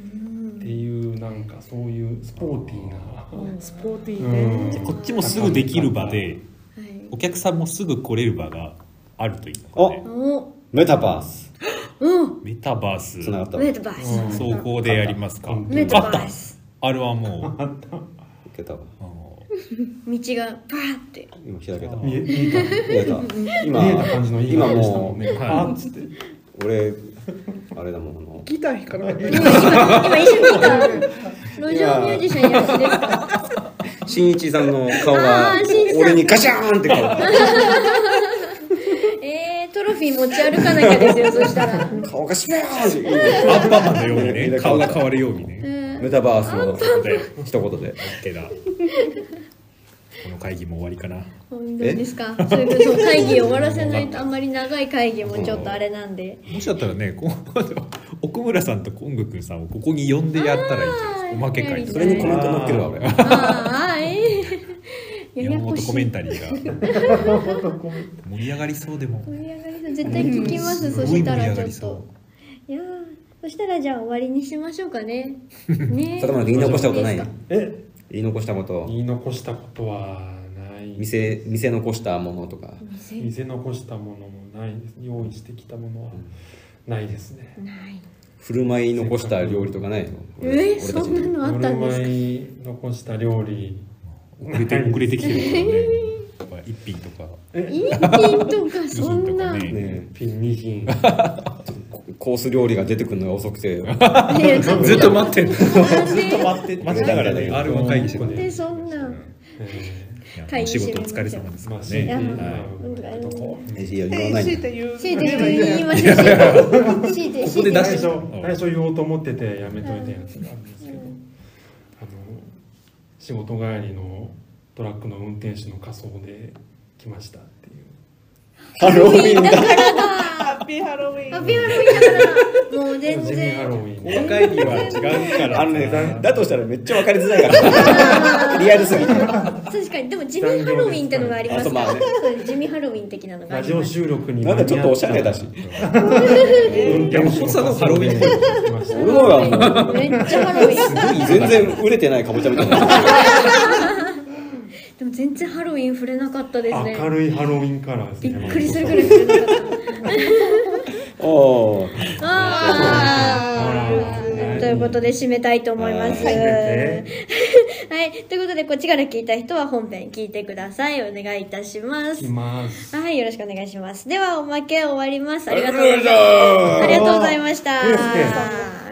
S5: っていうなんかそういうスポーティーな。
S4: スポーティーね、
S5: うん
S2: こっちもすぐできる場で
S1: はい
S2: お客さんもすぐ来れる場があるといいのかね
S1: お
S3: メタバース
S1: うん
S2: メタバース
S3: つながったわ
S1: メ
S3: 受
S1: タバー
S5: う
S1: ス
S5: ん
S2: 走行でやりますか
S5: うん
S1: メタバース
S2: あれはもう
S3: けたわ
S2: あの
S1: 道がパーって
S3: 今開けた
S5: 見え見え
S3: 見えた今
S5: 見えた感じのいい
S3: 今
S5: 感じでしたも
S3: も
S5: ん
S2: は
S5: ね。
S2: い
S5: あーっつって。
S3: う俺あれだもんあの
S4: ギター弾かない
S1: 今今一緒に見た路上ミュージシャンやつですか
S3: 新一さんの顔が
S1: あー新一さん
S3: 俺にガシャーンって顔
S1: えー、トロフィー持ち歩かなきゃですよそしたら
S3: 顔がシューンって
S2: アンパンマンのようにね顔が変わるようにね
S3: メタバースの
S2: で
S3: 一言で
S2: 手だこの会議も終わりかな
S1: 本当ですかそういうそう会議終わらせないとあんまり長い会議もちょっとあれなんで
S2: もしだったらねこう奥村さんとコング君さんをここに呼んでやったらいいじゃないですかおまけ会
S1: あー
S2: と
S3: そ
S2: か
S3: れにコメント載っけるわ俺
S1: あーあーえー、や
S2: 山
S1: やこ
S2: 本
S1: し
S2: コ
S1: い
S2: メ
S1: 盛
S2: ンタリーが 盛り上がりそうでも
S1: り上がりそう絶対聞きます、
S2: す
S1: そ
S2: ご
S1: し
S2: い
S1: た
S2: 盛り
S1: ら
S2: 上
S1: ち
S2: が
S1: ょ
S2: り
S1: っ
S2: そ
S1: といやーそしたらじゃあ終わりにしましょうかねね
S3: 佐藤言い残したことない
S1: いいです
S5: え
S3: 言い残したこと
S5: 言い残したことはない。
S3: 店店残したものとか
S1: 店
S5: 店残したものもないです。用意してきたものはないですね。
S1: ない
S3: 振る舞い残した料理とかないの
S1: えー、そんな
S3: に
S1: のあったんですか
S5: い残した料理。
S2: 遅れて遅れてきてるからねやっぱ一品とか
S5: え、
S1: 一品とか
S2: 二
S1: そ
S2: 品
S1: ん
S2: とか
S1: な、
S2: ね
S3: ね
S5: ピン二品。
S3: えコース料理が出てくるのが遅くて
S1: いや
S2: ずっと待ってんの
S1: なんで
S2: 待って待ちながらね R1 会議して
S5: なん
S1: で
S2: て
S1: そんな
S5: え
S2: いや
S1: 会
S2: お
S1: 議
S2: 仕
S1: 締め
S2: 事お
S1: ましょう
S2: 疲れ様です
S5: ー
S2: か
S5: ま
S2: ら
S5: あ、強い
S2: ね
S5: て
S1: や。
S5: 言う
S1: 本当だよね
S5: とこ
S3: えいいよ言わ
S4: え
S3: ない
S4: 強
S3: で
S4: いて言う
S1: 強い
S4: 言えばいい
S1: て言
S4: ん
S1: い
S4: だよ
S1: ましょう強いて
S2: ここで出
S5: 最
S2: し
S5: 初
S2: て
S5: 最初言おうと思っててやめといたやつがあるんですけど、あの仕事帰りのトラックの運転手の仮装で来ましたっていう
S3: ハロウィンだ
S4: ハッピーハロウィ
S1: ア
S4: ン
S1: ビアロイだからもう
S5: 地
S1: 全
S5: 味ハロウ
S1: 然
S5: ィン
S2: 公開日は違うから。
S3: あのねだとしたらめっちゃ分かりづらいからリアルすぎて
S1: 確かにでも地味ハロウィンってのがありますか
S3: あ
S1: ら
S3: とまあね
S1: そう地味ハロウィン的なのがあ
S5: ラ
S1: り
S5: ジ
S1: ま
S5: オ
S1: す
S5: 収録に
S3: なんだちょっとおしゃれだし
S5: 運転手の仮装で
S2: ハロウィン
S5: 来ました
S3: 俺の方がもう
S1: めっちゃハロウィン
S3: 全然売れてないかぼちゃみたいな
S1: でも全然ハロウィン触れなかったですね
S5: 明るいハロウィンカラーです
S1: び
S5: ね
S1: っくりするぐらい触れなかった
S3: おー
S1: あーということで締めたいと思います。
S3: は
S1: はいい、
S5: ね
S1: ということでこっちから聞いた人は本編聞いてください。お願いいたします
S5: 来。ます
S1: はい、よろしくお願いします。ではおまけ終わります。ありがとうございます。ありがとうございました。